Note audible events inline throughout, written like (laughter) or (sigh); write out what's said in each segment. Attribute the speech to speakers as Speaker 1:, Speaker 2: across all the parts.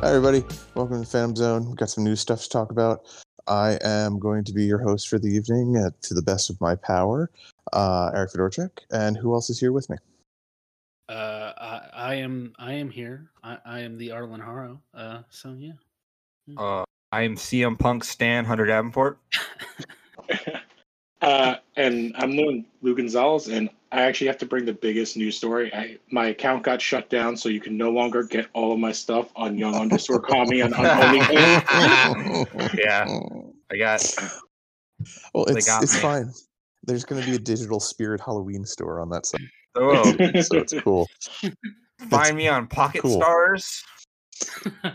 Speaker 1: Hi, everybody. Welcome to Phantom Zone. We've got some new stuff to talk about. I am going to be your host for the evening uh, to the best of my power, uh, Eric Fedorchek. And who else is here
Speaker 2: (laughs)
Speaker 1: with me?
Speaker 3: Uh, I, I am I am here. I, I am the Arlen Haro. Uh, so
Speaker 1: (laughs)
Speaker 3: yeah,
Speaker 2: Uh, I am CM Punk Stan Hunter Davenport.
Speaker 4: (laughs) uh, and I'm Lou, Lou Gonzalez, and I actually have to bring the biggest news story. I, my account got shut down, so you can no longer get all of my stuff on Young underscore Kami and on OnlyFans.
Speaker 2: Yeah,
Speaker 1: (laughs)
Speaker 2: I got.
Speaker 1: Well,
Speaker 2: They
Speaker 1: it's,
Speaker 2: got
Speaker 1: it's
Speaker 2: me.
Speaker 1: fine. There's going to be a digital spirit Halloween store on that side.
Speaker 2: Oh,
Speaker 1: (laughs) So it's cool.
Speaker 2: find me on Pocket
Speaker 1: cool.
Speaker 2: Stars.
Speaker 3: (laughs) I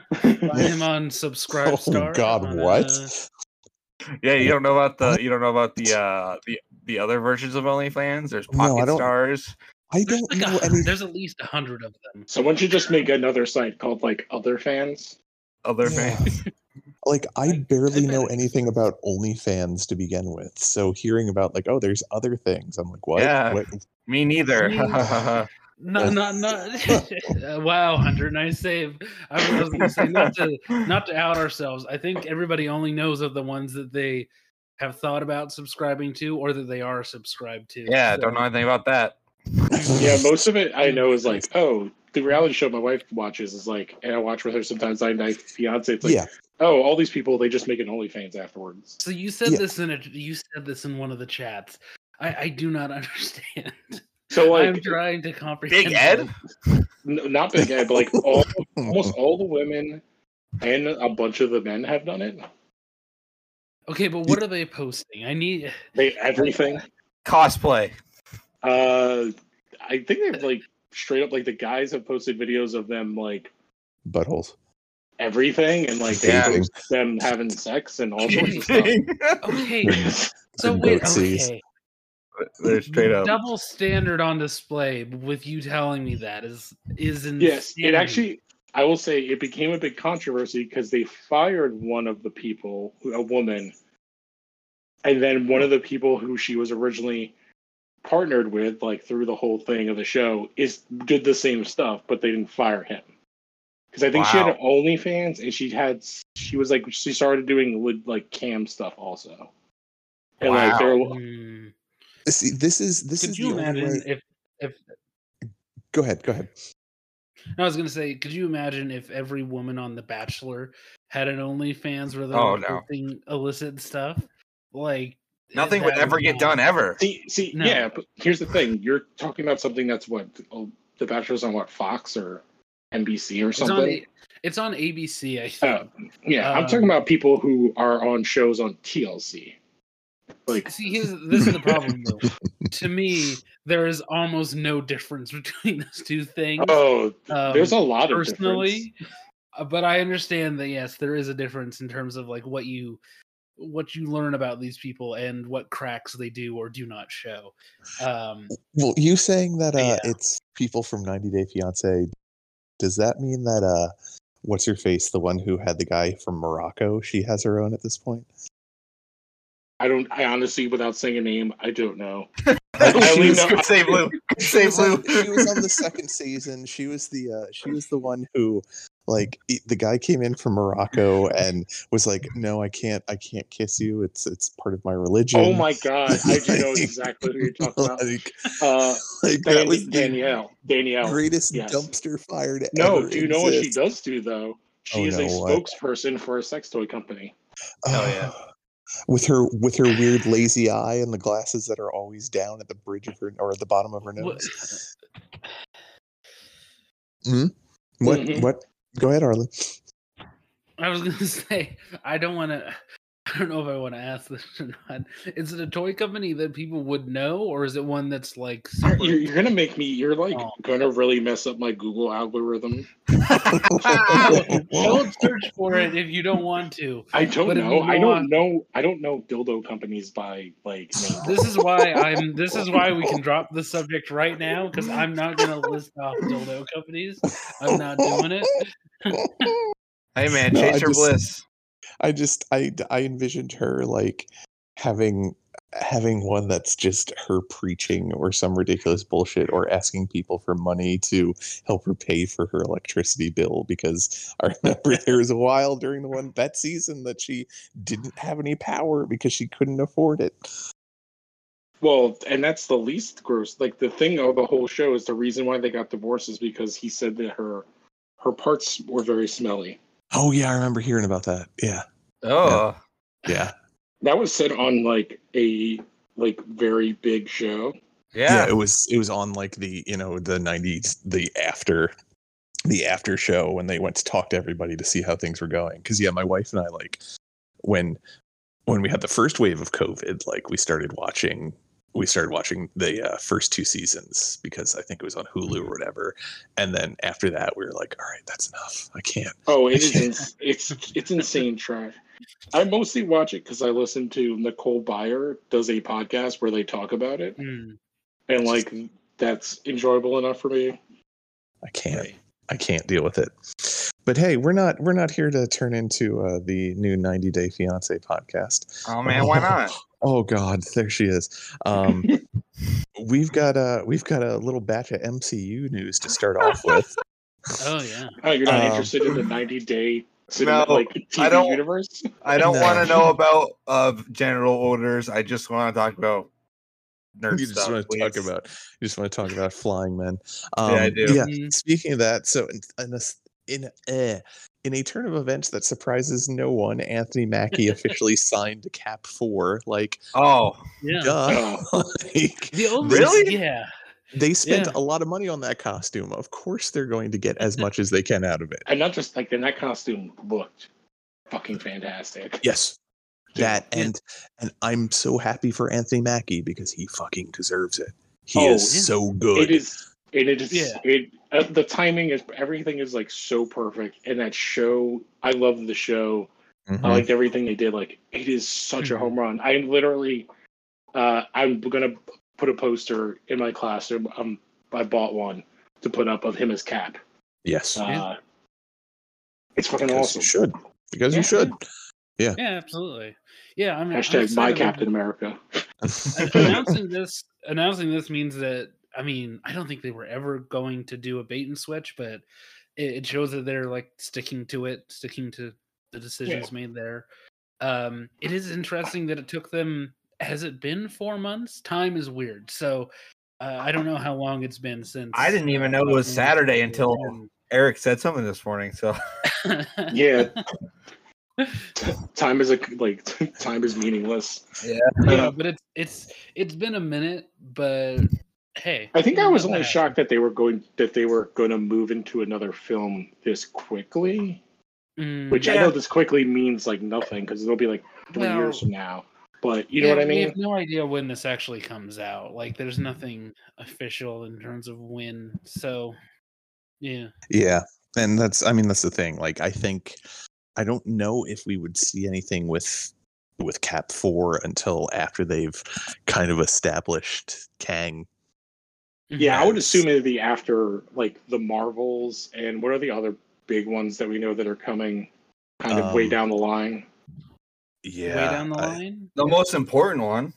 Speaker 3: am on Subscribe
Speaker 1: (laughs)
Speaker 3: Star.
Speaker 1: oh, God,
Speaker 3: on,
Speaker 1: what?
Speaker 3: uh,
Speaker 2: Yeah, you don't know about the you don't know about the uh the, the other versions of OnlyFans. There's
Speaker 1: No, I
Speaker 2: Pocket
Speaker 1: don't-
Speaker 2: Stars.
Speaker 1: I
Speaker 3: there's,
Speaker 1: don't
Speaker 3: like a
Speaker 1: know
Speaker 3: hun-
Speaker 1: any.
Speaker 3: there's at least a hundred of them.
Speaker 4: Someone should just make another site called like Other Fans.
Speaker 2: Other
Speaker 1: Yeah.
Speaker 3: (laughs)
Speaker 2: fans.
Speaker 1: Like, I
Speaker 3: I-
Speaker 1: barely
Speaker 3: I
Speaker 1: know
Speaker 3: bet it
Speaker 1: anything about OnlyFans to begin with. So hearing about, like, oh, there's other things, I'm like, what?
Speaker 2: Yeah.
Speaker 1: What?
Speaker 2: Me neither.
Speaker 1: Mm.
Speaker 3: No,
Speaker 1: Yeah.
Speaker 3: no, no. (laughs) Uh, wow, Hunter, nice save. I was, I was gonna say not to not to out ourselves. I think everybody only knows of the ones that they have thought about subscribing to, or that they are subscribed to.
Speaker 2: (laughs) yeah,
Speaker 1: (laughs)
Speaker 2: don't know anything about that.
Speaker 4: Yeah, most of it I know is like, oh, the reality show my wife watches is like, and I watch with her sometimes. I my fiance. It's like,
Speaker 1: yeah.
Speaker 4: oh, all these people they just make an OnlyFans afterwards.
Speaker 3: So you said
Speaker 1: Yeah.
Speaker 3: this in a you said this in one of the chats. I, I do not (laughs) understand.
Speaker 4: So
Speaker 3: I'm
Speaker 4: like,
Speaker 3: trying to comprehend.
Speaker 2: Big Ed.
Speaker 3: this.
Speaker 4: n- not big guy, but like all almost all the women and a bunch of the men have done it.
Speaker 3: Okay, but what are they posting? I need.
Speaker 4: They everything.
Speaker 1: (laughs)
Speaker 2: Cosplay.
Speaker 4: Uh, I think they've like straight up like the guys have posted videos of them like
Speaker 1: Mm-hmm. Buttholes.
Speaker 4: everything and like they
Speaker 2: Yeah.
Speaker 4: post them having sex and
Speaker 2: (laughs)
Speaker 4: all sorts of stuff.
Speaker 2: They're
Speaker 3: Okay,
Speaker 2: (laughs)
Speaker 3: so
Speaker 1: Goat
Speaker 3: wait.
Speaker 1: sees.
Speaker 3: Okay,
Speaker 2: straight
Speaker 3: The
Speaker 2: up.
Speaker 3: double standard on display with you telling me that is is insane.
Speaker 4: Yes, it actually. I will say it became a big controversy because they fired one of the people, a woman, and then one of the people who she was originally partnered with, like through the whole thing of the show, is did the same stuff, but they didn't fire him because I think she had
Speaker 2: Wow.
Speaker 4: an OnlyFans and she had she was like she started doing lit- like cam stuff also, and like there were,
Speaker 3: Hmm.
Speaker 1: See, this is this
Speaker 3: Could
Speaker 1: is
Speaker 3: you
Speaker 1: the only
Speaker 3: imagine
Speaker 1: way-
Speaker 3: if?
Speaker 1: Go ahead, go ahead.
Speaker 3: I was gonna say, could you imagine if every woman on The Bachelor had an OnlyFans where they
Speaker 2: Oh,
Speaker 3: were
Speaker 2: no.
Speaker 3: posting illicit stuff? Like
Speaker 2: Nothing would
Speaker 3: that
Speaker 2: ever get
Speaker 3: not-
Speaker 2: done ever. (laughs)
Speaker 4: See, see,
Speaker 3: No.
Speaker 4: yeah, but here's the thing: you're talking about something that's what oh, The Bachelor's on what Fox or NBC or
Speaker 3: It's on,
Speaker 4: something.
Speaker 3: A- it's on ABC, I think.
Speaker 4: yeah,
Speaker 3: um,
Speaker 4: I'm talking about people who are on shows on TLC. Like,
Speaker 3: See, here's, this is the problem, though. to me, there is almost no difference (laughs) between those two things.
Speaker 4: oh,
Speaker 3: Um,
Speaker 4: there's a lot of
Speaker 3: personally, uh, but I understand that yes, there is a difference in terms of like what you what you learn about these people and what cracks they do or do not show. Um,
Speaker 1: Well, you saying that uh
Speaker 3: Yeah.
Speaker 1: it's people from 90 Day Fiance, does that mean that uh what's her face, the one who had the guy from Morocco, she has her own at this point?
Speaker 4: I don't. I honestly, without saying a name, I don't know.
Speaker 2: I
Speaker 4: only
Speaker 2: was
Speaker 1: (laughs)
Speaker 4: know-
Speaker 2: gonna say blue.
Speaker 1: She
Speaker 2: Say
Speaker 1: was, on,
Speaker 2: blue.
Speaker 1: she was on the second season. She was the uh she was the one who like e- the guy came in from Morocco and was like, "No, I can't I can't kiss you. It's it's part of my religion."
Speaker 4: Oh my god, I do
Speaker 1: (laughs)
Speaker 4: know exactly who you're talking about.
Speaker 1: like, (laughs)
Speaker 4: Uh,
Speaker 1: like that
Speaker 4: Dan-
Speaker 1: was the
Speaker 4: Danielle. Danielle.
Speaker 1: greatest
Speaker 4: yes.
Speaker 1: dumpster fire to
Speaker 4: No,
Speaker 1: ever
Speaker 4: do you know what she
Speaker 1: exist.
Speaker 4: does do though? She
Speaker 1: Oh,
Speaker 4: is
Speaker 1: no,
Speaker 4: a
Speaker 1: what?
Speaker 4: spokesperson for a sex toy company.
Speaker 2: Oh, yeah.
Speaker 1: (sighs) With her with her weird lazy eye and the glasses that are always down at the bridge of her or at the bottom of her
Speaker 3: what-
Speaker 1: nose. Hmm? What
Speaker 4: Mhm.
Speaker 1: what go ahead, Arlen.
Speaker 3: I was (laughs) gonna say, I don't want to. (laughs) I don't know if I want to ask this or not. Is it a toy company that people would know, or is it one that's
Speaker 4: (laughs)
Speaker 3: like? super-
Speaker 4: You're, you're gonna make me. You're like
Speaker 3: Oh.
Speaker 4: gonna really mess up my Google algorithm.
Speaker 1: (laughs)
Speaker 3: don't search for it if you don't want to.
Speaker 4: I don't
Speaker 3: But if
Speaker 4: know.
Speaker 3: you
Speaker 4: I don't
Speaker 3: want-
Speaker 4: know. I don't know dildo companies by like. name.
Speaker 3: This is why I'm. This is why we can drop the subject right now because I'm not gonna list off dildo companies. I'm not doing it.
Speaker 2: Hey man,
Speaker 1: No, I
Speaker 2: chase your
Speaker 1: just-
Speaker 2: bliss.
Speaker 1: I just I I envisioned her like having having one that's just her preaching or some ridiculous bullshit or asking people for money to help her pay for her electricity bill because I (laughs) remember there was a while during the one bet season that she didn't have any power because she couldn't afford it.
Speaker 4: Well, and that's the least gross. Like the thing of the whole show is the reason why they got divorced is because he said that her her parts were very smelly.
Speaker 1: Oh yeah, I remember hearing about that. Yeah.
Speaker 2: Oh,
Speaker 1: Yeah.
Speaker 4: That was said on like a like very big show.
Speaker 1: Yeah,
Speaker 2: yeah.
Speaker 1: it was it was on like the, you know, the 90s the after the after show when they went to talk to everybody to see how things were going cuz yeah, my wife and I like when when we had the first wave of COVID, like we started watching we started watching the uh, first two seasons because I think it was on Hulu
Speaker 2: Mm-hmm.
Speaker 1: or whatever. And then after that, we were like, all right, that's enough. I can't.
Speaker 4: Oh, it
Speaker 3: (laughs)
Speaker 4: is ins- it's it's insane trash. I mostly watch it because I listen to Nicole Byer does a podcast where they talk about it,
Speaker 3: Mm.
Speaker 4: and like that's enjoyable enough for me.
Speaker 1: I can't. I can't deal with it. But hey, we're not we're not here to turn into uh, the new 90 Day Fiance podcast.
Speaker 2: Oh
Speaker 1: (laughs)
Speaker 2: man, why not?
Speaker 1: Oh God, (laughs) there she is.
Speaker 2: (laughs)
Speaker 1: Um, we've got a we've got a little batch of MCU news to start off
Speaker 2: (laughs)
Speaker 1: with.
Speaker 3: Oh yeah.
Speaker 4: Oh, you're not
Speaker 1: Um,
Speaker 4: interested in the 90 day
Speaker 2: No,
Speaker 4: cinema, like TV
Speaker 2: I don't-
Speaker 4: universe?
Speaker 2: I don't
Speaker 1: No.
Speaker 2: want to know about uh, general orders. I just want to talk about nerd
Speaker 1: You
Speaker 2: stuff.
Speaker 1: just want to talk
Speaker 2: please.
Speaker 1: about you just want to talk about flying men. Um,
Speaker 2: Yeah, I do. Mm-hmm.
Speaker 1: Yeah.
Speaker 3: Mhm.
Speaker 1: Speaking of that, so in in a, s- in a, eh, in a turn of events that surprises no one, Anthony Mackie officially signed to Cap Four. Like,
Speaker 2: (laughs) Oh,
Speaker 3: Yeah.
Speaker 4: Uh,
Speaker 1: duh. (laughs) Like,
Speaker 3: The old
Speaker 2: Really?
Speaker 3: Yeah.
Speaker 1: they spent
Speaker 3: Yeah.
Speaker 1: a lot of money on that costume. Of course, they're going to get as much as they can out of it.
Speaker 4: And not just like, and that costume looked fucking fantastic.
Speaker 1: Yes. That
Speaker 3: Yeah.
Speaker 1: and and I'm so happy for Anthony Mackie because he fucking deserves it. He
Speaker 4: Oh,
Speaker 1: is
Speaker 3: yeah.
Speaker 1: so good.
Speaker 4: It is, and it is,
Speaker 3: Yeah.
Speaker 4: it, uh, the timing is, everything is like so perfect. And that show, I love the show.
Speaker 1: Mhm.
Speaker 4: I liked everything they did. Like, it is such a
Speaker 3: Mhm.
Speaker 4: home run. I literally, uh, I'm gonna put a poster in my classroom. Um, I bought one to put up of him as Cap.
Speaker 1: yes.
Speaker 4: Uh, it's fucking
Speaker 1: because
Speaker 4: awesome.
Speaker 1: you should. Because
Speaker 4: Yeah.
Speaker 1: you should.
Speaker 3: Yeah, absolutely. Yeah, I'm I'm
Speaker 4: Hashtag my
Speaker 3: excited about-
Speaker 4: Captain America.
Speaker 2: (laughs)
Speaker 3: An- announcing this announcing this means that I mean I don't think they were ever going to do a bait and switch, but it, it shows that they're like sticking to it, sticking to the decisions made there. Um, it is interesting that it took them. Has it been four months? Time is weird. So uh, I don't know how long it's been since. uh,
Speaker 2: I didn't even know it was Saturday until- Eric said something this morning, so
Speaker 4: (laughs)
Speaker 2: (laughs)
Speaker 3: (laughs)
Speaker 4: (laughs) Yeah. time is a like (laughs) time is meaningless.
Speaker 2: yeah.
Speaker 3: yeah,
Speaker 4: Uh,
Speaker 3: but it's it's it's been a minute, but hey,
Speaker 4: I think
Speaker 3: you
Speaker 4: I
Speaker 3: know,
Speaker 4: was
Speaker 3: that
Speaker 4: only
Speaker 3: happened.
Speaker 4: shocked that they were going that they were going to move into another film this quickly,
Speaker 3: Mm,
Speaker 4: which I
Speaker 2: Yeah.
Speaker 4: know this quickly means like nothing because it'll be like three
Speaker 3: Well,
Speaker 4: years from now. But you know
Speaker 3: Yeah,
Speaker 4: what I
Speaker 3: We
Speaker 4: mean? Mm-hmm.
Speaker 3: have no idea when this actually comes out. Like, there's nothing official in terms of when. So, yeah.
Speaker 1: (laughs) Yeah. And that's I mean that's the thing. Like I think I don't know if we would see anything with with Cap 4 until after they've kind of established Kang. (laughs)
Speaker 4: Yeah, I would
Speaker 1: Yes.
Speaker 4: assume it'd be after like the Marvels and what are the other big ones that we know that are coming kind of way
Speaker 1: Um,
Speaker 4: down the line.
Speaker 1: Yeah.
Speaker 3: Way down the
Speaker 1: I-
Speaker 3: line.
Speaker 2: The most important one.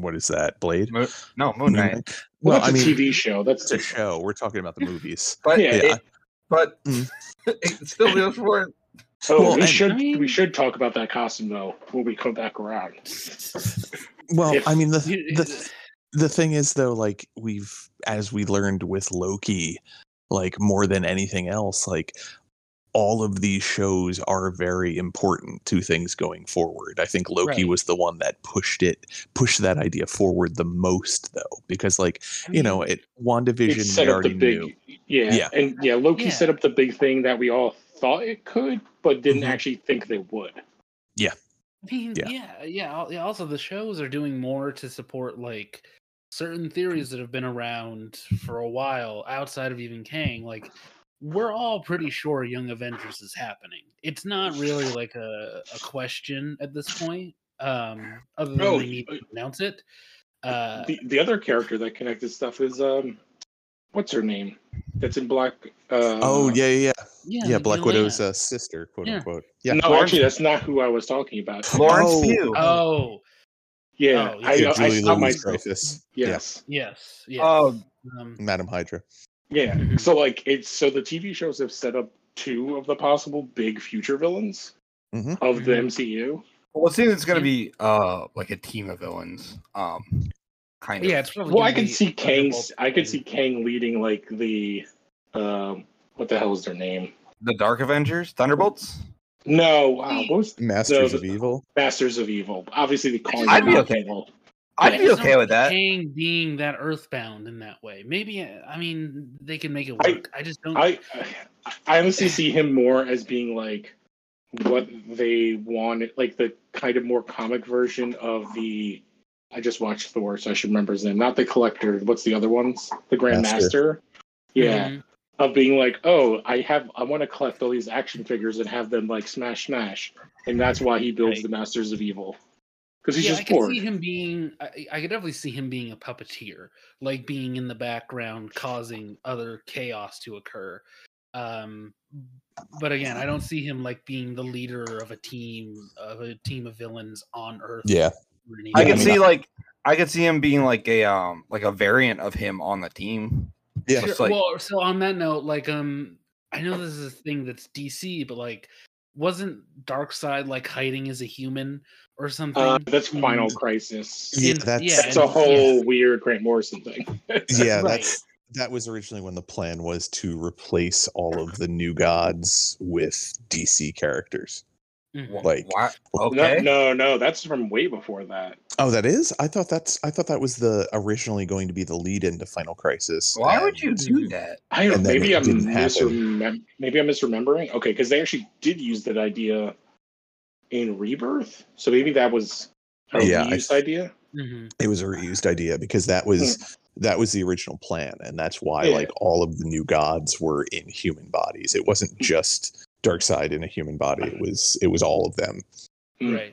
Speaker 1: what is that? Blade? Mm-hmm.
Speaker 2: Mo- no,
Speaker 3: Oh,
Speaker 2: Moon Knight.
Speaker 1: Well,
Speaker 4: Well,
Speaker 1: I
Speaker 4: that's
Speaker 1: mean
Speaker 4: a TV show.
Speaker 1: it's
Speaker 4: That's
Speaker 1: a show. We're talking about the movies.
Speaker 2: But
Speaker 4: Yeah.
Speaker 2: it, but
Speaker 1: Mm.
Speaker 2: (laughs) it's still the
Speaker 3: (laughs)
Speaker 2: most important.
Speaker 4: Oh,
Speaker 1: Well,
Speaker 4: we
Speaker 1: and-
Speaker 4: should
Speaker 3: I mean-
Speaker 4: we should talk about that costume though when we come back around.
Speaker 1: Well,
Speaker 4: If
Speaker 1: I mean the
Speaker 3: (laughs)
Speaker 1: (laughs)
Speaker 3: You- uh,
Speaker 1: the the thing is though like we've as we learned with loki like more than anything else like all of these shows are very important to things going forward i think loki
Speaker 3: Right.
Speaker 1: was the one that pushed it pushed that idea forward the most though because like
Speaker 3: I
Speaker 1: you know
Speaker 3: mean,
Speaker 1: it wandavision
Speaker 4: It
Speaker 1: we
Speaker 4: set up the
Speaker 1: already
Speaker 4: big
Speaker 1: knew
Speaker 4: yeah,
Speaker 1: Yeah.
Speaker 4: and yeah loki
Speaker 3: Yeah.
Speaker 4: set up the big thing that we all thought it could but didn't
Speaker 1: Mhm.
Speaker 4: actually think they would
Speaker 3: I mean,
Speaker 1: yeah.
Speaker 3: yeah. yeah, al- yeah. Also, the shows are doing more to support like certain theories that have been around for a while outside of even Kang. Like, we're all pretty sure Young Avengers is happening. It's not really like a, a question at this point. Um, other than
Speaker 4: No,
Speaker 3: they need
Speaker 4: uh,
Speaker 3: to announce it. Uh,
Speaker 4: the, the other character that connected stuff is um what's her name? That's in Black. Uh,
Speaker 1: oh yeah, yeah,
Speaker 3: Yeah,
Speaker 1: yeah. yeah Black Widow's uh, sister, quote
Speaker 3: Yeah.
Speaker 1: unquote. Yeah.
Speaker 4: No,
Speaker 2: Florence-
Speaker 4: actually, that's not who I was talking about.
Speaker 2: Lawrence
Speaker 1: Oh.
Speaker 2: Pugh.
Speaker 3: Oh
Speaker 4: Yeah,
Speaker 3: Oh,
Speaker 4: I,
Speaker 3: yeah,
Speaker 4: I
Speaker 1: Julie
Speaker 4: stopped
Speaker 1: Louis
Speaker 4: myself.
Speaker 1: Dreyfus.
Speaker 4: Yes.
Speaker 3: yes, yes.
Speaker 2: Oh.
Speaker 3: um,
Speaker 1: Madam Hydra.
Speaker 4: Yeah.
Speaker 3: Mhm.
Speaker 4: So like it's so the TV shows have set up two of the possible big future villains
Speaker 1: Mhm.
Speaker 4: of
Speaker 3: Mm-hmm.
Speaker 4: the MCU.
Speaker 2: Well, it seems it's gonna be uh like a team of villains. Um, kind of.
Speaker 3: yeah, it's probably.
Speaker 4: Well, I
Speaker 3: gonna
Speaker 4: can
Speaker 3: be
Speaker 4: see Kang.
Speaker 3: Thunderbolt
Speaker 4: I could see
Speaker 3: and-
Speaker 4: Kang leading like the, um, what the hell is their name?
Speaker 2: the Dark Avengers, Thunderbolts.
Speaker 4: No, wow, what was
Speaker 1: Masters
Speaker 4: No,
Speaker 1: of Evil.
Speaker 4: Masters of Evil? Obviously, the Kong.
Speaker 2: I'd be
Speaker 4: of
Speaker 2: okay.
Speaker 4: Evil.
Speaker 2: I'd
Speaker 3: I
Speaker 2: be
Speaker 3: just
Speaker 2: okay
Speaker 3: don't
Speaker 2: with
Speaker 3: see
Speaker 2: that.
Speaker 3: Kang being that Earthbound in that way. Maybe uh, I mean they can make it
Speaker 4: I-
Speaker 3: work. I, just don't.
Speaker 4: I, I honestly see him more as being like what they wanted, like the kind of more comic version of the. I just watched Thor, so I should remember his name. Not the Collector. What's the other ones? The Grandmaster.
Speaker 1: Master.
Speaker 4: Yeah,
Speaker 3: Mhm.
Speaker 4: of being like, oh, I have, I want to collect all these action figures and have them like smash, smash, and that's why he builds
Speaker 3: Right.
Speaker 4: the Masters of Evil because he's
Speaker 3: yeah, I
Speaker 4: just
Speaker 3: could
Speaker 4: bored.
Speaker 3: see him being. I, I could definitely see him being a puppeteer, like being in the background, causing other chaos to occur. Um, but again, I don't see him like being the leader of a team of a team of villains on Earth.
Speaker 1: Yeah.
Speaker 3: or anything.
Speaker 2: I
Speaker 1: Yeah,
Speaker 2: could
Speaker 1: I mean,
Speaker 2: see
Speaker 1: I-
Speaker 2: like I could see him being like a um like a variant of him on the team.
Speaker 1: Yeah.
Speaker 2: Just
Speaker 3: Sure.
Speaker 2: like-
Speaker 3: well, so on that note, like, um, I know this is a thing that's DC, but like, wasn't Darkseid like hiding as a human or something?
Speaker 4: Uh, that's Final Crisis.
Speaker 1: Yeah,
Speaker 3: In-
Speaker 1: that's
Speaker 3: yeah,
Speaker 4: That's
Speaker 3: and-
Speaker 4: a whole weird Grant Morrison thing. (laughs)
Speaker 1: yeah.
Speaker 3: Right.
Speaker 1: That's that was originally when the plan was to replace all of the new gods with DC characters.
Speaker 3: Mhm.
Speaker 1: Like,
Speaker 2: Why-
Speaker 4: No-
Speaker 2: okay,
Speaker 4: No, no, that's from way before that.
Speaker 1: oh, that is. I thought that's. I thought that was the originally going to be the lead into Final Crisis.
Speaker 2: why would you
Speaker 1: and-
Speaker 2: do that?
Speaker 4: I don't.
Speaker 1: And then
Speaker 4: Maybe
Speaker 1: it
Speaker 4: I'm
Speaker 1: didn't happen.
Speaker 4: misremem- Maybe I'm misremembering. Okay, because they actually did use that idea in Rebirth, so maybe that was a
Speaker 1: Yeah, I-
Speaker 4: reuse idea.
Speaker 3: Mhm.
Speaker 1: It was a reused idea because that was
Speaker 2: Hmm.
Speaker 1: that was the original plan, and that's why
Speaker 4: Yeah.
Speaker 1: like all of the new gods were in human bodies. It wasn't
Speaker 2: Hmm.
Speaker 1: just Darkseid in a human body. It was it was all of them.
Speaker 4: Mm.
Speaker 3: right?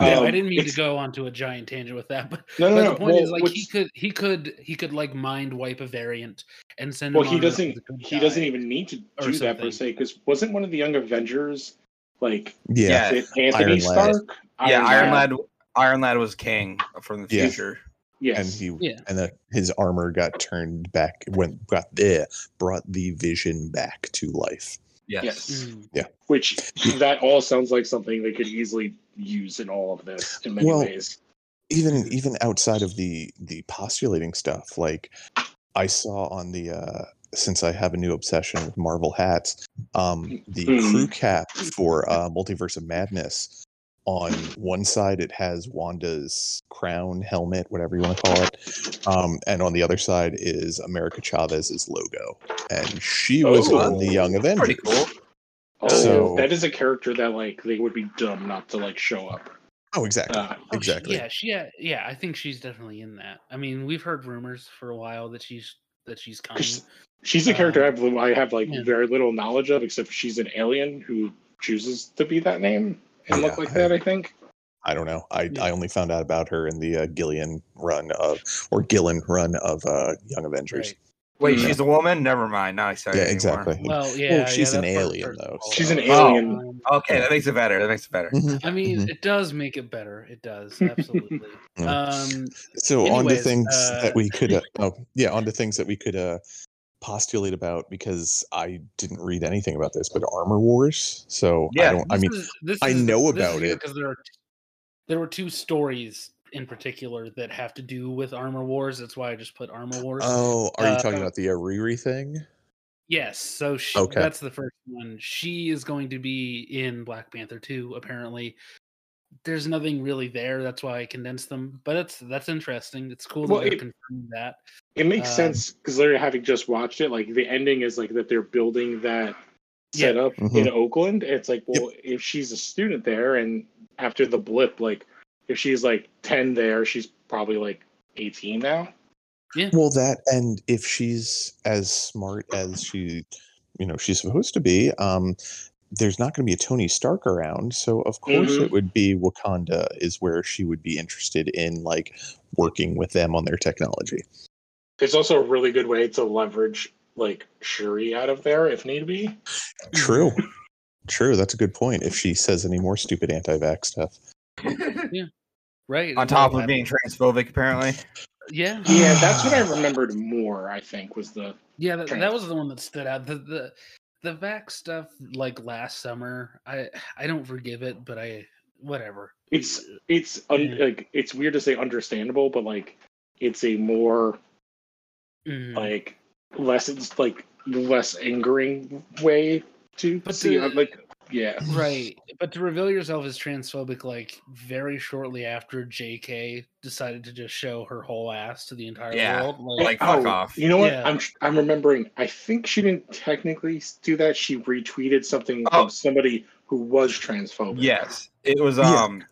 Speaker 3: Yeah, I
Speaker 4: Um,
Speaker 3: didn't mean to
Speaker 4: it's-
Speaker 3: go onto a giant tangent with that, but,
Speaker 4: No, no,
Speaker 3: but
Speaker 4: no.
Speaker 3: the point
Speaker 4: well,
Speaker 3: is, like, he
Speaker 4: what's-
Speaker 3: could, he could, he could like mind wipe a variant and send.
Speaker 4: well,
Speaker 3: him
Speaker 4: he
Speaker 3: on Earth
Speaker 4: doesn't.
Speaker 3: as a good
Speaker 4: He doesn't
Speaker 3: guy.
Speaker 4: even need to
Speaker 3: or
Speaker 4: do that per
Speaker 3: something.
Speaker 4: se, because wasn't one of the Young Avengers like
Speaker 1: Yeah,
Speaker 2: Yeah,
Speaker 4: it- Anthony
Speaker 1: Uh, Iron Lad.
Speaker 4: Stark?
Speaker 2: yeah. Iron
Speaker 4: Man.
Speaker 2: Lad, Iron Lad was king from the
Speaker 1: Yeah.
Speaker 2: future.
Speaker 1: and
Speaker 4: Yes.
Speaker 1: he
Speaker 3: Yeah.
Speaker 1: and the, his armor got turned back when got there brought the vision back to life.
Speaker 2: Yes.
Speaker 4: Yes.
Speaker 3: Mhm.
Speaker 4: Which that all sounds like something they could easily use in all of this in many
Speaker 1: Well,
Speaker 4: ways.
Speaker 1: Even even outside of the the postulating stuff, like I saw on the uh since I have a new obsession with Marvel hats, um the
Speaker 4: Mhm.
Speaker 1: crew cap for uh Multiverse of Madness on one side it has Wanda's crown, helmet, whatever you want to call it. Um and on the other side is America Chavez's logo. And she was on the
Speaker 4: Oh.
Speaker 1: Young Avengers.
Speaker 2: Pretty cool.
Speaker 4: Oh,
Speaker 1: So-
Speaker 4: that is a character that like they would be dumb not to like show up.
Speaker 1: Oh, exactly.
Speaker 4: Uh,
Speaker 3: Oh, she-
Speaker 1: exactly.
Speaker 3: yeah, she. Yeah, yeah. I think she's definitely in that. I mean, we've heard rumors for a while that she's that she's coming.
Speaker 4: Cause- she's a character I have, I have like
Speaker 3: Uh, Yeah.
Speaker 4: very little knowledge of, except she's an alien who chooses to be that name and look
Speaker 1: Yeah,
Speaker 4: like
Speaker 1: I-
Speaker 4: that. I think.
Speaker 1: I don't know. I,
Speaker 3: Yeah.
Speaker 1: I only found out about her in the uh, Gillian run of or Gillen run of uh, Young Avengers.
Speaker 3: Right.
Speaker 2: Wait,
Speaker 4: Yeah.
Speaker 2: she's a woman. Never mind. Not excited.
Speaker 1: Yeah,
Speaker 2: anymore.
Speaker 1: exactly.
Speaker 3: Well, (laughs) yeah, yeah,
Speaker 1: she's an
Speaker 3: that's part of
Speaker 1: alien,
Speaker 3: her
Speaker 1: though,
Speaker 3: role.
Speaker 4: She's an
Speaker 2: Oh.
Speaker 4: alien.
Speaker 3: Um,
Speaker 2: Okay, that makes it better. That makes
Speaker 1: (laughs)
Speaker 2: it better.
Speaker 3: (laughs)
Speaker 1: Mhm.
Speaker 3: I mean,
Speaker 1: Mhm.
Speaker 3: it does make it better. It
Speaker 4: (laughs)
Speaker 3: does absolutely.
Speaker 1: Yeah.
Speaker 3: um,
Speaker 1: mm-hmm. So on to
Speaker 3: anyways,
Speaker 1: things
Speaker 3: uh,
Speaker 1: that we could
Speaker 3: (laughs)
Speaker 1: uh, oh yeah on to things that we could uh, postulate about because I didn't read anything about this, but Armor Wars. So I
Speaker 2: Yeah,
Speaker 1: don't. I
Speaker 3: this
Speaker 1: mean,
Speaker 3: is- this
Speaker 1: I
Speaker 3: is-
Speaker 1: know
Speaker 3: this is
Speaker 1: about
Speaker 3: here
Speaker 1: it.
Speaker 3: because there are there were two stories in particular that have to do with armor wars. That's why I just put armor wars.
Speaker 1: oh, are you talking
Speaker 3: uh,
Speaker 1: about the uh, Riri thing?
Speaker 3: Yes, so she,
Speaker 1: Okay.
Speaker 3: that's the first one. She is going to be in Black Panther 2 apparently. There's nothing really there, that's why I condensed them. But that's that's interesting. It's cool
Speaker 4: Well,
Speaker 3: that they
Speaker 4: it-
Speaker 3: confirmed that.
Speaker 4: It makes
Speaker 3: Um,
Speaker 4: sense because literally having just watched it, like the ending is like that they're building that
Speaker 3: Yeah.
Speaker 4: setup
Speaker 1: Mhm.
Speaker 4: in Oakland. It's like, well, if she's a student there, and after the blip, like if she's like ten there, she's probably like eighteen now.
Speaker 1: Well, that and if she's as smart as she, you know, she's supposed to be, um, there's not going to be a Tony Stark around. So of course
Speaker 4: Mhm.
Speaker 1: it would be Wakanda is where she would be interested in like working with them on their technology.
Speaker 4: It's also a really good way to leverage like Shuri out of there if need be.
Speaker 1: True. True. That's a good point. If she says any more stupid anti-vax stuff,
Speaker 3: right?
Speaker 2: On top of being transphobic, apparently.
Speaker 3: yeah,
Speaker 4: Yeah, that's what I remembered more. I think was the
Speaker 3: yeah, that, that
Speaker 4: Trans-
Speaker 3: was the one that stood out. The the the vac stuff like last summer. I I don't forgive it, but I whatever.
Speaker 4: it's it's un,
Speaker 3: Yeah.
Speaker 4: like it's weird to say understandable, but like it's a more
Speaker 3: Mm.
Speaker 4: like less it's like less angering way to
Speaker 3: But
Speaker 4: see
Speaker 3: the-
Speaker 4: it. like yeah
Speaker 3: Right. But to reveal yourself as transphobic, like very shortly after JK decided to just show her whole ass to the entire
Speaker 2: Yeah,
Speaker 3: world.
Speaker 2: like- fuck off.
Speaker 4: Oh, You know what?
Speaker 3: Yeah.
Speaker 4: I'm I'm remembering. I think she didn't technically s- do that. She retweeted something
Speaker 2: Oh.
Speaker 4: from somebody who was transphobic.
Speaker 2: Yes, it was.
Speaker 1: Yeah.
Speaker 2: Um,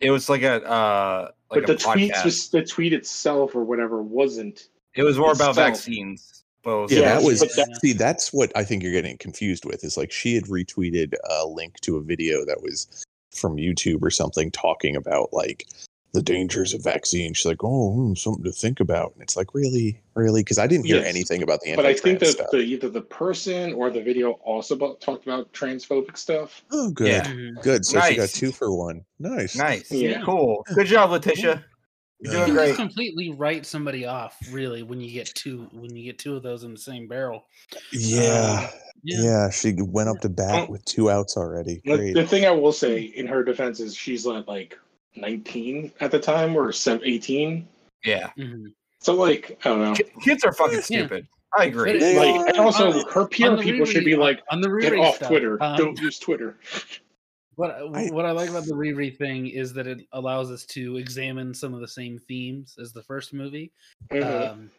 Speaker 2: it was like a uh, like
Speaker 4: but the
Speaker 2: a podcast.
Speaker 4: tweet, just the tweet itself or whatever, wasn't.
Speaker 2: it was more about
Speaker 4: itself-
Speaker 2: vaccines. Well,
Speaker 1: yeah,
Speaker 4: Yeah,
Speaker 1: that was.
Speaker 4: but
Speaker 3: that-
Speaker 1: see, that's what I think you're getting confused with. Is like she had retweeted a link to a video that was from YouTube or something talking about like the dangers of vaccine. She's like, oh, hmm, something to think about. And it's like, really, really, because I didn't hear
Speaker 4: Yes.
Speaker 1: anything about the
Speaker 4: But I
Speaker 1: anti-vax
Speaker 4: think that
Speaker 1: stuff.
Speaker 4: the, either the person or the video also about, talked about transphobic stuff.
Speaker 1: oh, good,
Speaker 2: Yeah.
Speaker 4: Mm-hmm.
Speaker 3: Mhm.
Speaker 1: good. So she got
Speaker 2: Nice.
Speaker 1: two for one. Nice.
Speaker 2: nice.
Speaker 4: Yeah.
Speaker 2: Cool. Good job, Letitia.
Speaker 1: Yeah.
Speaker 3: You
Speaker 2: You're doing
Speaker 3: can
Speaker 2: great.
Speaker 3: just completely write somebody off, really, when you get two when you get two of those in the same barrel.
Speaker 1: Yeah.
Speaker 3: Yeah.
Speaker 1: yeah, She went up to bat
Speaker 4: Oh.
Speaker 1: with two outs already.
Speaker 4: The,
Speaker 1: Great.
Speaker 4: the thing I will say in her defense is she's like like 19 at the time or sev- 18.
Speaker 2: Yeah,
Speaker 3: Mhm.
Speaker 4: So like I don't know.
Speaker 2: Ki- kids are fucking
Speaker 3: Yeah.
Speaker 2: stupid. I agree.
Speaker 1: They
Speaker 4: Like
Speaker 1: are-
Speaker 4: and also
Speaker 3: uh, on-
Speaker 4: her peer
Speaker 3: On the
Speaker 4: people should
Speaker 3: reread-
Speaker 4: be
Speaker 3: on-
Speaker 4: like
Speaker 3: on the
Speaker 4: get
Speaker 3: reread
Speaker 4: off
Speaker 3: stuff,
Speaker 4: Twitter.
Speaker 3: um,
Speaker 4: Don't use Twitter.
Speaker 3: What I-
Speaker 1: I-
Speaker 3: what I like about the reread thing is that it allows us to examine some of the same themes as the first movie.
Speaker 1: Mm-hmm.
Speaker 4: Mhm.
Speaker 3: Um,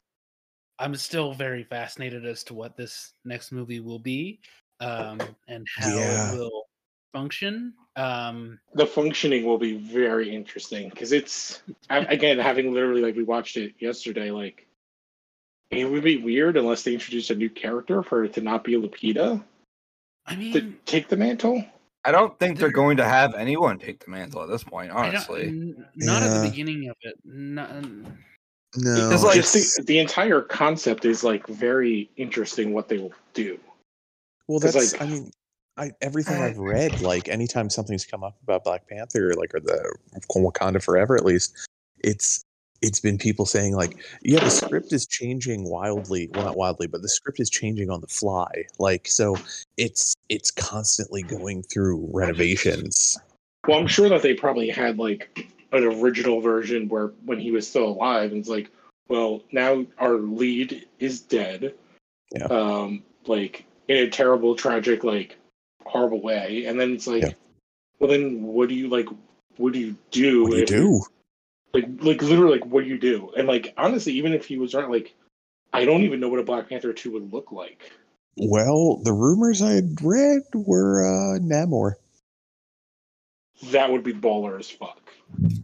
Speaker 3: I'm still very fascinated as to what this next movie will be um, and how
Speaker 1: Yeah.
Speaker 3: it will function. Um,
Speaker 4: the functioning will be very interesting because it's I, again having literally like we watched it yesterday like it would be weird unless they introduced a new character for it to not be Lupita
Speaker 3: I
Speaker 4: to
Speaker 3: mean,
Speaker 4: take the mantle.
Speaker 2: I don't think they're going to have anyone take the mantle at this point.
Speaker 3: I don't-
Speaker 2: Honestly,
Speaker 3: n- not at the
Speaker 1: Yeah.
Speaker 3: beginning of it. Not,
Speaker 1: no,
Speaker 2: It's like-
Speaker 4: Just the, the entire concept is like very interesting what they will do.
Speaker 1: Well,
Speaker 4: 'Cause,
Speaker 1: that's.
Speaker 4: like-
Speaker 1: I mean, I everything
Speaker 4: (sighs)
Speaker 1: I've read, like anytime something's come up about Black Panther, like or the Wakanda Forever, at least, it's it's been people saying like, yeah, the script is changing wildly. Well, not wildly, but the script is changing on the fly. Like, so it's it's constantly going through renovations.
Speaker 4: Well, I'm sure that they probably had like an original version where when he was still alive, and it's like, well, now our lead is dead,
Speaker 1: Yeah.
Speaker 4: um, like in a terrible, tragic, like horrible way, and then it's like,
Speaker 1: Yeah.
Speaker 4: well, then what do you like? What do you do?
Speaker 1: What do you
Speaker 4: if-
Speaker 1: do?
Speaker 4: Like, like literally, like what do you do? And like honestly, even if he was right, like I don't even know what a Black Panther two would look like.
Speaker 1: Well, the rumors I had read were uh, Namor.
Speaker 4: That would be baller as fuck.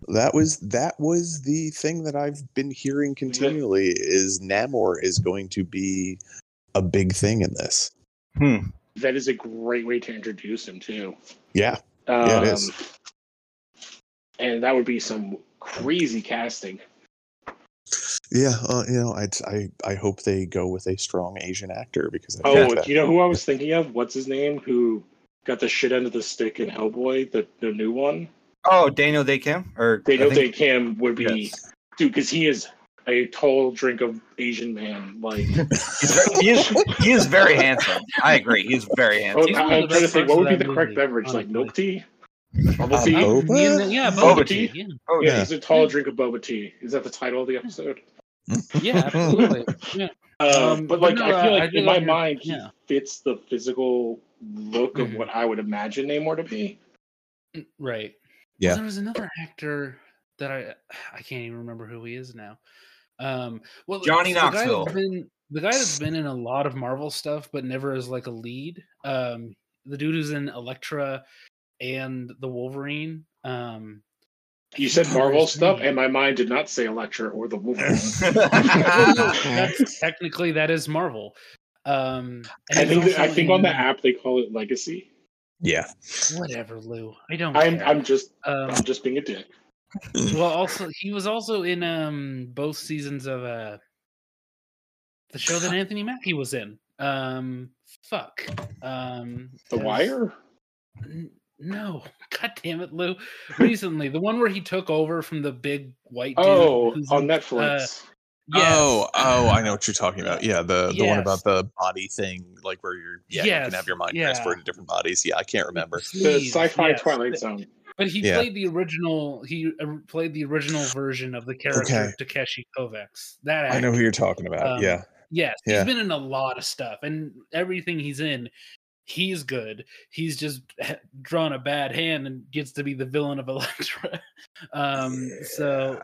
Speaker 1: That was that was the thing that I've been hearing continually is Namor is going to be a big thing in this.
Speaker 4: That is a great way to introduce him too.
Speaker 1: Yeah.
Speaker 4: Um,
Speaker 1: Yeah, it is.
Speaker 4: And that would be some crazy casting.
Speaker 1: Yeah, uh, you know, I I I hope they go with a strong Asian actor because I
Speaker 4: Oh,
Speaker 1: think
Speaker 4: do
Speaker 3: (laughs)
Speaker 4: you know who I was thinking of? What's his name? Who got the shit end of the stick in Hellboy, the, the new one?
Speaker 2: oh Daniel Day Kim or
Speaker 4: Daniel
Speaker 2: I think-
Speaker 4: Day Kim would be,
Speaker 2: Yes.
Speaker 4: dude, because he is a tall drink of Asian man. Like, (laughs)
Speaker 2: He's very- he is he is very handsome. I agree. He's very
Speaker 4: I was-
Speaker 2: handsome.
Speaker 3: He's one of the
Speaker 4: I'm trying to
Speaker 3: best
Speaker 4: think,
Speaker 3: parts
Speaker 4: what would
Speaker 3: of
Speaker 4: be
Speaker 3: that
Speaker 4: the correct
Speaker 3: movie,
Speaker 4: beverage? Like milk tea, bubble
Speaker 1: Um,
Speaker 4: tea.
Speaker 1: oh,
Speaker 3: Um, me and
Speaker 1: Boba?
Speaker 3: the- yeah,
Speaker 4: Boba
Speaker 3: Boba Tea,
Speaker 2: Oh
Speaker 4: yeah,
Speaker 1: yeah.
Speaker 4: he's a tall drink of boba tea. Is that the title of the episode?
Speaker 3: Yeah, yeah, absolutely.
Speaker 4: (laughs)
Speaker 3: Yeah. Um,
Speaker 4: Um, Uh, but like,
Speaker 3: but no,
Speaker 4: I feel
Speaker 3: uh,
Speaker 4: like
Speaker 3: I did
Speaker 4: in my
Speaker 3: like your-
Speaker 4: mind, he
Speaker 3: yeah.
Speaker 4: fits the physical look of
Speaker 3: Mhm.
Speaker 4: what I would imagine Namor to be.
Speaker 3: Right.
Speaker 1: Yeah.
Speaker 3: There was another actor that I (sighs) I can't even remember who he is now. Um well
Speaker 2: Johnny
Speaker 3: the guy that's
Speaker 2: Knoxville.
Speaker 3: been- the guy that's been in a lot of Marvel stuff but never as like a lead. Um the dude who's in Elektra and the Wolverine. Um
Speaker 4: You
Speaker 3: I
Speaker 4: said
Speaker 3: can't remember
Speaker 4: Marvel
Speaker 3: his
Speaker 4: stuff,
Speaker 3: name.
Speaker 4: and my mind did not say Electra or the Wolverine.
Speaker 3: that's technically that is Marvel. Um and
Speaker 4: I
Speaker 3: he's
Speaker 4: think that- I
Speaker 3: also
Speaker 4: think on the
Speaker 3: in-
Speaker 4: app they call it Legacy.
Speaker 1: yeah.
Speaker 3: whatever Lou. I don't
Speaker 4: I'm
Speaker 3: care.
Speaker 4: I'm just
Speaker 3: um
Speaker 4: I'm just being a dick.
Speaker 3: well also he was also in um both seasons of uh the show
Speaker 4: (laughs)
Speaker 3: that Anthony Mackie was in. Um, fuck. Um,
Speaker 4: The
Speaker 3: it was-
Speaker 4: Wire?
Speaker 3: N- No, (laughs) god damn it, Lou. Recently, the one where he took over from the big white dude.
Speaker 4: Oh,
Speaker 3: who's
Speaker 4: on
Speaker 3: in- uh,
Speaker 4: Netflix.
Speaker 3: Yes.
Speaker 1: Oh, oh, I know what you're talking about. Yeah, the the one
Speaker 3: Yes.
Speaker 1: about the body thing, like where you're yeah, you
Speaker 3: Yes,
Speaker 1: can have your mind
Speaker 3: yeah.
Speaker 1: transferred to different bodies. Yeah, I can't remember.
Speaker 4: the
Speaker 3: Please,
Speaker 4: sci-fi
Speaker 3: yes.
Speaker 4: Twilight Zone.
Speaker 3: But he
Speaker 1: Yeah.
Speaker 3: played the original. He uh, played the original version of the character
Speaker 1: Okay.
Speaker 3: Takeshi Kovacs. That
Speaker 1: I know
Speaker 3: actor.
Speaker 1: who you're talking about.
Speaker 3: Um,
Speaker 1: yeah.
Speaker 3: Yes,
Speaker 1: Yeah.
Speaker 3: he's been in a lot of stuff, and everything he's in, he's good. He's just drawn a bad hand and gets to be the villain of (laughs) Elektra. Um, So,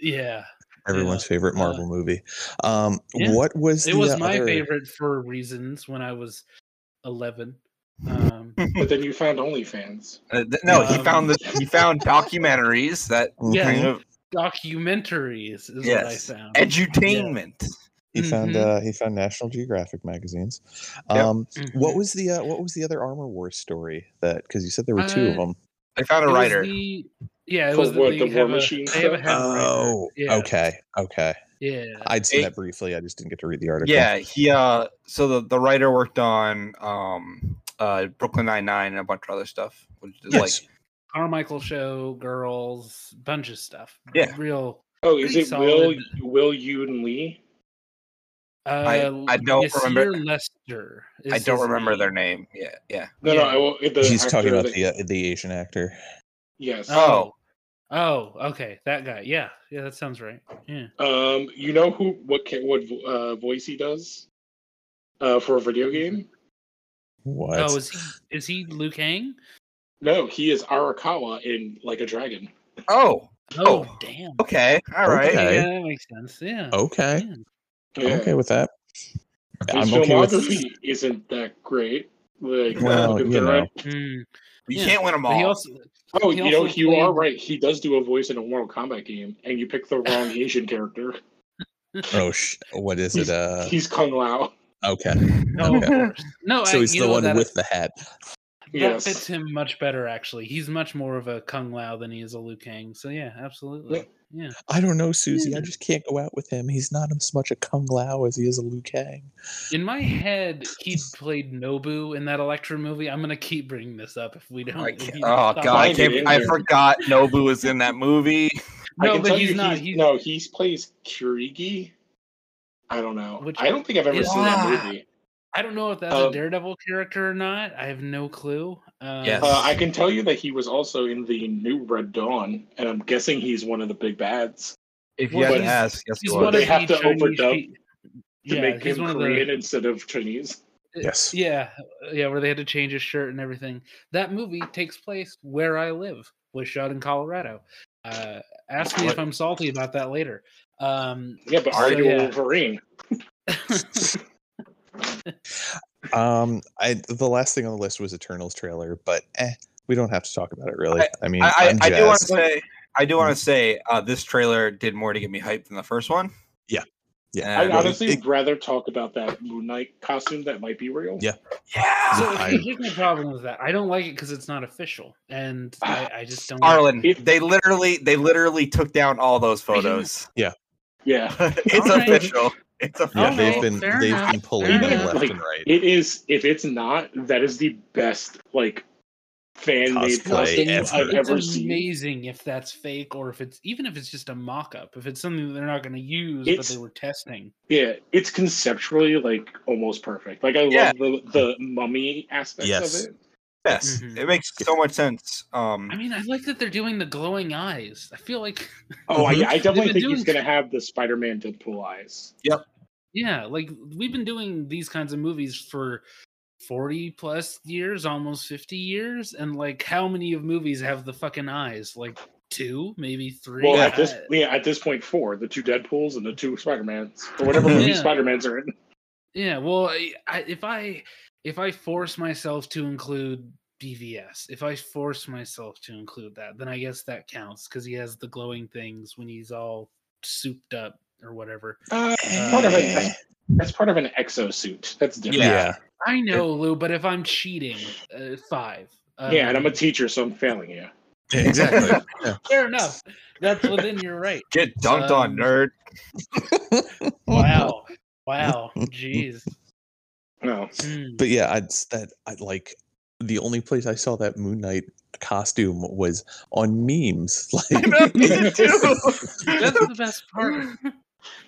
Speaker 3: yeah,
Speaker 1: Everyone's favorite
Speaker 3: uh,
Speaker 1: Marvel movie. Um
Speaker 3: yeah.
Speaker 1: what was
Speaker 3: it
Speaker 1: the
Speaker 3: was
Speaker 1: uh,
Speaker 3: my
Speaker 1: other-
Speaker 3: favorite for reasons when I was eleven. Um,
Speaker 4: But then you found OnlyFans.
Speaker 2: Uh, th- no, he
Speaker 3: Um,
Speaker 2: found the he found documentaries that
Speaker 3: Yeah.
Speaker 1: Mhm.
Speaker 2: kind of
Speaker 3: documentaries is what I
Speaker 2: Yes.
Speaker 3: found.
Speaker 2: edutainment.
Speaker 1: He found
Speaker 3: Mhm.
Speaker 1: uh, he found National Geographic magazines.
Speaker 2: Yep.
Speaker 1: Um, What
Speaker 3: Mhm.
Speaker 1: was the uh, what was the other Armor Wars story that because you said there were two of
Speaker 3: Uh,
Speaker 1: them?
Speaker 2: They found a
Speaker 3: It was
Speaker 2: writer.
Speaker 3: the- yeah, it
Speaker 4: For
Speaker 3: was that
Speaker 4: what,
Speaker 3: they
Speaker 4: the War
Speaker 3: have a-
Speaker 4: Machine
Speaker 3: They have a
Speaker 4: stuff?
Speaker 3: head writer.
Speaker 1: Oh.
Speaker 3: yeah,
Speaker 1: okay, okay.
Speaker 3: Yeah,
Speaker 1: I'd seen
Speaker 2: It-
Speaker 1: that briefly. I just didn't get to read the article.
Speaker 2: Yeah, he uh so the, the writer worked on um uh Brooklyn Nine Nine and a bunch of other stuff, which is
Speaker 1: Nice.
Speaker 2: like
Speaker 3: Carmichael show, girls, bunch of stuff.
Speaker 2: Yeah.
Speaker 3: real.
Speaker 4: Oh, is
Speaker 3: Pretty
Speaker 4: it Will
Speaker 3: solid.
Speaker 4: Will Yoon Lee?
Speaker 3: Uh,
Speaker 2: I don't
Speaker 3: Nasir
Speaker 2: remember-
Speaker 3: Lester.
Speaker 2: I
Speaker 3: is
Speaker 2: don't
Speaker 3: his
Speaker 2: remember
Speaker 3: name.
Speaker 2: their name. Yeah, yeah.
Speaker 4: No,
Speaker 3: Yeah.
Speaker 4: no, I will, the
Speaker 1: he's
Speaker 4: actor
Speaker 1: talking about
Speaker 4: that-
Speaker 1: the uh, the Asian actor.
Speaker 4: yes.
Speaker 3: Oh. Oh, okay, that guy. Yeah, yeah, that sounds right. Yeah.
Speaker 4: Um, you know who what ca- what uh, voice he does uh, for a video
Speaker 3: Mm-hmm.
Speaker 4: game?
Speaker 1: What?
Speaker 3: Oh, is he is he Liu Kang?
Speaker 4: No, he is Arakawa in Like a Dragon.
Speaker 2: Oh,
Speaker 3: Oh,
Speaker 2: Oh.
Speaker 3: damn.
Speaker 2: okay. All right.
Speaker 1: Okay.
Speaker 3: Yeah, that makes sense. Yeah.
Speaker 1: okay,
Speaker 3: man.
Speaker 1: I'm okay with that.
Speaker 4: His
Speaker 1: I'm okay with.
Speaker 4: filmography isn't that great. Like,
Speaker 1: Well,
Speaker 4: uh,
Speaker 1: you
Speaker 4: considering-
Speaker 3: Hmm.
Speaker 2: You
Speaker 3: Yeah.
Speaker 2: can't win them
Speaker 3: But he
Speaker 2: all.
Speaker 3: also
Speaker 4: oh,
Speaker 3: he
Speaker 4: you know,
Speaker 3: also
Speaker 4: you are
Speaker 3: played-
Speaker 4: right. He does do a voice in a Mortal Kombat game, and you
Speaker 3: (laughs)
Speaker 4: pick the wrong Asian character.
Speaker 1: Oh, sh- what is it?
Speaker 4: (laughs)
Speaker 1: Uh,
Speaker 4: He's Kung Lao.
Speaker 1: okay,
Speaker 3: no, oh, of course. no.
Speaker 1: so
Speaker 3: I,
Speaker 1: he's
Speaker 3: you
Speaker 1: the
Speaker 3: know,
Speaker 1: one
Speaker 3: that-
Speaker 1: with the hat.
Speaker 3: That
Speaker 4: Yes.
Speaker 3: fits him much better, actually. He's much more of a Kung Lao than he is a Liu Kang. So yeah, absolutely. Yeah.
Speaker 1: I don't know, Susie. I
Speaker 3: Yeah.
Speaker 1: just can't go out with him. He's not as much a Kung Lao as he is a Liu Kang.
Speaker 3: In my head, he played Nobu in that Electra movie. I'm gonna keep bringing this up if we don't.
Speaker 2: I
Speaker 3: if
Speaker 2: can't,
Speaker 3: you
Speaker 2: oh
Speaker 3: don't
Speaker 2: god,
Speaker 3: stop
Speaker 2: I
Speaker 3: me.
Speaker 4: Find it
Speaker 2: can't.
Speaker 4: in
Speaker 2: I
Speaker 4: there.
Speaker 2: forgot Nobu was in that movie.
Speaker 4: I
Speaker 3: No,
Speaker 4: can
Speaker 3: but
Speaker 4: tell
Speaker 3: he's
Speaker 4: you
Speaker 3: not. He's,
Speaker 4: no, he plays Kirigi. I don't know.
Speaker 3: Which-
Speaker 4: I don't think I've ever
Speaker 3: is-
Speaker 4: seen that
Speaker 2: Ah.
Speaker 4: movie.
Speaker 3: I don't know if that's
Speaker 4: um,
Speaker 3: a Daredevil character or not. I have no clue. Um,
Speaker 2: Yes.
Speaker 4: Uh, I can tell you that he was also in the new Red Dawn, and I'm guessing he's one of the big bads
Speaker 2: If
Speaker 3: Well,
Speaker 2: you had to
Speaker 3: he's-
Speaker 2: ask, yes,
Speaker 3: he's
Speaker 2: you
Speaker 3: one
Speaker 2: would.
Speaker 3: of
Speaker 4: They have
Speaker 3: the
Speaker 4: to
Speaker 3: Chinese
Speaker 4: overdub
Speaker 3: pe-
Speaker 4: to
Speaker 3: yeah,
Speaker 4: make
Speaker 3: he's
Speaker 4: him
Speaker 3: one of the- uh,
Speaker 4: Korean instead of Chinese.
Speaker 1: Yes.
Speaker 3: Yeah, yeah, where they had to change his shirt and everything. That movie takes place where I live. Was shot in Colorado. Uh, ask me if
Speaker 2: What?
Speaker 3: I'm salty about that later. Um,
Speaker 4: Yeah, but
Speaker 3: So,
Speaker 4: are you
Speaker 3: yeah.
Speaker 4: a Wolverine?
Speaker 1: Um, I the last thing on the list was Eternals trailer, but eh, we don't have to talk about it really. I, mean,
Speaker 2: I,
Speaker 1: am
Speaker 2: I, I do want to
Speaker 1: jazzed.
Speaker 2: say, I do want to say, uh, this trailer did more to get me hyped than the first one.
Speaker 1: yeah,
Speaker 2: I
Speaker 4: I'd
Speaker 2: really
Speaker 4: honestly
Speaker 1: it-
Speaker 4: rather talk about that Moon Knight costume that might be real.
Speaker 1: Yeah.
Speaker 2: Yeah,
Speaker 3: so
Speaker 1: I-
Speaker 3: here's my problem with that. I don't like it because it's not official, and I, I just don't.
Speaker 2: Arlen,
Speaker 4: It-
Speaker 2: they literally, they literally took down all
Speaker 3: (laughs)
Speaker 2: those photos. (laughs)
Speaker 4: Yeah.
Speaker 2: it's
Speaker 3: Alright.
Speaker 2: official. It's official.
Speaker 1: yeah,
Speaker 3: Okay,
Speaker 1: they've been
Speaker 3: fair
Speaker 1: they've
Speaker 3: enough,
Speaker 1: been pulling
Speaker 3: fair
Speaker 1: them
Speaker 3: enough.
Speaker 1: left
Speaker 4: Like-
Speaker 1: and right.
Speaker 4: It is, if it's not, that is the best, like, fan made
Speaker 1: Cosplay
Speaker 4: costume
Speaker 1: effort.
Speaker 4: I've
Speaker 3: it's
Speaker 4: ever seen.
Speaker 3: amazing if that's fake or if it's even if it's just a mock-up. If it's something that they're not going to use, but
Speaker 4: It's-
Speaker 3: they were testing.
Speaker 4: Yeah, it's conceptually, like, almost perfect. Like, I
Speaker 2: Yeah.
Speaker 4: love the, the mummy aspects
Speaker 1: Yes.
Speaker 4: of it.
Speaker 2: Yes,
Speaker 3: Mhm.
Speaker 4: Mm.
Speaker 2: it makes so much sense. Um,
Speaker 3: I mean, I like that they're doing the glowing eyes. I feel like
Speaker 4: Oh, I,
Speaker 1: Mhm.
Speaker 4: I definitely
Speaker 3: They've been
Speaker 4: think he's
Speaker 3: doing-
Speaker 4: going to have the Spider Man Deadpool eyes.
Speaker 3: Yeah, like we've been doing these kinds of movies for 40 plus years, almost 50 years, and like how many of movies have the fucking eyes? Like two, maybe three.
Speaker 4: Well,
Speaker 2: Yeah.
Speaker 4: at this
Speaker 3: Uh,
Speaker 4: yeah, at this point, four the two Deadpool's and the two Spider Mans or whatever movie
Speaker 3: Yeah.
Speaker 4: Spider Mans are in.
Speaker 3: yeah, well, I, I, if I if I force myself to include BVS, if I force myself to include that, then I guess that counts because he has the glowing things when he's all souped up or whatever.
Speaker 4: Uh,
Speaker 1: Eh,
Speaker 4: part of it, that's, that's part of an exosuit. That's different.
Speaker 2: Yeah.
Speaker 4: Yeah,
Speaker 3: I know, Lou, but if I'm cheating, uh, five.
Speaker 4: and I'm a
Speaker 3: Um,
Speaker 4: teacher, so I'm failing you.
Speaker 1: Yeah, (laughs) exactly.
Speaker 2: (laughs)
Speaker 3: Fair enough. That's within your right. (laughs)
Speaker 2: get dunked on,
Speaker 3: Um,
Speaker 2: nerd.
Speaker 3: Wow. Wow. Jeez.
Speaker 4: No.
Speaker 3: Hmm.
Speaker 1: But yeah, I'd s- that I like the only place I saw that Moon Knight costume was on memes. (laughs)
Speaker 2: I
Speaker 1: Like,
Speaker 2: know, (laughs) me too.
Speaker 3: That's the best
Speaker 4: (laughs)
Speaker 3: part.
Speaker 1: (laughs)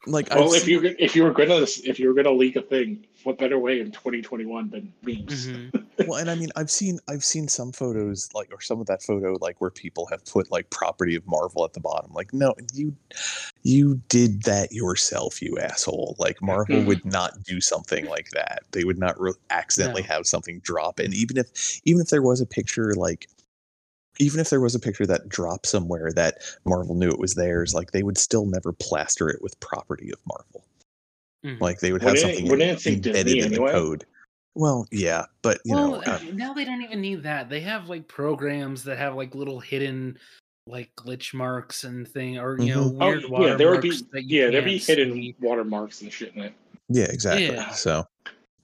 Speaker 1: like I've
Speaker 4: Well, if
Speaker 1: seen-
Speaker 4: you if you were gonna if you were gonna leak a thing, what better way in 2021 than memes?
Speaker 3: Mhm.
Speaker 1: well, and I mean, I've seen I've seen some photos like or some of that photo like where people have put like property of Marvel at the bottom. Like, no, you you did that yourself, you asshole. Like Marvel would not do something like that. They would not re- accidentally
Speaker 3: No.
Speaker 1: have something drop. And even if even if there was a picture like even if there was a picture that dropped somewhere that Marvel knew it was theirs, like they would still never plaster it with property of Marvel.
Speaker 3: Mhm.
Speaker 1: Like they would have
Speaker 4: Wouldn't it-
Speaker 1: something
Speaker 4: wouldn't it say Disney
Speaker 1: embedded in
Speaker 4: anyway?
Speaker 1: the code. Well, yeah, but you
Speaker 3: well,
Speaker 1: know, uh,
Speaker 3: uh, (laughs) now they don't even need that. They have like programs that have like little hidden like glitch marks and thing or you know
Speaker 4: Oh,
Speaker 1: Mm-hmm.
Speaker 3: weird
Speaker 4: yeah, there would be
Speaker 3: watermarks that you
Speaker 4: yeah, there'd be
Speaker 3: can't
Speaker 4: hidden
Speaker 3: see.
Speaker 4: watermarks and shit in it.
Speaker 1: yeah, exactly.
Speaker 4: (laughs)
Speaker 3: Yeah.
Speaker 1: So,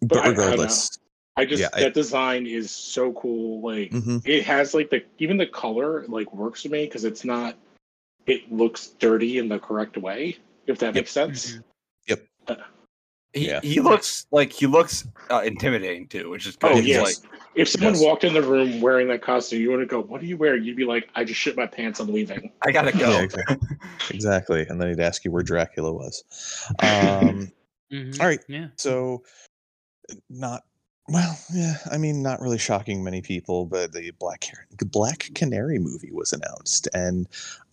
Speaker 1: but,
Speaker 4: I- I don't know.
Speaker 1: regardless,
Speaker 4: I just
Speaker 1: Yeah, I-
Speaker 4: that design is so cool. Like
Speaker 1: mhm.
Speaker 4: it has like the even the color like works for me because it's not it looks dirty in the correct way. If that
Speaker 1: Yep.
Speaker 4: makes sense.
Speaker 2: He,
Speaker 1: Yeah.
Speaker 2: he looks like he looks uh, intimidating too, which is good.
Speaker 4: Oh
Speaker 1: It's
Speaker 4: yes.
Speaker 2: Like,
Speaker 4: if someone
Speaker 1: Yes.
Speaker 4: walked in the room wearing that costume, you wouldn't go, "What do you wear?" You'd be like, "I just shit my pants. I'm leaving."
Speaker 2: I gotta go.
Speaker 1: Yeah, exactly. exactly. And then he'd ask you where Dracula was.
Speaker 4: (laughs)
Speaker 1: Um,
Speaker 3: Mhm.
Speaker 1: all right.
Speaker 3: Yeah.
Speaker 1: so uh, not well, yeah. I mean, not really shocking many people, but the Black Car- the Black Canary movie was announced, and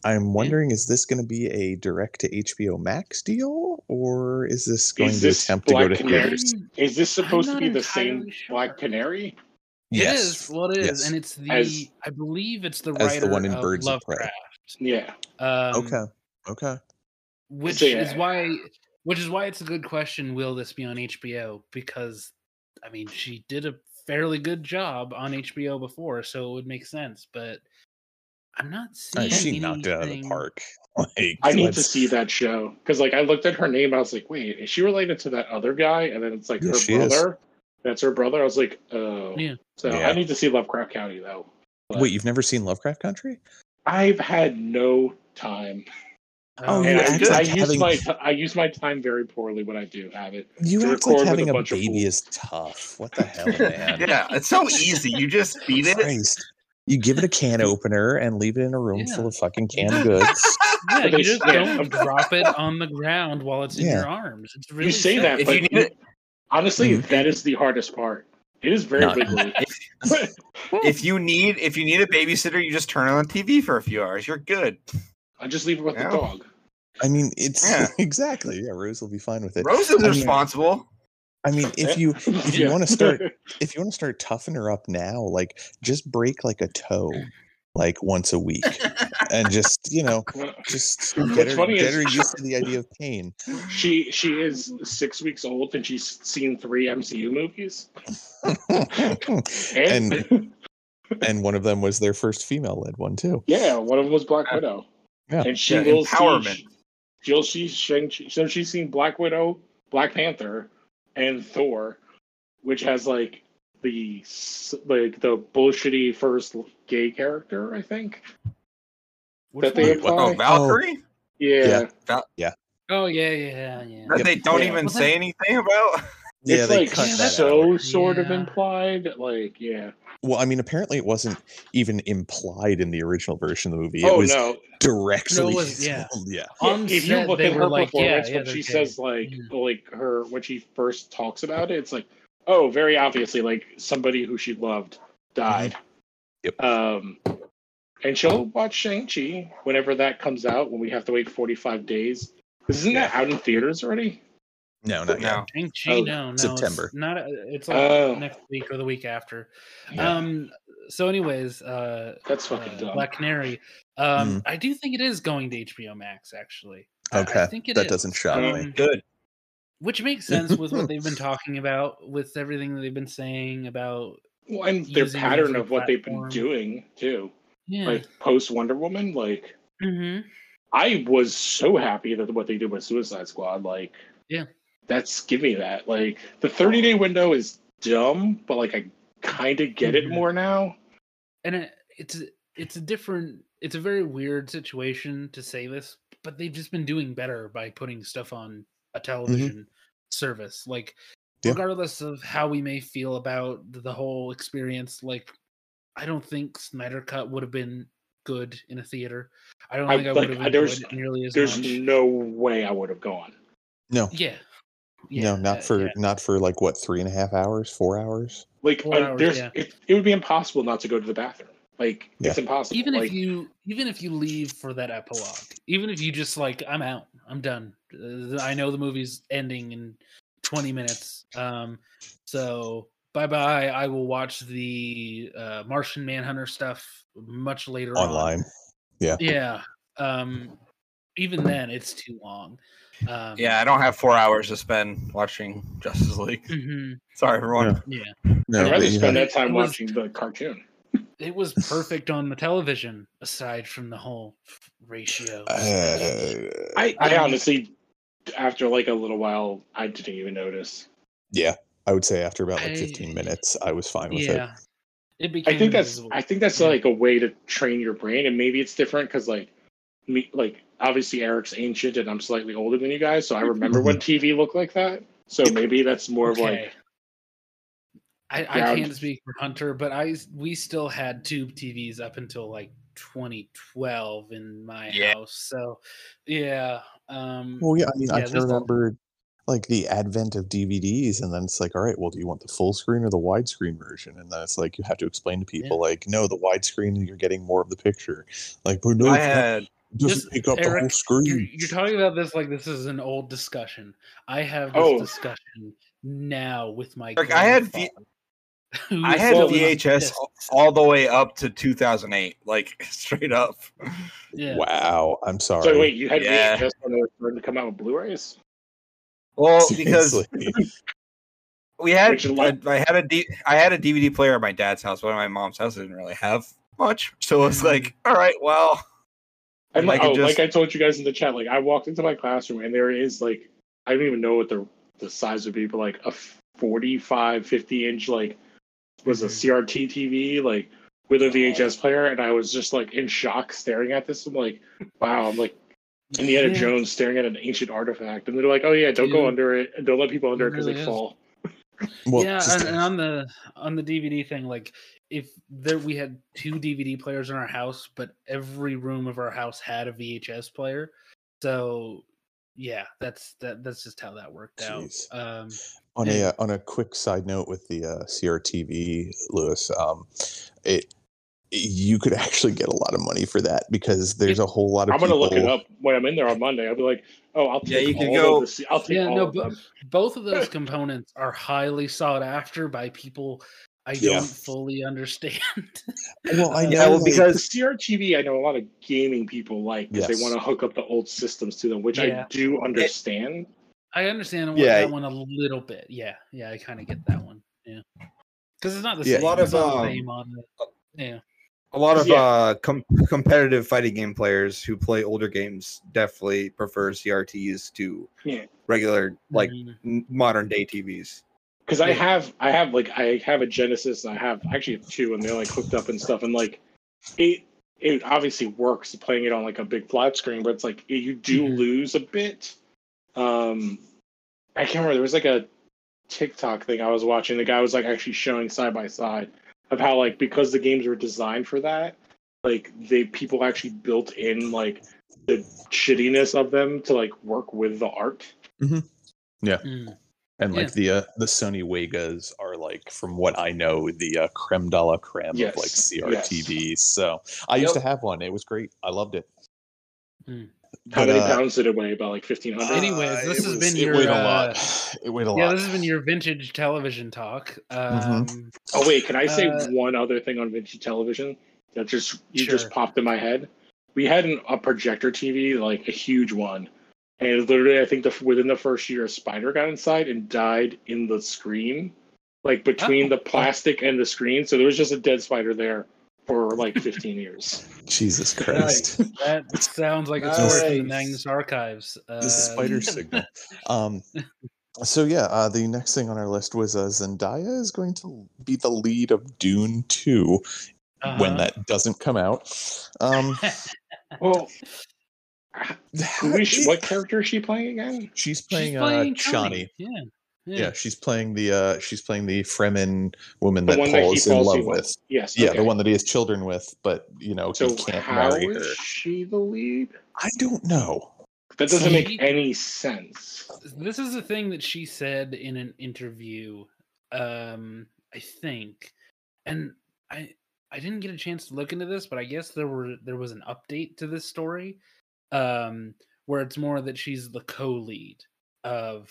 Speaker 1: I'm wondering is this going to be a direct to HBO Max deal, or is this going to
Speaker 4: this
Speaker 1: attempt to go
Speaker 4: Black
Speaker 1: to
Speaker 4: Canary?
Speaker 1: theaters?
Speaker 3: Mm,
Speaker 4: Is this
Speaker 3: I'm
Speaker 4: supposed to
Speaker 3: not
Speaker 4: be the same
Speaker 3: entirely sure.
Speaker 4: Black Canary?
Speaker 3: It is. Well, it is,
Speaker 1: Yes.
Speaker 3: and it's the
Speaker 4: As-
Speaker 3: I believe it's the
Speaker 1: as
Speaker 3: writer
Speaker 1: the one in
Speaker 3: of
Speaker 1: Birds of Prey.
Speaker 3: Lovecraft.
Speaker 4: Yeah,
Speaker 3: Um,
Speaker 1: Okay. Okay.
Speaker 3: Which
Speaker 4: yeah.
Speaker 3: is why, which is why it's a good question. Will this be on HBO? Because, I mean, she did a fairly good job on HBO before, so it would make sense. But I'm not
Speaker 1: Uh,
Speaker 3: seeing.
Speaker 1: she knocked it out of the
Speaker 3: anything-
Speaker 1: park. (laughs) Like,
Speaker 4: I need to
Speaker 1: let's-
Speaker 4: see that show because, like, I looked at her name. I was like, "Wait, is she related to that other guy?" And then it's like
Speaker 1: Yeah, she
Speaker 4: her
Speaker 1: is.
Speaker 4: brother. That's her brother. I was like, "Oh."
Speaker 3: Yeah.
Speaker 4: So
Speaker 1: Yeah.
Speaker 4: I need to see Lovecraft County though. But
Speaker 1: Wait, you've never seen Lovecraft Country?
Speaker 4: I've had no time,
Speaker 1: Oh,
Speaker 3: Um,
Speaker 1: you
Speaker 4: and I,
Speaker 1: act
Speaker 4: I
Speaker 1: like
Speaker 4: use
Speaker 1: having-
Speaker 4: my t- I use my time very poorly when I do have it.
Speaker 1: You
Speaker 4: To
Speaker 1: act like
Speaker 4: record with
Speaker 1: having
Speaker 4: a
Speaker 1: a
Speaker 4: bunch of
Speaker 1: baby
Speaker 4: fools.
Speaker 1: is tough. What
Speaker 4: (laughs)
Speaker 1: the hell, man?
Speaker 2: yeah, it's so easy. You just feed it.
Speaker 1: Christ. You give it a
Speaker 2: (laughs)
Speaker 1: can opener and leave it in a room
Speaker 3: Yeah.
Speaker 1: full of fucking canned goods.
Speaker 3: yeah,
Speaker 4: (laughs) they
Speaker 3: you just
Speaker 4: said-
Speaker 3: don't drop it on the ground while it's in
Speaker 1: Yeah.
Speaker 3: your arms. It's really
Speaker 4: you say
Speaker 3: sick.
Speaker 4: that,
Speaker 2: If
Speaker 4: but
Speaker 2: you need it,
Speaker 4: honestly,
Speaker 1: Mhm.
Speaker 4: that is the hardest part. It is very
Speaker 1: Not- (laughs)
Speaker 4: wiggly.
Speaker 2: if you need, if you need a babysitter, you just turn on the TV for a few hours. You're good.
Speaker 4: I just leave it with
Speaker 2: Yeah.
Speaker 4: the dog.
Speaker 1: I mean, it's
Speaker 2: Yeah.
Speaker 1: (laughs) exactly. Yeah, Rose will be fine with it.
Speaker 2: Rose is
Speaker 1: I mean-
Speaker 2: responsible.
Speaker 1: I mean, if you if you
Speaker 4: Yeah.
Speaker 1: want to start if you want to start toughing her up now, like just break like a toe like once a week and just, you know,
Speaker 4: (laughs)
Speaker 1: just get
Speaker 4: What's
Speaker 1: her,
Speaker 4: funny
Speaker 1: get
Speaker 4: is-
Speaker 1: her used to the idea of pain.
Speaker 4: (laughs)
Speaker 1: (laughs)
Speaker 4: (laughs) she she is six weeks old and she's seen three MCU movies. And,
Speaker 1: and and one of them was their first female led one too.
Speaker 4: (laughs) yeah, one of them was Black Widow.
Speaker 1: Yeah.
Speaker 4: And she
Speaker 2: Yeah,
Speaker 4: will
Speaker 2: empowerment.
Speaker 4: see she'll see Shang Chi so she's seen Black Widow, Black Panther, and Thor, which has like the s- like the bullshitty first gay character, I think.
Speaker 3: Which
Speaker 4: that they
Speaker 3: one?
Speaker 1: Wait, what?
Speaker 4: apply.
Speaker 2: Oh, Valkyrie
Speaker 4: yeah.
Speaker 1: Yeah.
Speaker 3: Oh yeah, yeah, yeah.
Speaker 2: that they don't
Speaker 4: Yeah.
Speaker 2: even
Speaker 3: Well,
Speaker 2: say anything about.
Speaker 4: it's like
Speaker 3: cut that out.
Speaker 4: so sort of
Speaker 3: Yeah.
Speaker 4: implied. Like, yeah.
Speaker 1: Well, I mean, apparently it wasn't even implied in the original version of the movie.
Speaker 4: oh
Speaker 1: it was
Speaker 4: no.
Speaker 1: directly.
Speaker 3: No, it was- yeah.
Speaker 1: (laughs) yeah.
Speaker 3: On
Speaker 4: if you
Speaker 3: set,
Speaker 4: look
Speaker 3: they
Speaker 4: at
Speaker 3: were
Speaker 4: her
Speaker 3: like, yeah,
Speaker 4: performance
Speaker 3: yeah,
Speaker 4: when
Speaker 3: they're
Speaker 4: she
Speaker 3: gay.
Speaker 4: says like
Speaker 3: Yeah.
Speaker 4: like her when she first talks about it, it's like, oh, very obviously like somebody who she loved died.
Speaker 1: Yep.
Speaker 4: Um and she'll watch Shang-Chi whenever that comes out when we have to wait 45 days. Isn't that out in theaters already?
Speaker 1: No, not yet.
Speaker 2: No.
Speaker 3: Shang-Chi,
Speaker 4: Oh,
Speaker 3: no, no, it's
Speaker 1: September.
Speaker 3: not uh, it's like
Speaker 4: Oh.
Speaker 3: next week or the week after.
Speaker 1: Yeah.
Speaker 3: Um. So, anyways, uh,
Speaker 4: That's
Speaker 3: uh,
Speaker 4: fucking dumb.
Speaker 3: Black Canary.
Speaker 1: Hmm.
Speaker 3: Um, I do think it is going to HBO Max. Actually, I- I
Speaker 1: Okay,
Speaker 3: think it
Speaker 1: that
Speaker 3: is,
Speaker 1: doesn't shock me.
Speaker 4: Mm,
Speaker 3: um,
Speaker 2: Good.
Speaker 3: Which makes sense with
Speaker 1: (laughs)
Speaker 3: what they've been talking about, with everything that they've been saying about.
Speaker 4: Well, and their
Speaker 3: using it
Speaker 4: pattern
Speaker 3: as a
Speaker 4: of what they've been
Speaker 3: platform.
Speaker 4: doing too.
Speaker 3: Yeah.
Speaker 4: Like post Wonder Woman, like
Speaker 3: hmm
Speaker 4: I was so happy that what they did with Suicide Squad, like,
Speaker 3: Yeah.
Speaker 4: that's give me that. Like, the 30 day window is dumb, but like, I kind of get it
Speaker 3: Mhm.
Speaker 4: more now.
Speaker 3: and it, it's a- it's a different it's a very weird situation to say this but they've just been doing better by putting stuff on a television service. Like,
Speaker 1: Mm-hmm. Yeah.
Speaker 3: regardless of how we may feel about the whole experience, like, I don't think Snyder Cut would have been good in a theater. I don't
Speaker 4: I-
Speaker 3: think I
Speaker 4: like,
Speaker 3: would have
Speaker 4: there's-
Speaker 3: enjoyed it nearly as
Speaker 4: There's
Speaker 3: much.
Speaker 4: no way I would have gone.
Speaker 1: No,
Speaker 3: yeah.
Speaker 1: no, not
Speaker 3: uh,
Speaker 1: for
Speaker 3: yeah.
Speaker 1: not for like what three and a half hours, four hours.
Speaker 4: Like
Speaker 3: Four
Speaker 4: uh,
Speaker 3: hours,
Speaker 4: there's
Speaker 3: yeah.
Speaker 4: it, it would be impossible not to go to the bathroom. Like it's impossible.
Speaker 3: even
Speaker 4: like,
Speaker 3: if you even if you leave for that epilogue even if you just like i'm out i'm done Uh, i know the movie's ending in 20 minutes um so bye bye i will watch the uh martian manhunter stuff much later on.
Speaker 1: Online,
Speaker 3: yeah um even then it's too long um
Speaker 2: Yeah, I don't have four hours to spend watching Justice League. (laughs)
Speaker 3: mhm,
Speaker 2: Sorry, everyone.
Speaker 1: Yeah.
Speaker 3: yeah
Speaker 1: no,
Speaker 4: I'd rather
Speaker 1: but you
Speaker 4: spend
Speaker 1: have-
Speaker 4: that time
Speaker 3: It was-
Speaker 4: watching the cartoon.
Speaker 3: it was perfect on the television aside from the whole ratio
Speaker 1: uh,
Speaker 4: I, I honestly, after like a little while, I didn't even notice.
Speaker 1: yeah, I would say after about like
Speaker 3: I-
Speaker 1: 15 minutes, I was fine with it.
Speaker 3: yeah it, became
Speaker 4: I think that's
Speaker 3: invisible.
Speaker 4: I think that's
Speaker 3: Yeah.
Speaker 4: like a way to train your brain, and maybe it's different because like me, like obviously Eric's ancient and I'm slightly older than you guys, so I remember when TV looked like that. So maybe that's more of like
Speaker 3: I, I
Speaker 4: Yeah.
Speaker 3: can't speak for Hunter, but I we still had tube TVs up until like 2012 in my
Speaker 2: Yeah.
Speaker 3: house. So yeah, um,
Speaker 1: Well, yeah, I mean, I
Speaker 3: Yeah,
Speaker 1: can
Speaker 3: there's a-
Speaker 1: remember like the advent of DVDs, and then it's like, all right, well, do you want the full screen or the widescreen version? And then it's like you have to explain to people, like, no, the widescreen, you're getting more of the picture. Like, but no,
Speaker 2: I
Speaker 1: it's not-
Speaker 2: had
Speaker 1: it doesn't
Speaker 3: uh, Just-
Speaker 1: pick up the whole
Speaker 3: Eric,
Speaker 1: screen.
Speaker 3: you're, you're talking about this like this is an old discussion. I have this
Speaker 4: Oh.
Speaker 3: discussion now with my.
Speaker 2: Eric, I had V-
Speaker 3: grandfather, who
Speaker 2: I
Speaker 3: is
Speaker 2: had
Speaker 3: still
Speaker 2: VHS
Speaker 3: pissed.
Speaker 2: all, all the way up to 2008, like (laughs) straight up.
Speaker 3: Yeah.
Speaker 1: Wow, I'm sorry.
Speaker 4: so. Wait, you had
Speaker 2: Yeah.
Speaker 4: VHS when it was starting to come out with Blu-rays?
Speaker 2: Well, because
Speaker 1: Seriously.
Speaker 2: we had
Speaker 4: Which is
Speaker 2: I,
Speaker 4: like-
Speaker 2: I had a D, I had a DVD player at my dad's house, but at my mom's house I didn't really have much, so it's like, all right, well,
Speaker 4: And
Speaker 2: I
Speaker 4: like,
Speaker 2: could
Speaker 4: oh,
Speaker 2: just-
Speaker 4: like I told you guys in the chat, like I walked into my classroom and there is like I don't even know what the the size would be, but like a 45, 50 inch like was a
Speaker 3: Mhm.
Speaker 4: CRT TV like with a VHS player, and I was just like in shock staring at this. I'm like, wow, I'm like Indiana
Speaker 3: Yeah.
Speaker 4: Jones staring at an ancient artifact, and they're like, oh yeah, don't
Speaker 3: Dude.
Speaker 4: go under it, and don't let people under it because
Speaker 3: really
Speaker 4: they
Speaker 3: is.
Speaker 4: fall.
Speaker 1: well,
Speaker 3: yeah,
Speaker 1: just-
Speaker 3: and, and on the on the DVD thing, like if there we had two DVD players in our house, but every room of our house had a VHS player. So yeah, that's that that's just how that worked
Speaker 1: Jeez.
Speaker 3: out. Um
Speaker 1: on a
Speaker 3: Yeah.
Speaker 1: uh, on a quick side note with the uh, CRTV, Lewis, um, it you could actually get a lot of money for that because there's a whole lot of
Speaker 4: I'm gonna look it
Speaker 1: people-
Speaker 4: up when I'm in there on Monday. I'll be like, oh, I'll
Speaker 2: Yeah,
Speaker 4: take
Speaker 2: you can
Speaker 4: all
Speaker 2: go-
Speaker 4: of the C- I'll take
Speaker 3: Yeah,
Speaker 4: all
Speaker 3: no,
Speaker 4: of
Speaker 3: but-
Speaker 4: them.
Speaker 3: both
Speaker 1: (laughs)
Speaker 3: of those components are highly sought after by people I
Speaker 1: Yeah.
Speaker 3: don't fully understand. (laughs)
Speaker 1: Well, I know
Speaker 3: Uh,
Speaker 2: yeah, well,
Speaker 1: like-
Speaker 4: The
Speaker 2: because
Speaker 4: CRTV, I know a lot of gaming people like because
Speaker 1: Yes.
Speaker 4: they want to hook up the old systems to them, which
Speaker 3: Yeah.
Speaker 4: I do understand.
Speaker 3: I understand what,
Speaker 1: Yeah.
Speaker 3: that one a little bit. Yeah, yeah, I kind of get that one. Yeah, because it's not the
Speaker 1: Yeah.
Speaker 3: same.
Speaker 1: A
Speaker 2: lot of,
Speaker 3: it's not
Speaker 2: um,
Speaker 3: the same on the, yeah.
Speaker 2: a lot of
Speaker 4: Yeah.
Speaker 2: uh com- competitive fighting game players who play older games definitely prefer CRTs to
Speaker 4: Yeah.
Speaker 2: regular like
Speaker 3: Mhm.
Speaker 2: n- modern day TVs.
Speaker 4: Because I
Speaker 3: Yeah.
Speaker 4: have, I have like, I have a Genesis, and I have I actually have two, and they're like hooked up and stuff, and like, it it obviously works playing it on like a big flat screen, but it's like it- you do
Speaker 1: Mm-hmm.
Speaker 3: Mhm.
Speaker 4: lose a bit. Um, I can't remember. There was like a TikTok thing I was watching. The guy was like actually showing side by side of how like because the games were designed for that, like they people actually built in like the shittiness of them to like work with the art.
Speaker 3: Mm.
Speaker 1: and like
Speaker 3: yeah.
Speaker 1: the uh, the Sony Vegas are like from what I know the uh, creme de la creme of like
Speaker 4: Yes,
Speaker 1: CRTVs. So I used to have one. It was great. I loved it.
Speaker 3: Hmm.
Speaker 4: How
Speaker 1: But,
Speaker 4: many
Speaker 1: uh,
Speaker 4: pounds did it weigh? About like fifteen hundred.
Speaker 3: Anyways, this
Speaker 1: it
Speaker 3: has
Speaker 1: was-
Speaker 3: been
Speaker 1: it
Speaker 3: your,
Speaker 1: weighed a
Speaker 3: uh,
Speaker 1: lot. (sighs) It weighed a
Speaker 3: Yeah,
Speaker 1: lot.
Speaker 3: this has been your vintage television talk. Um,
Speaker 1: Mhm.
Speaker 4: Oh wait, can I say
Speaker 3: Uh,
Speaker 4: one other thing on Vinci Television that just you
Speaker 3: Sure.
Speaker 4: just popped in my head? We had an, a projector TV, like a huge one, and literally, I think the within the first year, a spider got inside and died in the screen, like between
Speaker 3: Oh.
Speaker 4: the plastic and the screen. So there was just a dead spider there
Speaker 3: (laughs)
Speaker 4: for like 15 years.
Speaker 1: Jesus Christ. (laughs)
Speaker 3: That sounds like a story from the
Speaker 2: Nice.
Speaker 3: Magnus Archives. Uh,
Speaker 1: the
Speaker 3: (laughs)
Speaker 1: spider signal. Um, so yeah, uh, the next thing on our list was uh, Zendaya is going to be the lead of Dune 2 when
Speaker 3: uh-huh. (laughs)
Speaker 1: (laughs) that doesn't come out. Um,
Speaker 4: Well, Who is she, what character is she playing again?
Speaker 1: She's playing,
Speaker 3: She's
Speaker 1: uh, Shawnee.
Speaker 3: Yeah.
Speaker 1: Yeah. she's playing the uh, she's playing the Fremen woman
Speaker 4: Hmm. The
Speaker 1: that
Speaker 4: one
Speaker 1: Paul
Speaker 4: that he
Speaker 1: is in
Speaker 4: falls
Speaker 1: love
Speaker 4: in love-
Speaker 1: with.
Speaker 4: Yes.
Speaker 1: Yeah,
Speaker 4: okay.
Speaker 1: the one that he has children with, but you know
Speaker 4: So
Speaker 1: he can't
Speaker 4: how
Speaker 1: marry
Speaker 4: is
Speaker 1: her.
Speaker 4: she the lead?
Speaker 1: I don't know.
Speaker 4: That doesn't
Speaker 3: She-
Speaker 4: make any sense.
Speaker 3: This is the thing that she said in an interview, um, I think, and I I didn't get a chance to look into this, but I guess there were there was an update to this story, um, where it's more that she's the co-lead of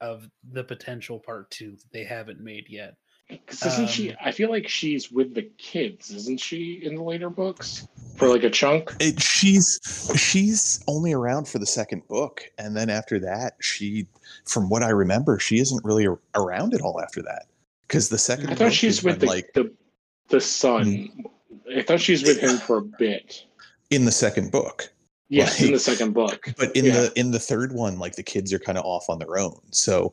Speaker 3: of the potential part two that they haven't made yet.
Speaker 4: 'Cause isn't she?
Speaker 3: Um,
Speaker 4: I feel like she's with the kids, isn't she? In the later books, for like a chunk.
Speaker 1: It, she's she's only around for the second book, and then after that, she, from what I remember, she isn't really ar- around at all after that. Because the second,
Speaker 4: I
Speaker 3: Mhm.
Speaker 4: thought
Speaker 1: book
Speaker 4: she's
Speaker 1: has
Speaker 4: with
Speaker 1: been,
Speaker 4: the,
Speaker 1: like Mm.
Speaker 4: the the son. I thought she's with him for a bit.
Speaker 1: in the second book,
Speaker 4: Yes, in
Speaker 1: Like-
Speaker 4: the second book.
Speaker 1: but in
Speaker 4: Yeah.
Speaker 1: the in the third one, like the kids are kind of off on their own. So,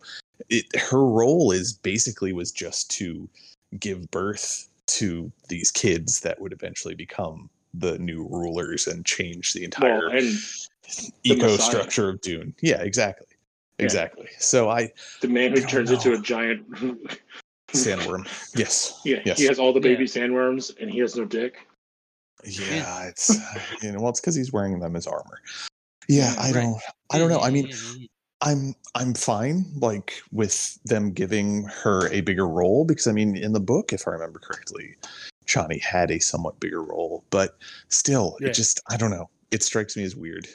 Speaker 1: it her role is basically was just to give birth to these kids that would eventually become the new rulers and change the entire
Speaker 4: Well, and the
Speaker 1: eco
Speaker 4: Messiah.
Speaker 1: structure of Dune. Yeah, exactly.
Speaker 4: Yeah.
Speaker 1: Exactly. So
Speaker 4: (laughs)
Speaker 1: I
Speaker 4: the man
Speaker 1: I
Speaker 4: who
Speaker 1: don't
Speaker 4: turns into
Speaker 1: know.
Speaker 4: a giant. (laughs)
Speaker 1: sandworm. Yes.
Speaker 4: Yeah,
Speaker 1: Yes.
Speaker 4: he has all the
Speaker 3: Yeah.
Speaker 4: baby sandworms, and he has no dick.
Speaker 1: Yeah, it's uh, you know, well, it's because he's wearing them as armor. Yeah,
Speaker 4: Yeah,
Speaker 1: I
Speaker 3: right.
Speaker 1: don't, I don't know. I mean,
Speaker 3: Yeah, yeah, yeah.
Speaker 1: I'm, I'm fine like with them giving her a bigger role because I mean, in the book, if I remember correctly, Shani had a somewhat bigger role, but still,
Speaker 3: Yeah.
Speaker 1: it just, I don't know. It strikes me as weird.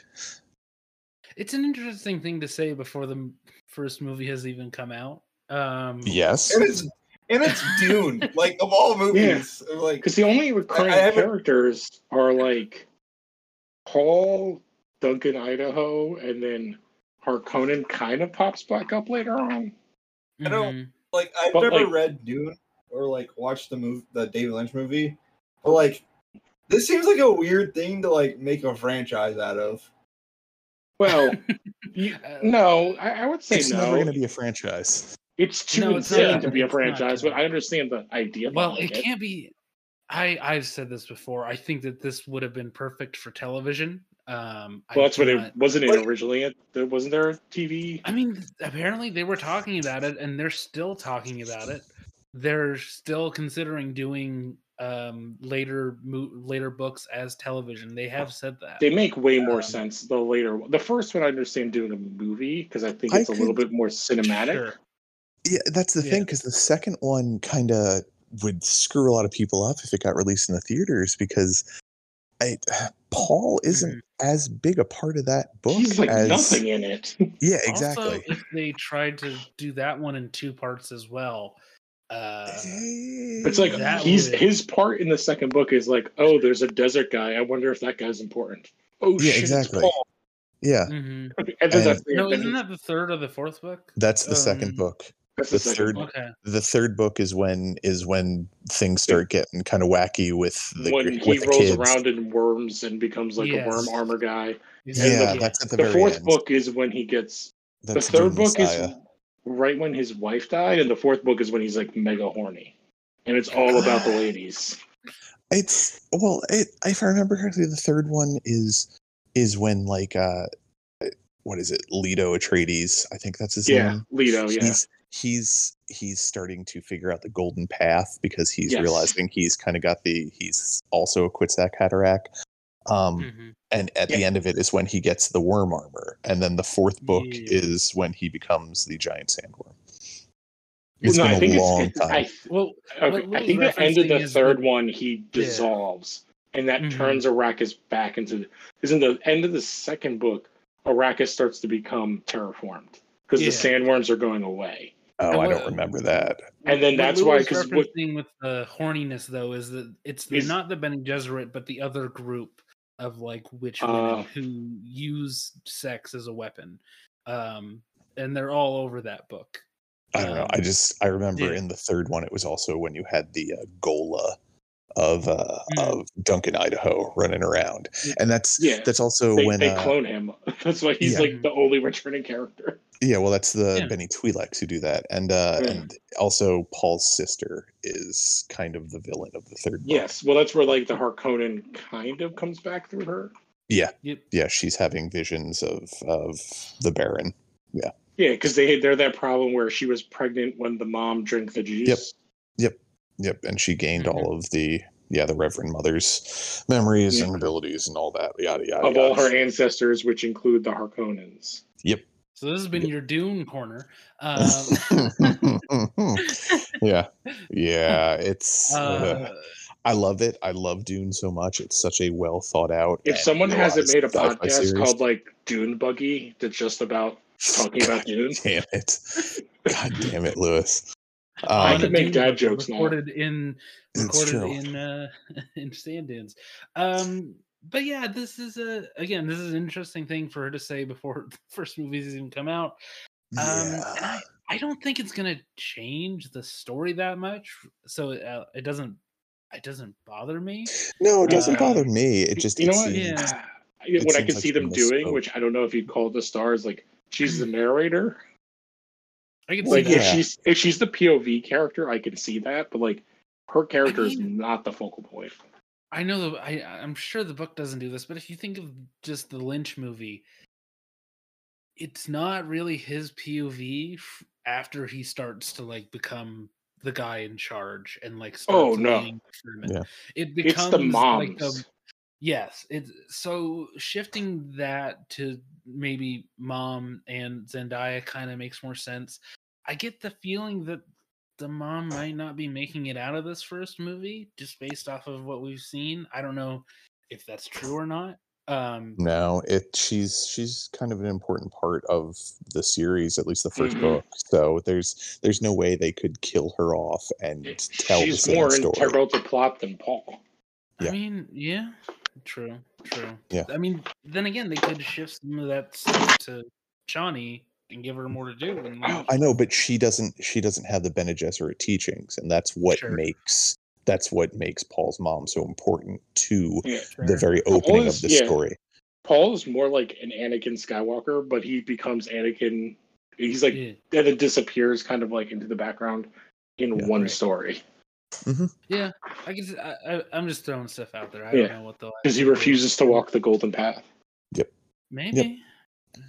Speaker 3: it's an interesting thing to say before the m- first movie has even come out. Um,
Speaker 1: Yes.
Speaker 2: And it's and (laughs) it's Dune. like of all movies, like
Speaker 4: Because the only recurring
Speaker 2: I haven't-
Speaker 4: characters are like Paul, Duncan Idaho, and then Harkonnen kind of pops back up later on.
Speaker 2: I don't-
Speaker 3: mhm.
Speaker 2: like I've
Speaker 4: But,
Speaker 2: never
Speaker 4: like-
Speaker 2: read Dune or like watched the move the David Lynch movie, but like this seems like a weird thing to like make a franchise out of.
Speaker 3: (laughs)
Speaker 4: Well, you,
Speaker 3: Uh,
Speaker 4: no, I, I would say
Speaker 1: It's
Speaker 4: no.
Speaker 1: never going to be a franchise.
Speaker 4: It's too
Speaker 3: No, it's not.
Speaker 4: insane to be a
Speaker 3: It's not.
Speaker 4: franchise, but I understand the idea.
Speaker 3: Well,
Speaker 4: behind
Speaker 3: it can't be. I I've said this before. I think that this would have been perfect for television. Um, I
Speaker 4: Well, that's what
Speaker 3: cannot-
Speaker 4: it wasn't. It
Speaker 2: Like-
Speaker 4: originally, it, there wasn't there a TV.
Speaker 3: I mean, apparently they were talking about it, and they're still talking about it. They're still considering doing um later mo- later books as television. They have said that.
Speaker 4: They make way more
Speaker 3: Um,
Speaker 4: sense the later. one. The first one I understand doing a movie because I think
Speaker 1: I
Speaker 4: it's a little bit more cinematic.
Speaker 3: Sure.
Speaker 1: Yeah, that's the thing
Speaker 3: Yeah.
Speaker 1: because the second one kind of would screw a lot of people up if it got released in the theaters because I, Paul isn't as big a part of that book
Speaker 4: Mm-hmm. He's like
Speaker 1: as
Speaker 4: nothing in it. (laughs)
Speaker 1: yeah, exactly.
Speaker 3: Also, if they tried to do that one in two parts as well, uh,
Speaker 4: It's like
Speaker 3: That
Speaker 4: he's
Speaker 3: would-
Speaker 4: his part in the second book is like, oh, there's a desert guy. I wonder if that guy's important. Oh
Speaker 1: Yeah,
Speaker 4: shit,
Speaker 1: exactly.
Speaker 4: it's Paul.
Speaker 1: yeah,
Speaker 3: mhm.
Speaker 4: And then that's, the-
Speaker 3: no,
Speaker 4: then
Speaker 3: isn't
Speaker 4: he-
Speaker 3: that the third or the fourth book?
Speaker 1: that's the second
Speaker 3: um,
Speaker 1: book.
Speaker 4: that's
Speaker 1: the
Speaker 4: second
Speaker 1: third-
Speaker 4: book.
Speaker 3: Okay.
Speaker 1: The third book is when is when things start getting kind of wacky with the
Speaker 4: when
Speaker 1: with
Speaker 4: he
Speaker 1: the
Speaker 4: rolls
Speaker 1: kids.
Speaker 4: around in worms and becomes like
Speaker 3: Yes.
Speaker 4: a worm armor guy.
Speaker 3: He's got
Speaker 1: Yeah,
Speaker 4: the-
Speaker 1: that's at the,
Speaker 4: The
Speaker 1: very
Speaker 4: fourth
Speaker 1: end.
Speaker 4: book is when he gets. The
Speaker 1: That's
Speaker 4: third
Speaker 1: Dune
Speaker 4: book is
Speaker 1: Messiah.
Speaker 4: right when his wife died, and the fourth book is when he's like mega horny, and it's all about the ladies.
Speaker 1: It's well, it, if I remember correctly, the third one is is when like uh, what is it, Leto Atreides? I think that's his
Speaker 4: Yeah,
Speaker 1: name.
Speaker 4: Leto. Yeah,
Speaker 1: He's he's he's starting to figure out the golden path because he's
Speaker 4: Yes.
Speaker 1: realizing he's kind of got the he's also a Quetzalcoatl cataract.
Speaker 4: Hmm.
Speaker 1: Um,
Speaker 3: Mhm.
Speaker 1: and at the
Speaker 4: Yeah.
Speaker 1: end of it is when he gets the worm armor, and then the fourth book
Speaker 3: Yeah.
Speaker 1: is when he becomes the giant sandworm.
Speaker 4: Well,
Speaker 1: It's
Speaker 4: no, I
Speaker 1: been
Speaker 4: think
Speaker 1: a
Speaker 4: it's-
Speaker 1: long
Speaker 4: it's-
Speaker 1: time.
Speaker 4: I
Speaker 3: Well,
Speaker 4: Okay,
Speaker 3: What
Speaker 4: I think
Speaker 3: Lou's
Speaker 4: the end of
Speaker 3: referencing
Speaker 4: the
Speaker 3: is
Speaker 4: third
Speaker 3: the-
Speaker 4: one, he dissolves, and that
Speaker 3: Mhm.
Speaker 4: turns Arrakis back into. Isn't the end of the second book? Arrakis starts to become terraformed because
Speaker 3: Yeah.
Speaker 4: the sandworms are going away,
Speaker 1: Oh,
Speaker 3: And
Speaker 1: I
Speaker 3: what-
Speaker 1: don't remember that.
Speaker 4: and then
Speaker 3: what
Speaker 4: that's
Speaker 3: Lou
Speaker 4: why.
Speaker 3: was
Speaker 4: Because what,
Speaker 3: referencing with the horniness though is that it's the-
Speaker 4: Is-
Speaker 3: not the Bene Gesserit, but the other group of like witch
Speaker 4: Uh.
Speaker 3: women who use sex as a weapon, um, and they're all over that book.
Speaker 1: I don't know.
Speaker 3: Um,
Speaker 1: I just I remember
Speaker 3: yeah.
Speaker 1: in the third one it was also when you had the uh, Gola of uh,
Speaker 3: Mm.
Speaker 1: of Duncan Idaho running around,
Speaker 3: Yeah.
Speaker 1: and that's
Speaker 4: Yeah.
Speaker 1: that's also
Speaker 4: they,
Speaker 1: when
Speaker 4: they
Speaker 1: uh,
Speaker 4: clone him, (laughs) that's why he's
Speaker 1: Yeah.
Speaker 4: like the only returning character.
Speaker 1: yeah, well that's the
Speaker 3: Yeah.
Speaker 1: Benny Twi'leks who do that, and uh,
Speaker 4: Yeah.
Speaker 1: and also Paul's sister is kind of the villain of the third. book.
Speaker 4: Yes, well, that's where like the Harkonnen kind of comes back through her.
Speaker 1: Yeah.
Speaker 3: Yep.
Speaker 1: Yeah, she's having visions of of the Baron.
Speaker 4: Yeah, because they they're that problem where she was pregnant when the mom drank the juice.
Speaker 1: Yep. Yep, and she gained
Speaker 4: Mm-hmm.
Speaker 1: all of the yeah the Reverend Mother's memories and abilities and all that yada yada.
Speaker 4: Of
Speaker 1: yada.
Speaker 4: all her ancestors, which include the Harkonnens.
Speaker 3: So this has been your Dune
Speaker 4: (laughs)
Speaker 3: corner. Uh,
Speaker 1: (laughs)
Speaker 4: um.
Speaker 1: yeah, yeah, it's. uh,
Speaker 3: uh,
Speaker 1: I love it. I love Dune so much. It's such a well thought out.
Speaker 4: If
Speaker 1: and
Speaker 4: someone hasn't
Speaker 1: realized
Speaker 4: made a
Speaker 1: sci-fi
Speaker 4: podcast
Speaker 1: series.
Speaker 4: called like Dune Buggy that's just about
Speaker 1: (laughs)
Speaker 4: talking about Dune,
Speaker 1: (laughs) damn it, god damn it, Lewis.
Speaker 3: on
Speaker 4: I
Speaker 1: Um,
Speaker 4: could
Speaker 3: a
Speaker 4: make
Speaker 3: Dune
Speaker 4: dad
Speaker 3: record
Speaker 4: jokes now.
Speaker 3: recorded in
Speaker 1: It's
Speaker 3: recorded
Speaker 1: true.
Speaker 3: in uh, (laughs) in sand dunes. Um, but yeah, this is a again, this is an interesting thing for her to say before (laughs) the first movie's even come out. Um, and
Speaker 1: yeah.
Speaker 3: I, I don't think it's gonna change the story that much, so it, uh, it doesn't it doesn't bother me.
Speaker 1: No, it doesn't
Speaker 3: uh,
Speaker 1: bother me. It just
Speaker 4: you know
Speaker 1: it
Speaker 4: what?
Speaker 1: seems-
Speaker 3: Yeah.
Speaker 1: It
Speaker 4: what (sighs) I
Speaker 1: seems
Speaker 4: could
Speaker 1: like
Speaker 4: see
Speaker 1: they
Speaker 4: them doing,
Speaker 1: misspoke.
Speaker 4: which I don't know if you'd call it the stars, like
Speaker 1: (clears throat)
Speaker 4: she's the narrator.
Speaker 3: I can
Speaker 4: Like
Speaker 3: see
Speaker 4: if
Speaker 3: that.
Speaker 1: yeah.
Speaker 4: she's if she's the POV character, I can see that, but like her character is
Speaker 3: mean-
Speaker 4: not the focal point.
Speaker 3: I know the I I'm sure the book doesn't do this, but if you think of just the Lynch movie, it's not really his POV f- after he starts to like become the guy in charge and like
Speaker 4: Oh,
Speaker 3: starts
Speaker 4: no.
Speaker 3: leading the Fremen.
Speaker 1: Yeah.
Speaker 3: It
Speaker 4: It's
Speaker 3: becomes
Speaker 4: the moms.
Speaker 3: like um, the yes, it's so shifting that to maybe mom and Zendaya kind of makes more sense. I get the feeling that the mom might not be making it out of this first movie just based off of what we've seen. I don't know if that's true or not. Um,
Speaker 1: No, it she's she's kind of an important part of the series, at least the 1st
Speaker 4: Mhm.
Speaker 1: book. So there's there's no way they could kill her off and tell the
Speaker 4: she's
Speaker 1: same
Speaker 4: more
Speaker 1: story.
Speaker 4: integral to plot than Paul.
Speaker 1: Yeah.
Speaker 3: I mean, yeah, true, true.
Speaker 1: Yeah.
Speaker 3: I mean, then again, they could shift some of that stuff to Johnny and give her more to do. And like,
Speaker 1: I know, but she doesn't she doesn't have the Bene Gesserit teachings, and that's what
Speaker 3: Sure.
Speaker 1: makes that's what makes Paul's mom so important to
Speaker 4: Yeah.
Speaker 1: the
Speaker 3: sure.
Speaker 1: very opening
Speaker 4: is-
Speaker 1: of the
Speaker 4: yeah.
Speaker 1: story.
Speaker 4: Paul is more like an Anakin Skywalker, but he becomes Anakin. He's like
Speaker 3: yeah.
Speaker 4: and it disappears kind of like into the background in
Speaker 1: Yeah.
Speaker 4: one
Speaker 3: Right.
Speaker 4: story
Speaker 3: yeah, I guess I, I, I'm just throwing stuff out there. I
Speaker 4: Yeah.
Speaker 3: don't know what the
Speaker 4: because he refuses to walk the golden path.
Speaker 3: Maybe.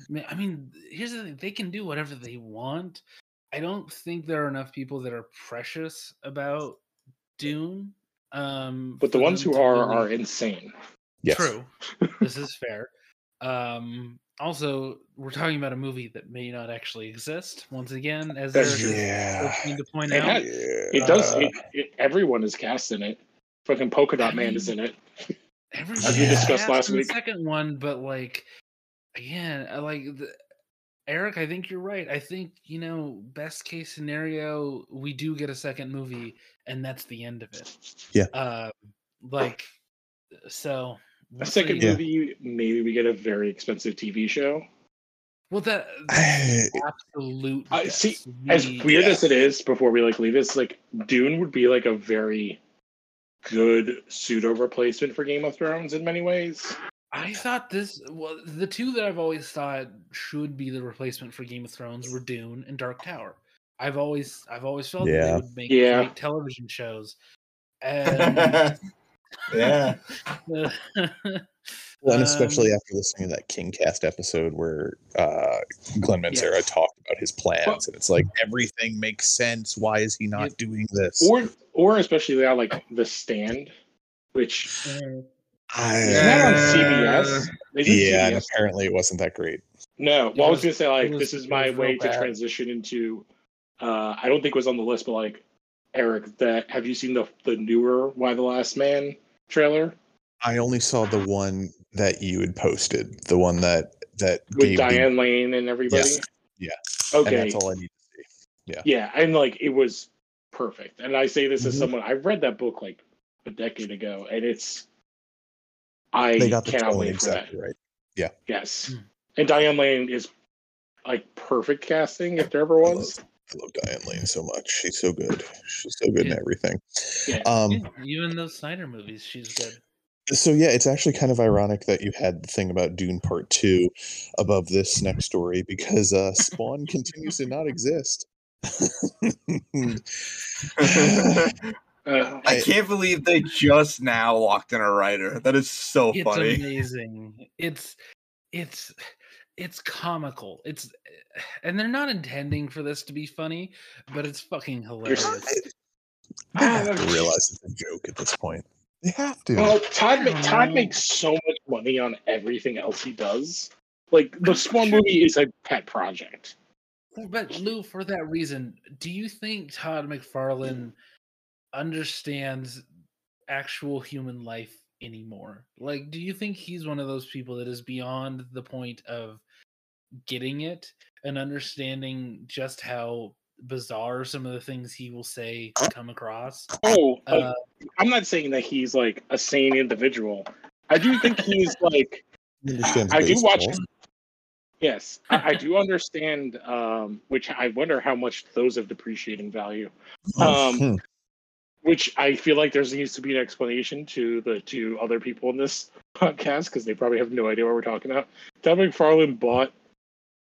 Speaker 3: Ma- I mean, here's the thing: they can do whatever they want. I don't think there are enough people that are precious about Dune. Um,
Speaker 4: But the
Speaker 3: for
Speaker 4: ones
Speaker 3: them
Speaker 4: who
Speaker 3: to
Speaker 4: are
Speaker 3: really-
Speaker 4: are insane.
Speaker 1: Yes.
Speaker 4: (laughs)
Speaker 3: True. this is fair. Um, also, we're talking about a movie that may not actually exist. Once again, as
Speaker 4: That's
Speaker 3: Eric
Speaker 4: true.
Speaker 3: is
Speaker 1: Yeah.
Speaker 3: looking to point
Speaker 4: It
Speaker 3: out,
Speaker 4: has- It does.
Speaker 1: Uh,
Speaker 4: It, it, everyone is cast in it. Fucking Polka Dot Man is in it.
Speaker 3: everyone
Speaker 1: as we
Speaker 3: was
Speaker 1: discussed
Speaker 3: cast
Speaker 4: last
Speaker 3: in the
Speaker 4: week.
Speaker 3: second one, but like again, I like the, Eric, I think you're right. I think you know, best case scenario, we do get a second movie, and that's the end of it.
Speaker 1: Yeah.
Speaker 3: Uh, like so.
Speaker 4: A
Speaker 3: we'll
Speaker 4: second
Speaker 3: see.
Speaker 1: Yeah.
Speaker 4: movie, maybe we get a very expensive TV show.
Speaker 3: Well, that
Speaker 1: (sighs) I-
Speaker 3: absolute.
Speaker 4: I- see,
Speaker 3: best.
Speaker 4: As
Speaker 3: We-
Speaker 4: weird as it is, before we like leave this, like Dune would be like a very good pseudo replacement for Game of Thrones in many ways.
Speaker 3: I thought this well the two that I've always thought should be the replacement for Game of Thrones were Dune and Dark Tower. I've always I've always felt that
Speaker 1: Yeah.
Speaker 3: they would make
Speaker 4: Yeah.
Speaker 3: great
Speaker 1: (laughs)
Speaker 3: television shows. And
Speaker 2: (laughs)
Speaker 3: uh,
Speaker 2: yeah.
Speaker 3: (laughs)
Speaker 1: Well, and especially
Speaker 3: um,
Speaker 1: after listening to that KingCast episode where uh, Glenn Mancera
Speaker 3: Yes.
Speaker 1: talked about his plans,
Speaker 4: Well-
Speaker 1: and it's like everything makes sense. Why is he not
Speaker 3: Yep.
Speaker 1: doing this?
Speaker 4: or or especially now like the stand which
Speaker 3: uh,
Speaker 1: I-
Speaker 4: is not on cbs they did
Speaker 1: yeah, and
Speaker 4: CBS.
Speaker 1: apparently it wasn't that great.
Speaker 4: no well i was
Speaker 3: was-
Speaker 4: gonna say like
Speaker 3: it was-
Speaker 4: this is
Speaker 3: it
Speaker 4: my
Speaker 3: was
Speaker 4: way
Speaker 3: real
Speaker 4: to
Speaker 3: bad.
Speaker 4: transition into uh i don't think it was on the list but like eric that have you seen the the newer why the last man trailer
Speaker 1: I only saw the one that you had posted, the one that that
Speaker 4: with
Speaker 1: gave
Speaker 4: diane lane and everybody
Speaker 1: Yes. Yeah. the, and
Speaker 4: okay
Speaker 1: that's all I need to see.
Speaker 4: yeah and like it was perfect and i say this
Speaker 1: Mm-hmm.
Speaker 4: as someone i read that book like a decade ago and it's i
Speaker 1: They got the
Speaker 4: cannot
Speaker 1: tone
Speaker 4: wait for that
Speaker 1: exactly Hmm. right.
Speaker 4: Yes.
Speaker 3: Mm.
Speaker 4: And Diane Lane is like perfect casting if there ever
Speaker 1: I
Speaker 4: was.
Speaker 1: love, I love Diane Lane so much. She's so good. She's so good
Speaker 3: Yeah.
Speaker 1: in everything.
Speaker 4: Yeah.
Speaker 1: Um,
Speaker 3: uh, yeah, even those Snyder movies, she's good.
Speaker 1: so yeah it's actually kind of ironic that you had the thing about dune part two above this next story because uh spawn
Speaker 4: (laughs)
Speaker 1: continues to not exist
Speaker 4: Uh,
Speaker 1: I-
Speaker 2: I can't believe they just now locked in a writer. That is so
Speaker 3: it's
Speaker 2: funny.
Speaker 3: amazing. It's it's it's comical. It's and they're not intending for this to be funny, but it's fucking hilarious.
Speaker 1: They have to
Speaker 4: (laughs)
Speaker 1: realize it's a joke at this point. They have to.
Speaker 4: well, Todd, ma-
Speaker 3: I don't
Speaker 4: Todd
Speaker 3: know.
Speaker 4: makes so much money on everything else he does. Like the Spawn movie is a pet project.
Speaker 3: But Lou, for that reason, do you think Todd
Speaker 4: Mm.
Speaker 3: McFarlane understands actual human life anymore? Like, do you think he's one of those people that is beyond the point of getting it and understanding just how bizarre some of the things he will say come across?
Speaker 4: Oh, uh,
Speaker 3: Uh,
Speaker 4: I'm not saying that he's like a sane individual. I do think he's like
Speaker 1: He understands
Speaker 4: I do watch
Speaker 1: baseball.
Speaker 4: yes, I, I do understand. Um, which I wonder how much those have depreciating value. um,
Speaker 1: Hmm.
Speaker 4: Which I feel like there's needs to be an explanation to the two other people in this podcast because they probably have no idea what we're talking about. Todd McFarlane bought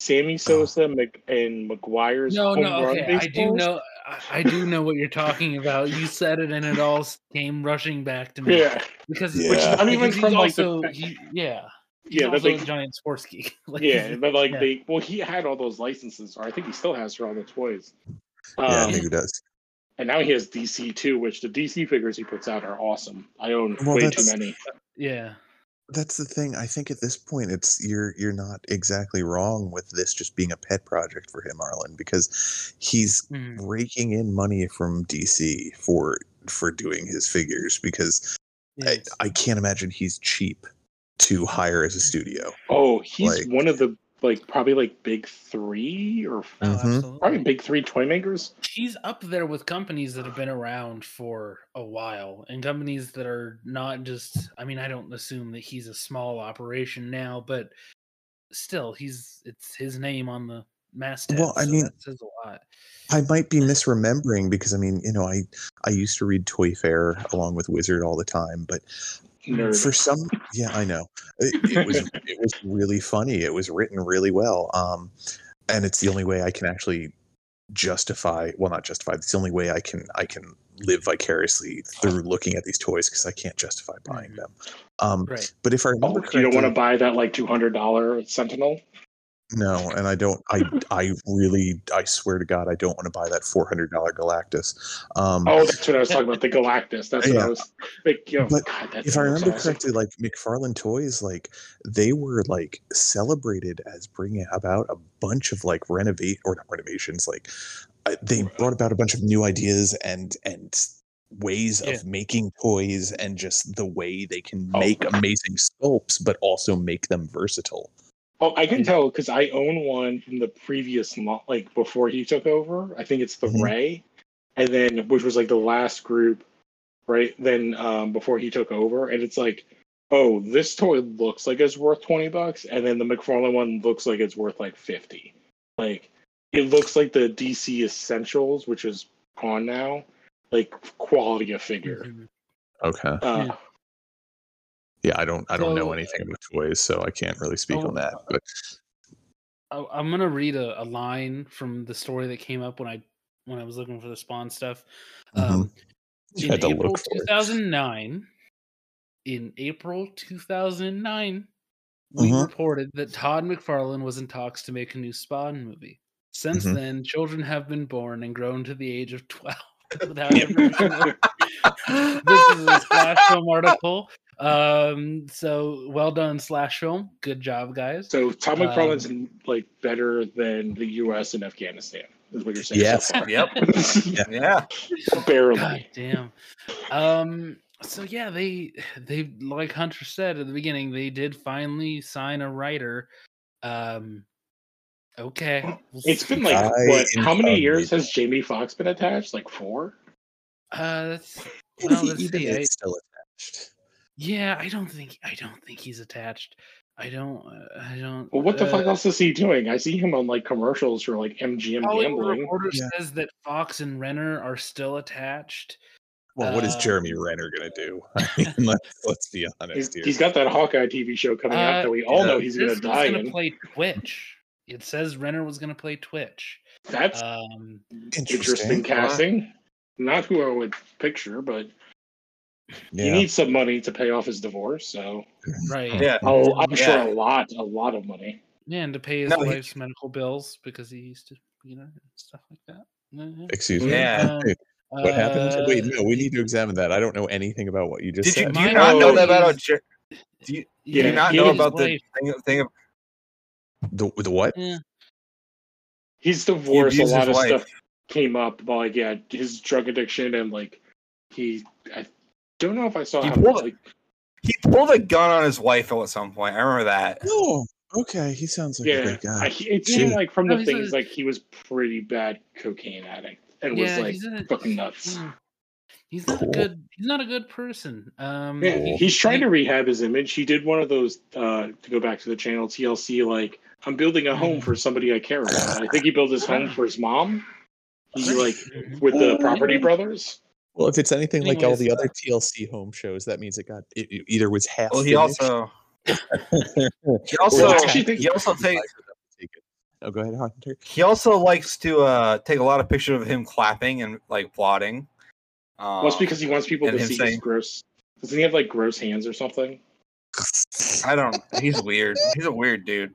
Speaker 4: Sammy Sosa Mc, and McGuire's
Speaker 3: Oh. no,
Speaker 4: home
Speaker 3: no,
Speaker 4: run
Speaker 3: okay. I do
Speaker 4: baseballs.
Speaker 3: know. I, I do know what you're talking about. You said it, and it all s- came rushing back to me.
Speaker 4: Yeah,
Speaker 3: because
Speaker 1: Which is
Speaker 3: because
Speaker 4: not even
Speaker 3: he's
Speaker 4: from, like, the
Speaker 3: also
Speaker 4: fact-
Speaker 3: he, yeah he's
Speaker 4: yeah, that
Speaker 3: also
Speaker 4: they
Speaker 3: a giant sports geek (laughs) (laughs) like,
Speaker 4: yeah,
Speaker 3: he's-
Speaker 4: but like
Speaker 3: yeah.
Speaker 4: they well, he had all those licenses, or I think he still has for all the toys. Um,
Speaker 1: yeah, I think he does.
Speaker 4: and now he has DC too, which the DC figures he puts out are awesome. I own
Speaker 1: Well,
Speaker 4: way too
Speaker 1: that's-
Speaker 4: many.
Speaker 3: yeah
Speaker 1: That's the thing. I think at this point, it's you're you're not exactly wrong with this just being a pet project for him, Arlen, because he's
Speaker 3: Mhm.
Speaker 1: raking in money from DC for for doing his figures because I,
Speaker 3: Yes.
Speaker 1: I can't imagine he's cheap to hire as a studio.
Speaker 4: Oh, he's
Speaker 1: Like-
Speaker 4: one of the like probably like big three or
Speaker 3: Oh,
Speaker 1: Mhm.
Speaker 3: absolutely.
Speaker 4: probably big three toy makers.
Speaker 3: he's up there with companies that have been around for a while and companies that are not just i mean i don't assume that he's a small operation now but still he's it's his name on the masthead
Speaker 1: Well, I
Speaker 3: so
Speaker 1: mean-
Speaker 3: that says a lot
Speaker 1: I might be misremembering because I mean, you know, I I used to read Toy Fair along with Wizard all the time, but
Speaker 4: Nerd.
Speaker 1: for some yeah i know it, it (laughs) was it was really funny it was written really well um and it's the only way i can actually justify well not justify it's the only way i can i can live vicariously through looking at these toys because i can't justify buying
Speaker 3: Mhm.
Speaker 1: them um
Speaker 3: right
Speaker 1: but if i remember
Speaker 4: Oh, you don't want to
Speaker 1: correctly-
Speaker 4: buy that like two hundred dollar Sentinel.
Speaker 1: no and i don't i i really i swear to god i don't want to buy that 400 dollar galactus um
Speaker 4: Oh, that's what I was talking
Speaker 1: (laughs)
Speaker 4: about. The Galactus. That's what
Speaker 1: Yeah.
Speaker 4: I was. Like, yo,
Speaker 1: But
Speaker 4: God, that
Speaker 1: if I
Speaker 4: thing looks
Speaker 1: remember
Speaker 4: awesome.
Speaker 1: correctly, like McFarlane Toys, like they were like celebrated as bringing about a bunch of like renovate or not renovations, like uh, they brought about a bunch of new ideas and and ways
Speaker 3: Yeah.
Speaker 1: of making toys and just the way they can
Speaker 4: Oh.
Speaker 1: make amazing sculpts, but also make them versatile.
Speaker 4: Oh, I can tell because I own one from the previous month, like before he took over. I think it's the
Speaker 3: Mm-hmm.
Speaker 1: Mhm.
Speaker 4: Ray, and then which was like the last group, right? Then um, before he took over, and it's like, oh, this toy looks like it's worth twenty bucks, and then the McFarlane one looks like it's worth like fifty. Like it looks like the DC Essentials, which is on now, like quality of figure.
Speaker 3: Mhm.
Speaker 1: Okay.
Speaker 4: Uh,
Speaker 3: Yeah.
Speaker 1: Yeah, I don't I don't know
Speaker 3: So-
Speaker 1: anything about toys, so I can't really speak
Speaker 3: Oh,
Speaker 1: on that. But
Speaker 3: I, I'm gonna read a, a line from the story that came up when I when I was looking for the spawn stuff.
Speaker 1: Mhm.
Speaker 3: Um,
Speaker 1: You
Speaker 3: in
Speaker 1: had to look
Speaker 3: April
Speaker 1: for it.
Speaker 3: 2009, in April 2009, we
Speaker 1: Mhm.
Speaker 3: reported that Todd McFarlane was in talks to make a new Spawn movie. Since
Speaker 1: Mhm.
Speaker 3: then, children have been born and grown to the age of 12 (laughs) without ever knowing
Speaker 1: (laughs)
Speaker 2: (gasps)
Speaker 3: this is a slash film article. Um, so well done, slash film. Good job, guys.
Speaker 4: so Tom
Speaker 3: Um,
Speaker 4: McFarlane's like better than the U.S. and Afghanistan is what you're saying.
Speaker 1: Yes.
Speaker 4: So
Speaker 2: (laughs)
Speaker 4: far.
Speaker 2: yep. Yeah.
Speaker 4: (laughs) Barely.
Speaker 3: God damn. Um. So yeah, they they like Hunter said at the beginning, they did finally sign a writer. Um. Okay. we'll
Speaker 4: It's
Speaker 3: see.
Speaker 4: been like
Speaker 1: I
Speaker 4: what? How many
Speaker 1: am-
Speaker 4: years has Jamie Foxx been attached? Like four.
Speaker 3: Uh, that's,
Speaker 1: If
Speaker 3: well,
Speaker 1: he
Speaker 3: let's
Speaker 1: even
Speaker 3: see,
Speaker 1: is
Speaker 3: I-
Speaker 1: still attached.
Speaker 3: yeah, I don't think I don't think he's attached. I don't. uh, I don't.
Speaker 4: Well, what the fuck
Speaker 3: uh,
Speaker 4: else is he doing? I see him on like commercials for like MGM
Speaker 3: Hollywood
Speaker 4: gambling.
Speaker 3: Reporter
Speaker 1: Yeah.
Speaker 3: says that Fox and Renner are still attached.
Speaker 1: Well, what is
Speaker 3: Uh,
Speaker 1: Jeremy Renner going to do? (laughs) I mean, let's, let's be
Speaker 4: He's,
Speaker 1: honest here.
Speaker 4: he's got that Hawkeye TV show coming out
Speaker 3: Uh,
Speaker 4: that we all
Speaker 1: yeah.
Speaker 4: know he's gonna
Speaker 3: This one's
Speaker 4: die
Speaker 3: gonna
Speaker 4: in.
Speaker 3: play Twitch. It says Renner was gonna play Twitch.
Speaker 4: That's
Speaker 3: Um.
Speaker 4: interesting casting. Not who I would picture, but he
Speaker 1: Yeah.
Speaker 4: needs some money to pay off his divorce. So,
Speaker 1: Hmm.
Speaker 3: right?
Speaker 2: Yeah.
Speaker 1: Mm-hmm.
Speaker 4: oh, I'm sure
Speaker 2: Yeah.
Speaker 4: a lot, a lot of money.
Speaker 3: Yeah, and to pay his
Speaker 2: No, he-
Speaker 3: wife's medical bills because he used to, you know, stuff like that. Mhm.
Speaker 1: Excuse me.
Speaker 2: Yeah.
Speaker 1: (laughs)
Speaker 3: Uh,
Speaker 1: Hey, What happened?
Speaker 3: uh,
Speaker 1: Wait, no, we need to examine that. I don't know anything about what you just
Speaker 2: Did you
Speaker 1: said.
Speaker 2: do you
Speaker 3: My
Speaker 2: not know
Speaker 4: mom
Speaker 2: that about
Speaker 3: is-
Speaker 2: Jer- do you,
Speaker 3: he-
Speaker 2: do
Speaker 4: Yeah,
Speaker 2: you not
Speaker 3: he
Speaker 2: know
Speaker 3: and his
Speaker 2: about the
Speaker 3: wife-
Speaker 2: thing, thing of
Speaker 1: The, the what?
Speaker 3: Yeah.
Speaker 4: He's divorced. A
Speaker 2: abused
Speaker 4: lot
Speaker 2: his
Speaker 4: of
Speaker 2: wife.
Speaker 4: stuff came up, but like yeah, his drug addiction and like he. I don't know if I saw
Speaker 2: He
Speaker 4: how much,
Speaker 2: pulled it.
Speaker 4: like
Speaker 2: he pulled a gun on his wife at some point? I remember that.
Speaker 1: Oh, okay. He sounds
Speaker 2: Oh
Speaker 1: like a
Speaker 4: yeah.
Speaker 1: great guy.
Speaker 4: I, it seemed
Speaker 1: Yeah.
Speaker 4: like from
Speaker 3: No,
Speaker 4: the
Speaker 3: he's a-
Speaker 4: things like he was pretty bad cocaine addict and
Speaker 3: Yeah,
Speaker 4: was
Speaker 3: he's a-
Speaker 4: like fucking nuts.
Speaker 3: Mm. He's not
Speaker 1: Cool.
Speaker 3: a good. He's not a good person. Um,
Speaker 4: Yeah,
Speaker 1: Cool.
Speaker 4: he's trying to rehab his image. He did one of those uh, to go back to the channel TLC. Like I'm building a home for somebody I care about. I think he built his home for his mom. He like
Speaker 3: mhm.
Speaker 4: with the Property Brothers.
Speaker 1: Well, if it's anything like all
Speaker 3: Anyways,
Speaker 1: the
Speaker 3: uh,
Speaker 1: other TLC home shows, that means it got it, it either was half.
Speaker 2: Well, he
Speaker 1: finished- (laughs)
Speaker 2: also he also
Speaker 4: I actually think-
Speaker 2: he also take,
Speaker 1: Oh, go ahead, Hunter.
Speaker 2: he also likes to uh, take a lot of pictures of him clapping and like plotting. Um,
Speaker 4: Well, it's because he wants people
Speaker 2: and
Speaker 4: to
Speaker 2: him
Speaker 4: see his
Speaker 2: saying-
Speaker 4: gross. Doesn't he have like gross hands or something?
Speaker 2: I don't. He's weird. He's a weird dude.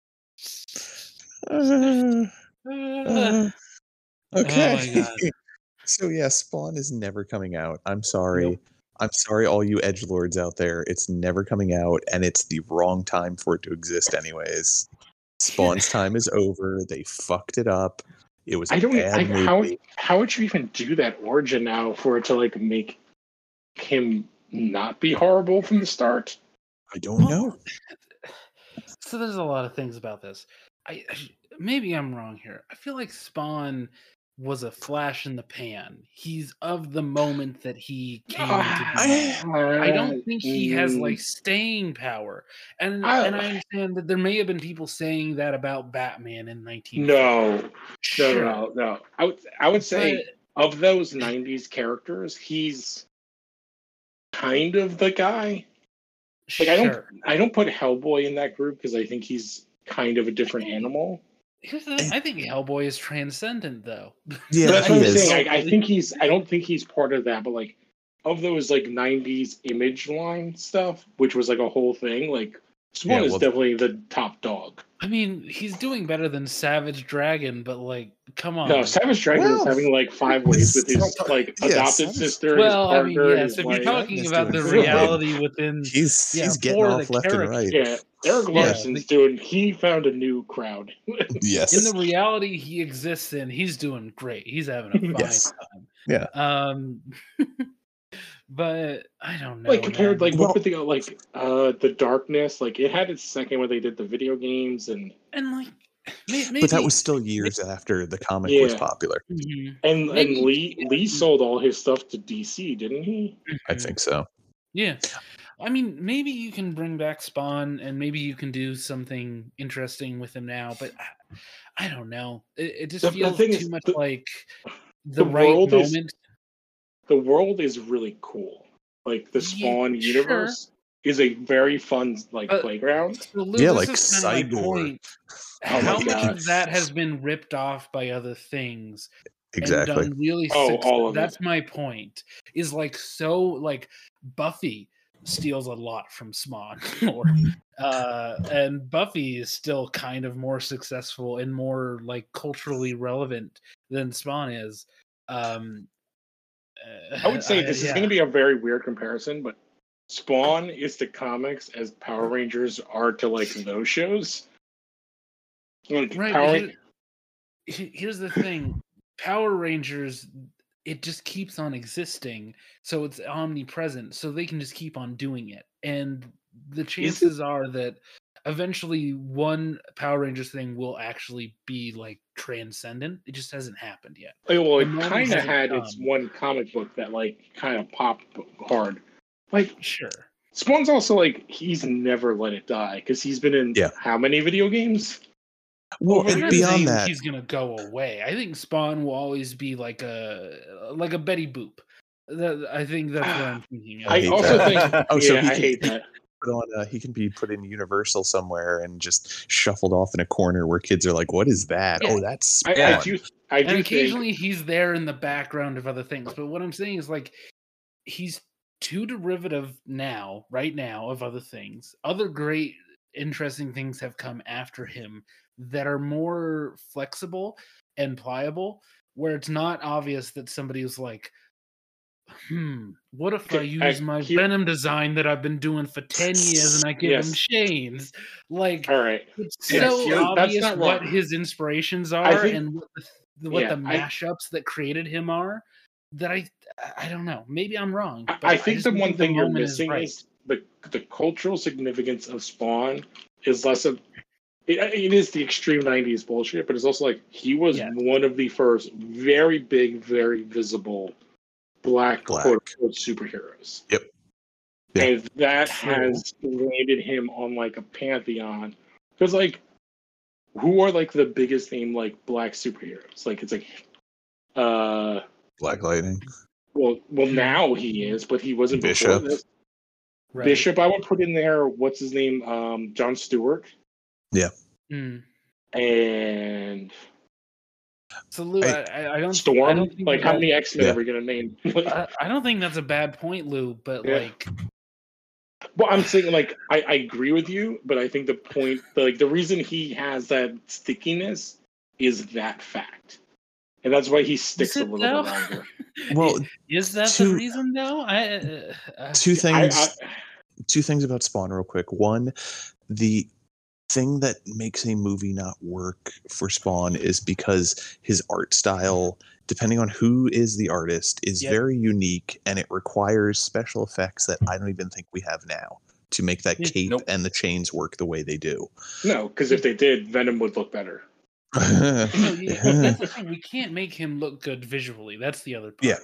Speaker 1: (laughs) Uh,
Speaker 3: Uh,
Speaker 1: (laughs)
Speaker 3: (laughs)
Speaker 1: uh, okay.
Speaker 3: Oh my God.
Speaker 1: so yeah, Spawn is never coming out. I'm sorry. I'm sorry, all you edge lords out there. It's never coming out, and it's the wrong time for it to exist, anyways. Spawn's time is over. They fucked it up. It was. a
Speaker 4: I don't.
Speaker 1: bad
Speaker 4: I,
Speaker 1: movie.
Speaker 4: how how would you even do that origin now for it to like make him not be horrible from the start?
Speaker 1: I don't
Speaker 3: Well,
Speaker 4: (laughs)
Speaker 1: know.
Speaker 3: so there's a lot of things about this. I, (sighs) I maybe I'm wrong here. I feel like Spawn was a flash in the pan. He's of the moment that he came
Speaker 4: Ah,
Speaker 3: to be. I don't think he has like staying power. And
Speaker 4: mm-hmm. I-
Speaker 3: and I understand that there may have been people saying that about Batman in 19.
Speaker 4: No, no, no, no, no. I would I would say of those '90s characters, he's kind of the guy. Like I don't I don't put Hellboy in that group because I think he's kind of a different animal.
Speaker 3: Here's the thing, I think Hellboy is transcendent though.
Speaker 1: Yeah,
Speaker 4: That's
Speaker 1: he
Speaker 4: what I'm
Speaker 1: is.
Speaker 4: saying. I, I think he's. I don't think he's part of that. But like, of those like '90s image line stuff, which was like a whole thing. Like, Swan
Speaker 1: Yeah,
Speaker 4: is
Speaker 1: well-
Speaker 4: definitely the top dog.
Speaker 3: I mean, he's doing better than Savage Dragon, but like, come on.
Speaker 4: No, Savage Dragon
Speaker 1: Well,
Speaker 4: is having like five ways with his
Speaker 1: some-
Speaker 4: like
Speaker 1: yeah,
Speaker 4: adopted
Speaker 1: Savage-
Speaker 4: sister.
Speaker 3: well, I
Speaker 4: his
Speaker 3: mean,
Speaker 4: partner,
Speaker 3: yes,
Speaker 4: his
Speaker 3: if
Speaker 4: wife.
Speaker 3: you're talking
Speaker 1: Dragon's
Speaker 3: about the
Speaker 1: doing
Speaker 4: (laughs) really well.
Speaker 3: reality within
Speaker 1: He's
Speaker 3: yeah,
Speaker 1: he's getting
Speaker 3: for
Speaker 1: off
Speaker 3: the
Speaker 1: left and right.
Speaker 4: yeah, Eric
Speaker 3: Yeah.
Speaker 4: Larson's doing. He found a new crowd.
Speaker 1: Yes.
Speaker 3: in the reality he exists in, he's doing great. He's having
Speaker 4: (laughs)
Speaker 3: a fine
Speaker 1: Yes.
Speaker 3: time.
Speaker 1: Yeah.
Speaker 3: Um, (laughs) but I don't know.
Speaker 4: like compared,
Speaker 3: man.
Speaker 4: like
Speaker 1: Well-
Speaker 4: what with the like uh the darkness. Like it had its second when they did the video games and
Speaker 3: and like, may- maybe,
Speaker 1: but that was still years after the comic was
Speaker 4: Yeah.
Speaker 1: popular.
Speaker 3: Mhm,
Speaker 4: and
Speaker 3: Maybe-
Speaker 4: and Lee Lee sold all his stuff to DC, didn't he?
Speaker 1: I
Speaker 3: mhm.
Speaker 1: think so.
Speaker 3: Yeah. I mean, maybe you can bring back Spawn and maybe you can do something interesting with him now, but I, I don't know. It, it just
Speaker 4: The- the
Speaker 3: feels
Speaker 4: thing
Speaker 3: too
Speaker 4: is,
Speaker 3: much
Speaker 4: the-
Speaker 3: like the,
Speaker 4: the
Speaker 3: right
Speaker 4: world is-
Speaker 3: moment.
Speaker 4: the world is really cool. Like the Spawn
Speaker 3: Yeah, sure. Uh,
Speaker 4: universe is a very fun like
Speaker 3: But-
Speaker 4: playground.
Speaker 3: So, Lou,
Speaker 1: Yeah,
Speaker 3: this
Speaker 1: like
Speaker 3: is kinda my
Speaker 1: Cyborg.
Speaker 3: point.
Speaker 1: Oh my
Speaker 3: How much
Speaker 4: God.
Speaker 3: of that has been ripped off by other things?
Speaker 1: Exactly.
Speaker 3: and done really
Speaker 4: Oh,
Speaker 3: success-
Speaker 4: all of it.
Speaker 3: that's my point is like so like buffy steals a lot from (laughs) spawn or uh and buffy is still kind of more successful and more like culturally relevant than spawn is um uh,
Speaker 4: I
Speaker 3: (laughs)
Speaker 4: would say this is
Speaker 3: yeah.
Speaker 4: going to be a very weird comparison, but Spawn is to comics as Power Rangers are to like those shows. Like
Speaker 3: right
Speaker 4: Power,
Speaker 3: but here- he- here's the thing power rangers it just keeps on existing so it's omnipresent so they can just keep on doing it and the chances are that eventually one power rangers thing will actually be like transcendent it just hasn't happened yet
Speaker 4: Oh, well,
Speaker 3: the
Speaker 4: it
Speaker 3: moment
Speaker 4: kind of
Speaker 3: hasn't
Speaker 4: had its
Speaker 3: come.
Speaker 4: one comic book that like kind of popped hard. Like
Speaker 3: sure
Speaker 4: Spawn's also like he's never let it die because he's been in
Speaker 1: Yeah.
Speaker 4: how many video games?
Speaker 1: Well,
Speaker 4: Over
Speaker 3: I'm
Speaker 1: and
Speaker 3: not
Speaker 1: beyond
Speaker 3: saying
Speaker 1: that,
Speaker 3: he's gonna go away i think spawn will always be like a like
Speaker 1: (sighs)
Speaker 3: a betty boop That- i think that's what i'm thinking of.
Speaker 1: I
Speaker 4: I,
Speaker 1: hate
Speaker 4: also
Speaker 1: that.
Speaker 4: think.
Speaker 1: (laughs) Oh,
Speaker 4: oh,
Speaker 1: so
Speaker 4: yeah,
Speaker 1: he
Speaker 4: I
Speaker 1: can-
Speaker 4: hate that.
Speaker 1: put on. Uh, he can be put in Universal somewhere and just shuffled off in a corner where kids are like, "What is that?
Speaker 3: Yeah.
Speaker 1: Oh, that's
Speaker 4: I,
Speaker 1: Spawn."
Speaker 4: I do. I do
Speaker 3: and
Speaker 4: think.
Speaker 3: occasionally he's there in the background of other things. But what I'm saying is like he's too derivative now, right now, of other things. Other great interesting things have come after him that are more flexible and pliable, where it's not obvious that somebody is like, hmm, what if I
Speaker 4: Okay,
Speaker 3: use
Speaker 4: I
Speaker 3: my
Speaker 4: keep-
Speaker 3: Venom design that I've been doing for 10 years and I give him
Speaker 4: Yes.
Speaker 3: chains? Like
Speaker 4: All right.
Speaker 3: it's
Speaker 4: Yeah,
Speaker 3: so
Speaker 4: you're- that's
Speaker 3: obvious
Speaker 4: not
Speaker 3: what
Speaker 4: wrong.
Speaker 3: his inspirations are
Speaker 4: think-
Speaker 3: and what the, th- what
Speaker 4: Yeah,
Speaker 3: the
Speaker 4: I-
Speaker 3: mashups that created him are that I I don't know. Maybe I'm wrong.
Speaker 4: I,
Speaker 3: (laughs) but
Speaker 4: I think
Speaker 3: just
Speaker 4: the one thing you're
Speaker 3: moment
Speaker 4: missing
Speaker 3: right.
Speaker 4: is the the cultural significance of Spawn is less of it, it is the extreme '90s bullshit, but it's also like he was
Speaker 3: Yeah.
Speaker 4: one of the first very big, very visible black,
Speaker 1: Black.
Speaker 4: quote unquote superheroes.
Speaker 1: Yep. Yeah.
Speaker 4: And that
Speaker 3: True.
Speaker 4: has landed him on like a pantheon because like who are like the biggest name like black superheroes? Like it's like uh
Speaker 1: Black Lightning.
Speaker 4: well well now he is, but he wasn't before
Speaker 1: Bishop.
Speaker 4: this.
Speaker 3: right.
Speaker 4: Bishop, I would put in there. What's his name? Um, John Stewart
Speaker 3: Mm.
Speaker 4: and
Speaker 3: So Lou, I,
Speaker 1: I-
Speaker 3: I, I don't I
Speaker 4: Storm.
Speaker 3: don't think Uh,
Speaker 4: Like, how
Speaker 3: that-
Speaker 4: many X Men
Speaker 1: Yeah.
Speaker 4: are we
Speaker 3: (laughs)
Speaker 4: gonna name?
Speaker 3: I, I don't think that's a bad point, Lou. But
Speaker 4: Yeah.
Speaker 3: like,
Speaker 4: (laughs) well, I'm saying like I, I agree with you, but I think the point, like the reason he has that stickiness, is that fact, and that's why he sticks
Speaker 3: it
Speaker 4: a little
Speaker 3: though?
Speaker 4: bit longer.
Speaker 1: Well,
Speaker 3: is that the
Speaker 1: Two-
Speaker 3: reason though? I uh, uh,
Speaker 1: two (laughs)
Speaker 4: I,
Speaker 1: things.
Speaker 4: I,
Speaker 1: two things about Spawn, real quick. One, the thing that makes a movie not work for Spawn is because his art style,
Speaker 4: Mm-hmm.
Speaker 1: depending on who is the artist, is
Speaker 3: Yep.
Speaker 1: very unique and it requires special effects that I don't even think we have now to make that
Speaker 3: Yeah,
Speaker 1: cape
Speaker 4: nope.
Speaker 1: and the chains work the way they do.
Speaker 4: no, because if they did, Venom would look better.
Speaker 1: (laughs)
Speaker 3: no, you- that's the thing. We can't make him look good visually. That's the other part.
Speaker 1: Yeah.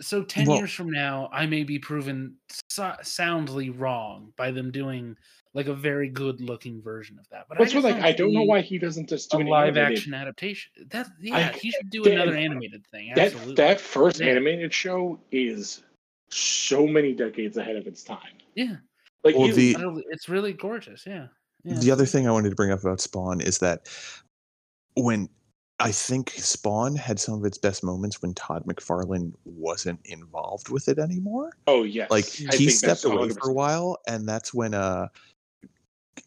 Speaker 3: So ten
Speaker 1: Well-
Speaker 3: years from now, I may be proven so- soundly wrong by them doing like a very good looking version of that. But
Speaker 4: That's
Speaker 3: I
Speaker 4: what
Speaker 3: just
Speaker 4: like I don't know
Speaker 3: see
Speaker 4: why he doesn't just do
Speaker 3: a
Speaker 4: an
Speaker 3: live
Speaker 4: animated.
Speaker 3: action adaptation. That yeah, he should do
Speaker 4: that-
Speaker 3: another animated thing.
Speaker 4: that
Speaker 3: Absolutely.
Speaker 4: that first
Speaker 3: Yeah.
Speaker 4: animated show is so many decades ahead of its time.
Speaker 3: yeah.
Speaker 4: Like
Speaker 1: Well,
Speaker 4: it-
Speaker 1: the-
Speaker 3: I don't- It's really gorgeous. Yeah. yeah
Speaker 1: the other
Speaker 3: absolutely.
Speaker 1: thing I wanted to bring up about Spawn is that when I think Spawn had some of its best moments when Todd McFarlane wasn't involved with it anymore.
Speaker 4: oh yes,
Speaker 1: like
Speaker 4: I
Speaker 1: he
Speaker 4: think
Speaker 1: stepped
Speaker 4: that's
Speaker 1: away
Speaker 4: 100%.
Speaker 1: for a while and that's when uh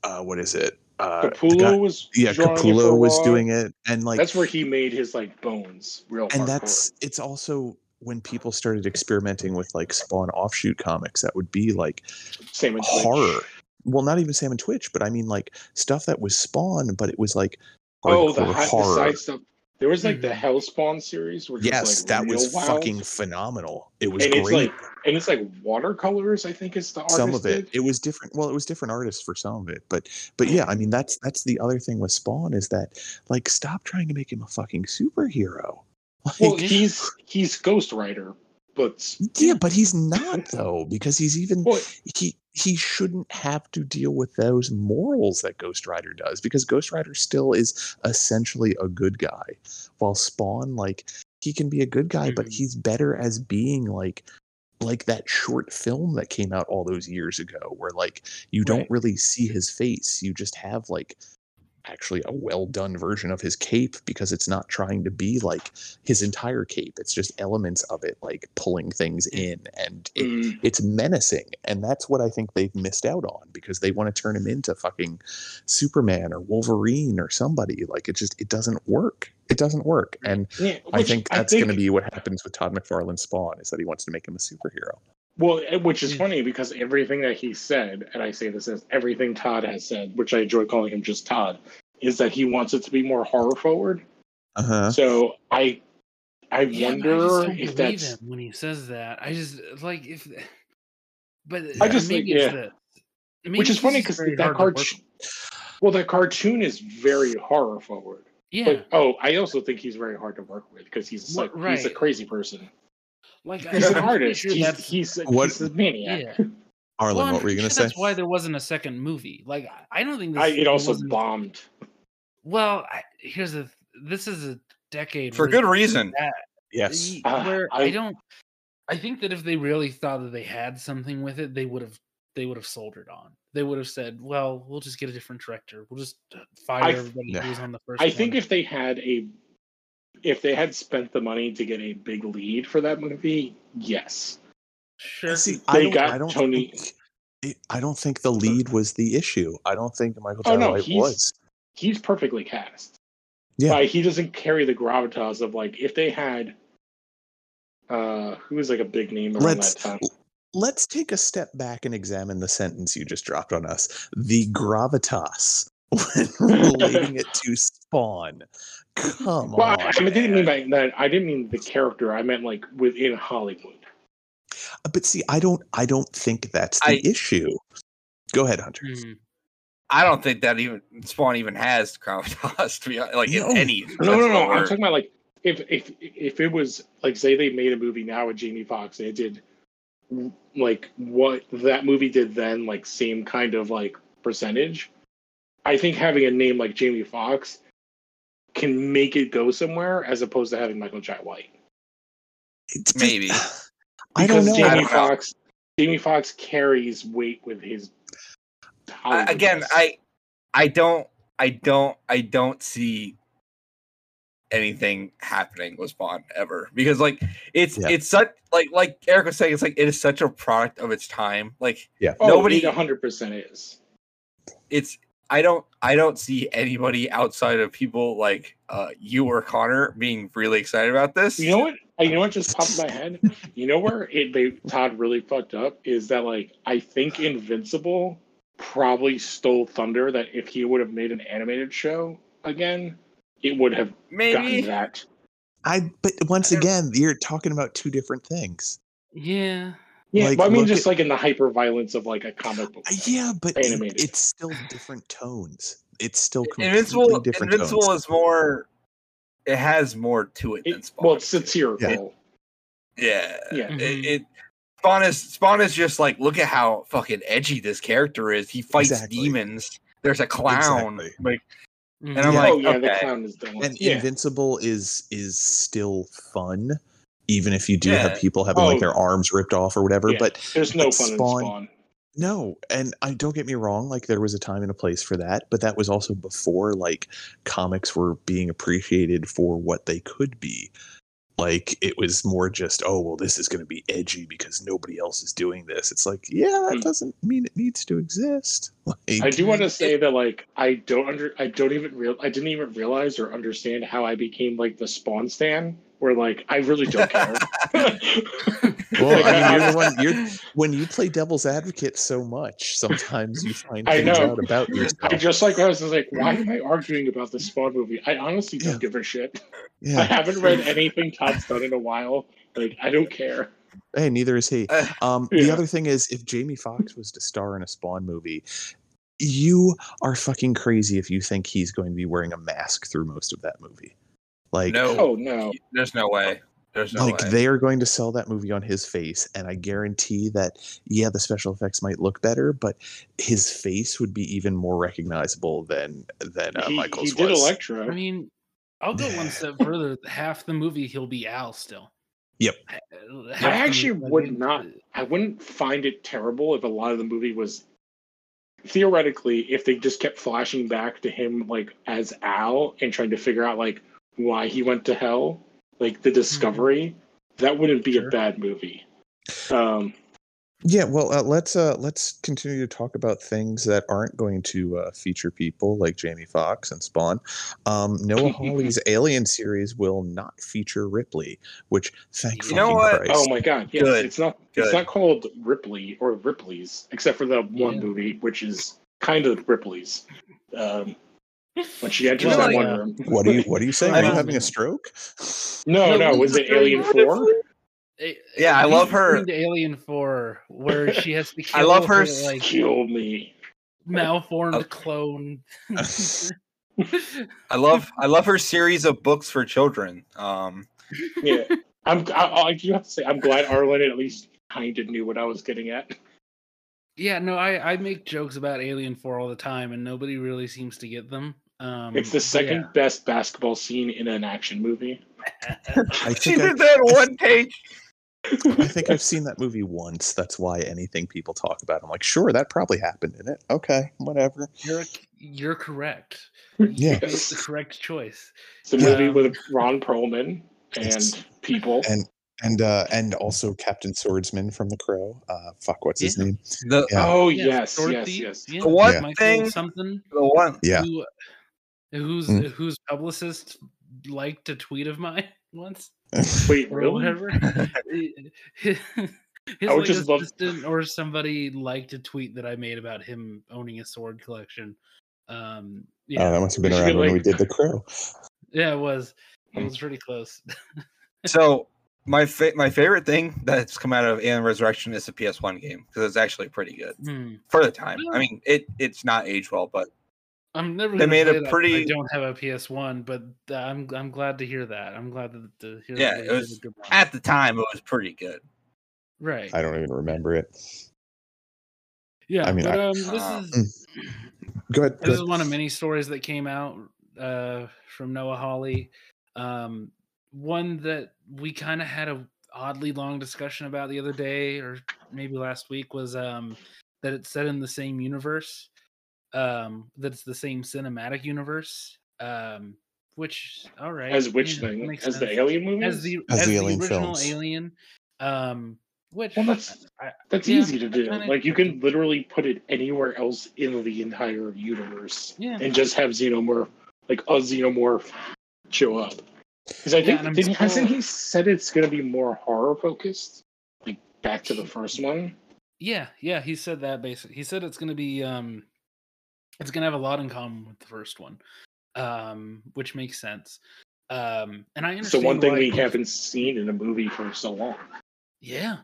Speaker 1: uh what is it uh the
Speaker 4: Capullo
Speaker 1: guy-
Speaker 4: was
Speaker 1: yeah
Speaker 4: drawing it for a
Speaker 1: capullo was
Speaker 4: while.
Speaker 1: doing it and like
Speaker 4: that's where he made his like bones real.
Speaker 1: and
Speaker 4: hardcore.
Speaker 1: that's it's also when people started experimenting with like spawn offshoot comics that would be like
Speaker 4: same as Lynch.
Speaker 1: horror well not even sam and twitch but i mean like stuff that was spawn but it was like
Speaker 4: Oh, the,
Speaker 1: hardcore
Speaker 4: hi- the side stuff. There was like the
Speaker 3: Mhm.
Speaker 4: Hellspawn series, which
Speaker 1: yes
Speaker 4: was, like,
Speaker 1: that was
Speaker 4: real wild.
Speaker 1: fucking phenomenal it was
Speaker 4: and
Speaker 1: great
Speaker 4: it's like and it's like watercolors. I think is the artist
Speaker 1: some of it
Speaker 4: did.
Speaker 1: it was different well it was different artists for some of it but but yeah i mean that's that's the other thing with spawn is that like stop trying to make him a fucking superhero like,
Speaker 4: Well, he's he's ghostwriter, but
Speaker 1: yeah but he's not though because he's even
Speaker 4: well,
Speaker 1: he he shouldn't have to deal with those morals that ghost rider does because ghost rider still is essentially a good guy while spawn like he can be a good guy but
Speaker 3: Mhm.
Speaker 1: he's better as being like like that short film that came out all those years ago where like you
Speaker 3: Right.
Speaker 1: don't really see his face you just have like actually a well done version of his cape because it's not trying to be like his entire cape it's just elements of it like pulling things in and it
Speaker 4: mm,
Speaker 1: it's menacing and that's what i think they've missed out on because they want to turn him into fucking superman or wolverine or somebody like it just it doesn't work it doesn't work and
Speaker 4: yeah,
Speaker 1: i
Speaker 4: which
Speaker 1: think
Speaker 4: I
Speaker 1: that's
Speaker 4: think-
Speaker 1: going to be what happens with todd mcfarlane's spawn is that he wants to make him a superhero
Speaker 4: Well, eh, which is
Speaker 3: Yeah.
Speaker 4: funny because everything that he said, and I say this as everything Todd has said, which I enjoy calling him just Todd, is that he wants it to be more horror forward.
Speaker 1: uh-huh
Speaker 4: So I, I
Speaker 3: Yeah, but I just
Speaker 4: wonder
Speaker 3: don't
Speaker 4: if
Speaker 3: believe
Speaker 4: that's
Speaker 3: him when he says that. I just like if, (sighs) but
Speaker 1: I
Speaker 3: uh,
Speaker 4: just think-
Speaker 3: maybe
Speaker 4: yeah.
Speaker 3: it's that. Maybe
Speaker 4: which is
Speaker 3: he's
Speaker 4: funny
Speaker 3: just
Speaker 4: because
Speaker 3: very
Speaker 4: that
Speaker 3: hard to work
Speaker 4: cartoon.
Speaker 3: with.
Speaker 4: Well, that cartoon is very horror forward.
Speaker 3: Yeah,
Speaker 4: But oh, I also think he's very hard to work with because he's
Speaker 3: What-
Speaker 4: like he's a
Speaker 3: right.
Speaker 4: crazy person.
Speaker 3: like I-
Speaker 4: He's
Speaker 3: I'm
Speaker 4: an
Speaker 3: pretty
Speaker 4: artist.
Speaker 3: sure
Speaker 4: he's
Speaker 3: that's-
Speaker 4: he's, a-
Speaker 1: What-
Speaker 4: he's a maniac.
Speaker 3: yeah.
Speaker 1: arlen
Speaker 3: I'm
Speaker 1: what were you
Speaker 3: pretty
Speaker 1: going to
Speaker 3: sure
Speaker 1: say
Speaker 3: That's why there wasn't a second movie. Like I- I don't think this
Speaker 4: I, it also
Speaker 3: wasn't-
Speaker 4: bombed.
Speaker 3: Well, I, here's the. th- This is a decade
Speaker 5: for
Speaker 3: where-
Speaker 5: good reason.
Speaker 3: that-
Speaker 1: yes
Speaker 3: y-
Speaker 4: Ah,
Speaker 3: where
Speaker 4: I-
Speaker 3: I don't. I think that if they really thought that they had something with it, they would have. They would have soldiered on. they would have said, "Well, we'll just get a different director. We'll just uh, fire
Speaker 4: I-
Speaker 3: everybody who was on the first
Speaker 4: I think
Speaker 3: one."
Speaker 4: if they had a if they had spent the money to get a big lead for that movie, yes.
Speaker 3: sure.
Speaker 1: See,
Speaker 4: They
Speaker 1: I don't,
Speaker 4: got
Speaker 1: I don't
Speaker 4: Tony-
Speaker 1: Think, it- I don't think the lead was the issue. I don't think Michael
Speaker 4: Oh,
Speaker 1: Tyler
Speaker 4: no,
Speaker 1: White
Speaker 4: he's-
Speaker 1: was.
Speaker 4: He's perfectly cast.
Speaker 1: Yeah.
Speaker 4: Like, he doesn't carry the gravitas of like if they had uh who was like a big name around
Speaker 1: Let's-
Speaker 4: that time.
Speaker 1: Let's take a step back and examine the sentence you just dropped on us. The gravitas when
Speaker 4: (laughs)
Speaker 1: relating it to Spawn. Come
Speaker 4: Well, I,
Speaker 1: on.
Speaker 4: I
Speaker 1: man.
Speaker 4: didn't mean by that I didn't mean the character, I meant like within Hollywood.
Speaker 1: Uh, But see, I don't I don't think that's the
Speaker 5: I-
Speaker 1: issue. Go ahead, Hunter.
Speaker 3: Mhm.
Speaker 5: I don't think that even Spawn even has gravitas (laughs) to be hon- like in
Speaker 1: No.
Speaker 5: any.
Speaker 4: No, no,
Speaker 5: sense of
Speaker 4: no.
Speaker 5: the
Speaker 4: I'm
Speaker 5: word.
Speaker 4: talking about like if if if it was like say they made a movie now with Jamie Foxx and it did like what that movie did then, like same kind of like percentage. I think having a name like Jamie Foxx can make it go somewhere as opposed to having Michael Jai White.
Speaker 1: It's just-
Speaker 5: Maybe.
Speaker 1: (sighs) I don't
Speaker 4: Because
Speaker 1: know.
Speaker 5: I
Speaker 4: Jamie
Speaker 5: don't know.
Speaker 4: Foxx Jamie Foxx carries weight with his
Speaker 5: I-
Speaker 4: Hollywood
Speaker 5: again,
Speaker 4: ness.
Speaker 5: I, I don't, I don't, I don't see anything happening with Spawn ever because like it's
Speaker 1: Yeah.
Speaker 5: it's such like like Eric was saying it's like it is such a product of its time. Like
Speaker 4: oh,
Speaker 5: nobody-
Speaker 4: nobody 100% is.
Speaker 5: it's I don't I don't see anybody outside of people like uh you or Connor being really excited about this.
Speaker 4: You know what? I- You know what just popped in my head? You know where it they Todd really fucked up is that like I think Invincible probably stole thunder that if he would have made an animated show again, it would have gotten
Speaker 5: Maybe
Speaker 4: that.
Speaker 1: I but once
Speaker 5: I don't-
Speaker 1: again, you're talking about two different things.
Speaker 3: Yeah.
Speaker 4: Yeah,
Speaker 1: Like,
Speaker 4: but I mean
Speaker 1: look
Speaker 4: just
Speaker 1: at-
Speaker 4: like in the hyper violence of like a comic book.
Speaker 1: Uh, Yeah, but it-
Speaker 4: Animated.
Speaker 1: it's still different tones. It's still completely
Speaker 5: Invincible
Speaker 1: different
Speaker 5: Invincible
Speaker 1: tones.
Speaker 5: is more it has more to it, than
Speaker 4: It,
Speaker 5: Spawn.
Speaker 4: well, it's satirical.
Speaker 5: yeah.
Speaker 4: Yeah.
Speaker 1: Mm-hmm.
Speaker 5: It,
Speaker 3: Mhm.
Speaker 5: it Spawn is Spawn is just like look at how fucking edgy this character is. He fights
Speaker 1: Exactly.
Speaker 5: demons. There's a clown.
Speaker 1: Exactly.
Speaker 5: Like
Speaker 3: Mhm.
Speaker 5: and I'm
Speaker 1: Yeah.
Speaker 5: like
Speaker 4: oh yeah, the
Speaker 5: okay.
Speaker 4: clown is done.
Speaker 1: And
Speaker 4: yeah.
Speaker 1: Invincible is is still fun, even if you do have
Speaker 5: Yeah.
Speaker 1: people having
Speaker 4: Oh.
Speaker 1: like their arms ripped off or whatever.
Speaker 4: Yeah.
Speaker 1: But
Speaker 4: There's no
Speaker 1: but
Speaker 4: fun
Speaker 1: Spawn-
Speaker 4: in Spawn.
Speaker 1: no, and I don't get me wrong, like there was a time and a place for that, but that was also before like comics were being appreciated for what they could be. Like it was more just, oh well, this is gonna be edgy because nobody else is doing this. It's like, yeah,
Speaker 4: Hmm.
Speaker 1: that doesn't mean it needs to exist. (laughs) Like
Speaker 4: I do want to say that like I don't under I don't even real I didn't even realize or understand how I became like the spawn stan where like I really
Speaker 1: (laughs)
Speaker 4: don't care.
Speaker 5: (laughs)
Speaker 1: Well,
Speaker 4: Like,
Speaker 1: I mean,
Speaker 4: I- (laughs)
Speaker 1: you're the one. You're when you play devil's advocate so much, sometimes you find
Speaker 4: I
Speaker 1: things
Speaker 4: know.
Speaker 1: out about yourself.
Speaker 4: (laughs) I just like I was just like, why am I arguing about the Spawn movie? I honestly don't
Speaker 1: Yeah.
Speaker 4: give a shit. I
Speaker 1: yeah. (laughs)
Speaker 4: haven't read anything Todd's done in a while. Like I don't care.
Speaker 1: Hey, neither is
Speaker 4: (laughs)
Speaker 1: he.
Speaker 5: Uh,
Speaker 1: Um, The
Speaker 4: yeah.
Speaker 1: other thing is, if Jamie Foxx was to star in a Spawn movie, you are fucking crazy if you think he's going to be wearing a mask through most of that movie. (laughs) Like,
Speaker 5: no.
Speaker 4: Oh no.
Speaker 5: There's no way. There's no
Speaker 1: like
Speaker 5: way.
Speaker 1: they are going to sell that movie on his face and i guarantee that yeah the special effects might look better but his face would be even more recognizable than than uh,
Speaker 4: He,
Speaker 1: michael's
Speaker 4: he did
Speaker 1: was
Speaker 4: Electro.
Speaker 3: I mean, I'll go one
Speaker 4: (laughs)
Speaker 3: step further. Half the movie, he'll be Al still.
Speaker 1: Yep.
Speaker 3: H- half
Speaker 4: I
Speaker 3: the
Speaker 4: actually
Speaker 3: movie,
Speaker 4: would
Speaker 3: mean, uh,
Speaker 4: not. I wouldn't find it terrible if a lot of the movie was theoretically if they just kept flashing back to him like as Al and trying to figure out like why he went to hell, like the discovery. That wouldn't be
Speaker 3: Sure.
Speaker 4: a bad movie. Um,
Speaker 1: Yeah, well, uh, let's uh, let's continue to talk about things that aren't going to uh, feature people like Jamie Foxx and Spawn. Um, Noah Hawley's Alien series will not feature Ripley, which thank
Speaker 3: You
Speaker 1: fucking
Speaker 5: know what?
Speaker 1: Christ.
Speaker 4: oh my god, yes,
Speaker 5: Good.
Speaker 4: it's not.
Speaker 5: Good.
Speaker 4: It's not called Ripley or Ripley's, except for the one
Speaker 3: Yeah.
Speaker 4: movie which is kind of Ripley's. Um, when she
Speaker 5: You
Speaker 4: enters
Speaker 5: know,
Speaker 4: that
Speaker 5: like,
Speaker 4: one
Speaker 3: uh,
Speaker 4: room.
Speaker 1: What are you what are you saying? Are you
Speaker 5: Um,
Speaker 1: having a stroke? (laughs)
Speaker 4: Oh, No,
Speaker 3: No,
Speaker 4: no, was it Alien Four?
Speaker 3: Eh,
Speaker 5: Yeah, I
Speaker 3: he's
Speaker 5: love her.
Speaker 3: referring to Alien Four,
Speaker 5: (laughs)
Speaker 3: where she has to. Kill
Speaker 5: I love her
Speaker 3: her like
Speaker 4: Kill me.
Speaker 3: malformed
Speaker 5: Oh.
Speaker 4: (laughs)
Speaker 3: clone. (laughs)
Speaker 5: I love I love her series of books for children. Um
Speaker 4: Yeah, I'm. I, I do have to say, I'm glad Arlen at least kind of knew what I was getting at.
Speaker 3: Yeah, no, I I make jokes about Alien Four all the time, and nobody really seems to get them. Um,
Speaker 4: It's the
Speaker 3: but
Speaker 4: second
Speaker 3: yeah. (laughs)
Speaker 4: best basketball scene in an action movie.
Speaker 1: I
Speaker 5: (laughs) she
Speaker 1: think I, (laughs)
Speaker 5: did that in one page.
Speaker 1: I think I've seen that movie once. That's why anything people talk about, I'm like, sure, that probably happened in it. Okay, whatever.
Speaker 3: You're you're correct.
Speaker 4: (laughs)
Speaker 1: Yeah.
Speaker 3: You made the correct choice.
Speaker 4: It's a movie
Speaker 3: Um,
Speaker 4: with Ron Perlman and
Speaker 1: It's-
Speaker 4: people.
Speaker 1: And and uh and also Captain Swordsman from The Crow. Uh, fuck, what's his
Speaker 3: Yeah.
Speaker 1: name?
Speaker 5: The
Speaker 1: Yeah.
Speaker 4: Oh
Speaker 3: Yeah,
Speaker 4: yes, yes,
Speaker 3: Dorothy,
Speaker 4: yes.
Speaker 3: yeah,
Speaker 5: The one
Speaker 3: Michael
Speaker 5: thing-
Speaker 3: something
Speaker 5: the one
Speaker 1: Yeah.
Speaker 3: who, who's
Speaker 1: Mm.
Speaker 3: whose publicist liked a tweet of mine (laughs) once
Speaker 4: Wait,
Speaker 3: or
Speaker 5: (laughs)
Speaker 4: really?
Speaker 3: whatever. (laughs) His
Speaker 4: I would
Speaker 3: like,
Speaker 4: just love-
Speaker 3: assistant or somebody liked a tweet that I made about him owning a sword collection. Um, yeah,
Speaker 1: Oh, that must have been
Speaker 4: We should
Speaker 1: around
Speaker 4: get,
Speaker 1: when we
Speaker 4: like-
Speaker 1: did The Crow.
Speaker 3: yeah, it was. It
Speaker 5: Hmm.
Speaker 4: Mm.
Speaker 3: was pretty close. (laughs)
Speaker 5: so my fa- my favorite thing that's come out of Alien Resurrection is the PS1 game because it's actually pretty good
Speaker 3: Hmm.
Speaker 5: for the time. I
Speaker 3: Really?
Speaker 5: mean, it it's not aged well, but
Speaker 3: I'm never.
Speaker 5: They
Speaker 3: gonna
Speaker 5: made a
Speaker 3: play that 'cause I
Speaker 5: pretty-
Speaker 3: don't have a PS1, but uh, I'm I'm glad to hear that. I'm glad that to hear
Speaker 5: Yeah,
Speaker 3: that
Speaker 5: it
Speaker 3: they did a
Speaker 5: was
Speaker 3: good one.
Speaker 5: at the time it was pretty
Speaker 3: (laughs)
Speaker 5: good.
Speaker 3: right.
Speaker 1: I don't even remember it.
Speaker 3: yeah,
Speaker 1: I mean,
Speaker 3: but
Speaker 1: I-
Speaker 3: um, this
Speaker 5: Uh,
Speaker 3: is
Speaker 1: Go ahead. go
Speaker 3: this is
Speaker 1: ahead.
Speaker 3: one of many stories that came out uh, from Noah Hawley. Um, one that we kind of had a oddly long discussion about the other day, or maybe last week, was um, that it's set in the same universe, um, that it's the same cinematic universe, um, which all right,
Speaker 4: As which
Speaker 3: you know,
Speaker 4: thing?
Speaker 3: makes
Speaker 4: As the
Speaker 3: sense.
Speaker 4: alien movie?
Speaker 3: as the
Speaker 1: As
Speaker 3: as,
Speaker 1: the
Speaker 3: the,
Speaker 1: Alien
Speaker 3: original
Speaker 1: films.
Speaker 3: Alien, um, which
Speaker 4: Well, that's
Speaker 3: I-
Speaker 4: that's
Speaker 3: yeah,
Speaker 4: easy to
Speaker 3: I
Speaker 4: do.
Speaker 3: kinda-
Speaker 4: Like you can literally put it anywhere else in the entire universe
Speaker 3: Yeah.
Speaker 4: and just have xenomorph, like a xenomorph, show up. Because I
Speaker 3: Yeah,
Speaker 4: think
Speaker 3: and I'm
Speaker 4: didn't- hasn't
Speaker 3: still-
Speaker 4: he said it's going to be more horror focused, like back to the first one?
Speaker 3: Yeah, yeah, he said that basically. He said it's going to be um it's going to have a lot in common with the first one. Um which makes sense. Um and I understand
Speaker 4: So one thing
Speaker 3: why
Speaker 4: we
Speaker 3: he-
Speaker 4: haven't seen in a movie for so long.
Speaker 3: Yeah.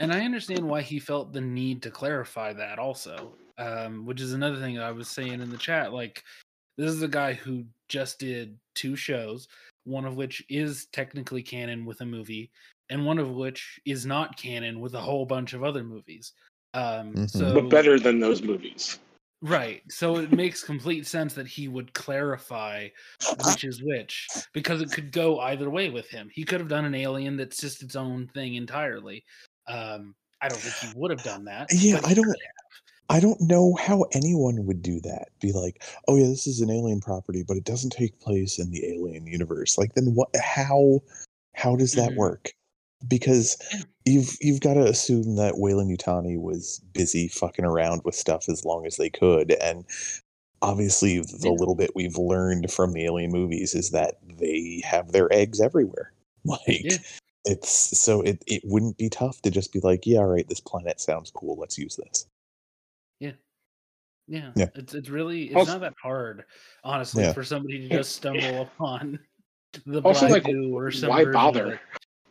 Speaker 3: And I understand why he felt the need to clarify that also. Um which is another thing that I was saying in the chat like this is a guy who just did two shows, one of which is technically canon with a movie and one of which is not canon with a whole bunch of other movies. Um
Speaker 1: Mhm.
Speaker 3: so
Speaker 4: but better than those movies.
Speaker 3: Right. So it makes complete sense that he would clarify which is which because it could go either way with him. He could have done an alien that's just its own thing entirely. Um, I don't think he would have done that.
Speaker 1: Yeah,
Speaker 3: but
Speaker 1: I
Speaker 3: he
Speaker 1: don't-
Speaker 3: could have.
Speaker 1: I don't know how anyone would do that. Be like, oh yeah, this is an alien property, but it doesn't take place in the alien universe. Like then what how how does that
Speaker 3: Mhm.
Speaker 1: work? Because
Speaker 3: Yeah.
Speaker 1: you've you've gotta assume that Wayland Utani was busy fucking around with stuff as long as they could. And obviously the
Speaker 3: Yeah.
Speaker 1: little bit we've learned from the alien movies is that they have their eggs everywhere. (laughs) Like
Speaker 3: Yeah.
Speaker 1: it's so it, it wouldn't be tough to just be like, yeah, all right, this planet sounds cool, let's use this.
Speaker 3: Yeah.
Speaker 1: Yeah.
Speaker 3: It's it's really it's
Speaker 4: Also-
Speaker 3: not that hard, honestly,
Speaker 1: Yeah.
Speaker 3: for somebody to
Speaker 4: (laughs) Yeah.
Speaker 3: just stumble upon (laughs) the
Speaker 4: Also, like,
Speaker 3: Bladu or some
Speaker 4: Why
Speaker 3: version of
Speaker 4: bother?
Speaker 3: it.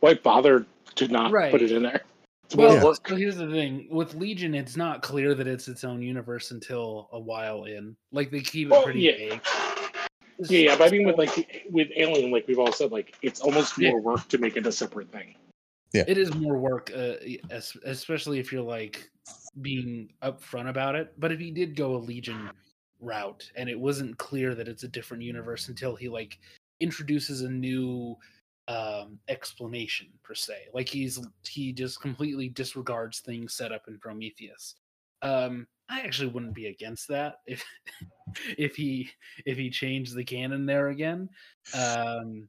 Speaker 4: Why bother to not
Speaker 3: Right.
Speaker 4: put it in there? It's more
Speaker 3: Well,
Speaker 4: work.
Speaker 3: so here's the thing with Legion, it's not clear that it's its own universe until a while in. Like they keep it
Speaker 4: Well,
Speaker 3: pretty
Speaker 4: yeah.
Speaker 3: vague.
Speaker 4: Yeah, yeah, but I mean, with like with Alien, like we've all said, like it's almost more work to make it a separate thing.
Speaker 3: it is more work uh, e- es- especially if you're like being upfront about it but if he did go a legion route and it wasn't clear that it's a different universe until he like introduces a new um explanation per se like he's he just completely disregards things set up in prometheus um i actually wouldn't be against that if (laughs) if he if he changed the canon there
Speaker 1: (sighs)
Speaker 3: again um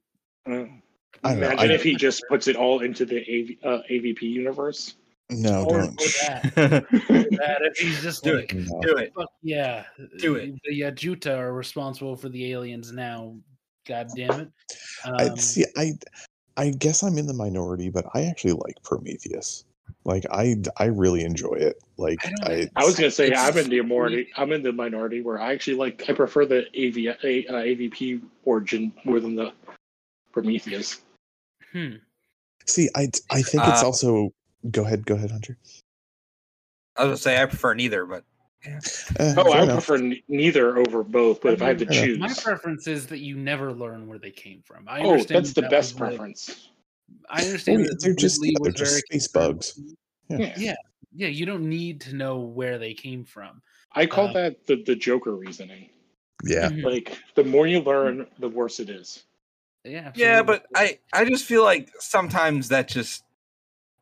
Speaker 1: I don't know,
Speaker 4: Imagine
Speaker 1: I-
Speaker 4: if he just puts it all into the AV, uh,
Speaker 3: (laughs)
Speaker 4: AVP universe.
Speaker 1: No,
Speaker 3: or
Speaker 1: don't.
Speaker 3: do that. that if he's just
Speaker 5: Do
Speaker 3: like,
Speaker 1: No.
Speaker 5: Do it.
Speaker 3: fuck yeah,
Speaker 5: Do it.
Speaker 3: The Yajuta are responsible for the aliens now. God damn it! Um,
Speaker 1: I see. I I guess I'm in the minority, but I actually like Prometheus. Like I I really enjoy it. Like
Speaker 3: I don't
Speaker 1: I,
Speaker 3: think-
Speaker 4: I was gonna say
Speaker 3: It's-
Speaker 4: I'm in the minority. I'm in the minority where I actually like I prefer the AV, uh, AVP origin more than the Prometheus.
Speaker 3: hmm.
Speaker 1: see. I I think it's
Speaker 5: Uh,
Speaker 1: also. Go ahead. Go ahead, Hunter.
Speaker 5: I was gonna say I prefer neither, but
Speaker 1: Eh,
Speaker 4: Oh,
Speaker 1: fair
Speaker 4: I would
Speaker 1: enough.
Speaker 4: prefer n- neither over both, but if I had to
Speaker 1: Yeah.
Speaker 4: choose,
Speaker 3: My preference is that you never learn where they came from. I
Speaker 4: oh,
Speaker 3: understand
Speaker 4: that's the
Speaker 3: that
Speaker 4: best
Speaker 3: was what-
Speaker 4: preference.
Speaker 3: I understand
Speaker 1: yeah,
Speaker 3: that
Speaker 1: they're just-
Speaker 3: Ridley
Speaker 1: yeah, they're
Speaker 3: was
Speaker 1: just
Speaker 3: very
Speaker 1: space
Speaker 3: concerned-
Speaker 1: bugs.
Speaker 4: Yeah.
Speaker 3: Yeah, yeah. You don't need to know where they came from.
Speaker 4: I call
Speaker 3: Uh,
Speaker 4: that the the Joker reasoning.
Speaker 1: yeah.
Speaker 3: Mhm.
Speaker 4: Like the more you learn, the worse it is.
Speaker 3: yeah,
Speaker 5: yeah,
Speaker 3: absolutely.
Speaker 5: but I I just feel like sometimes that just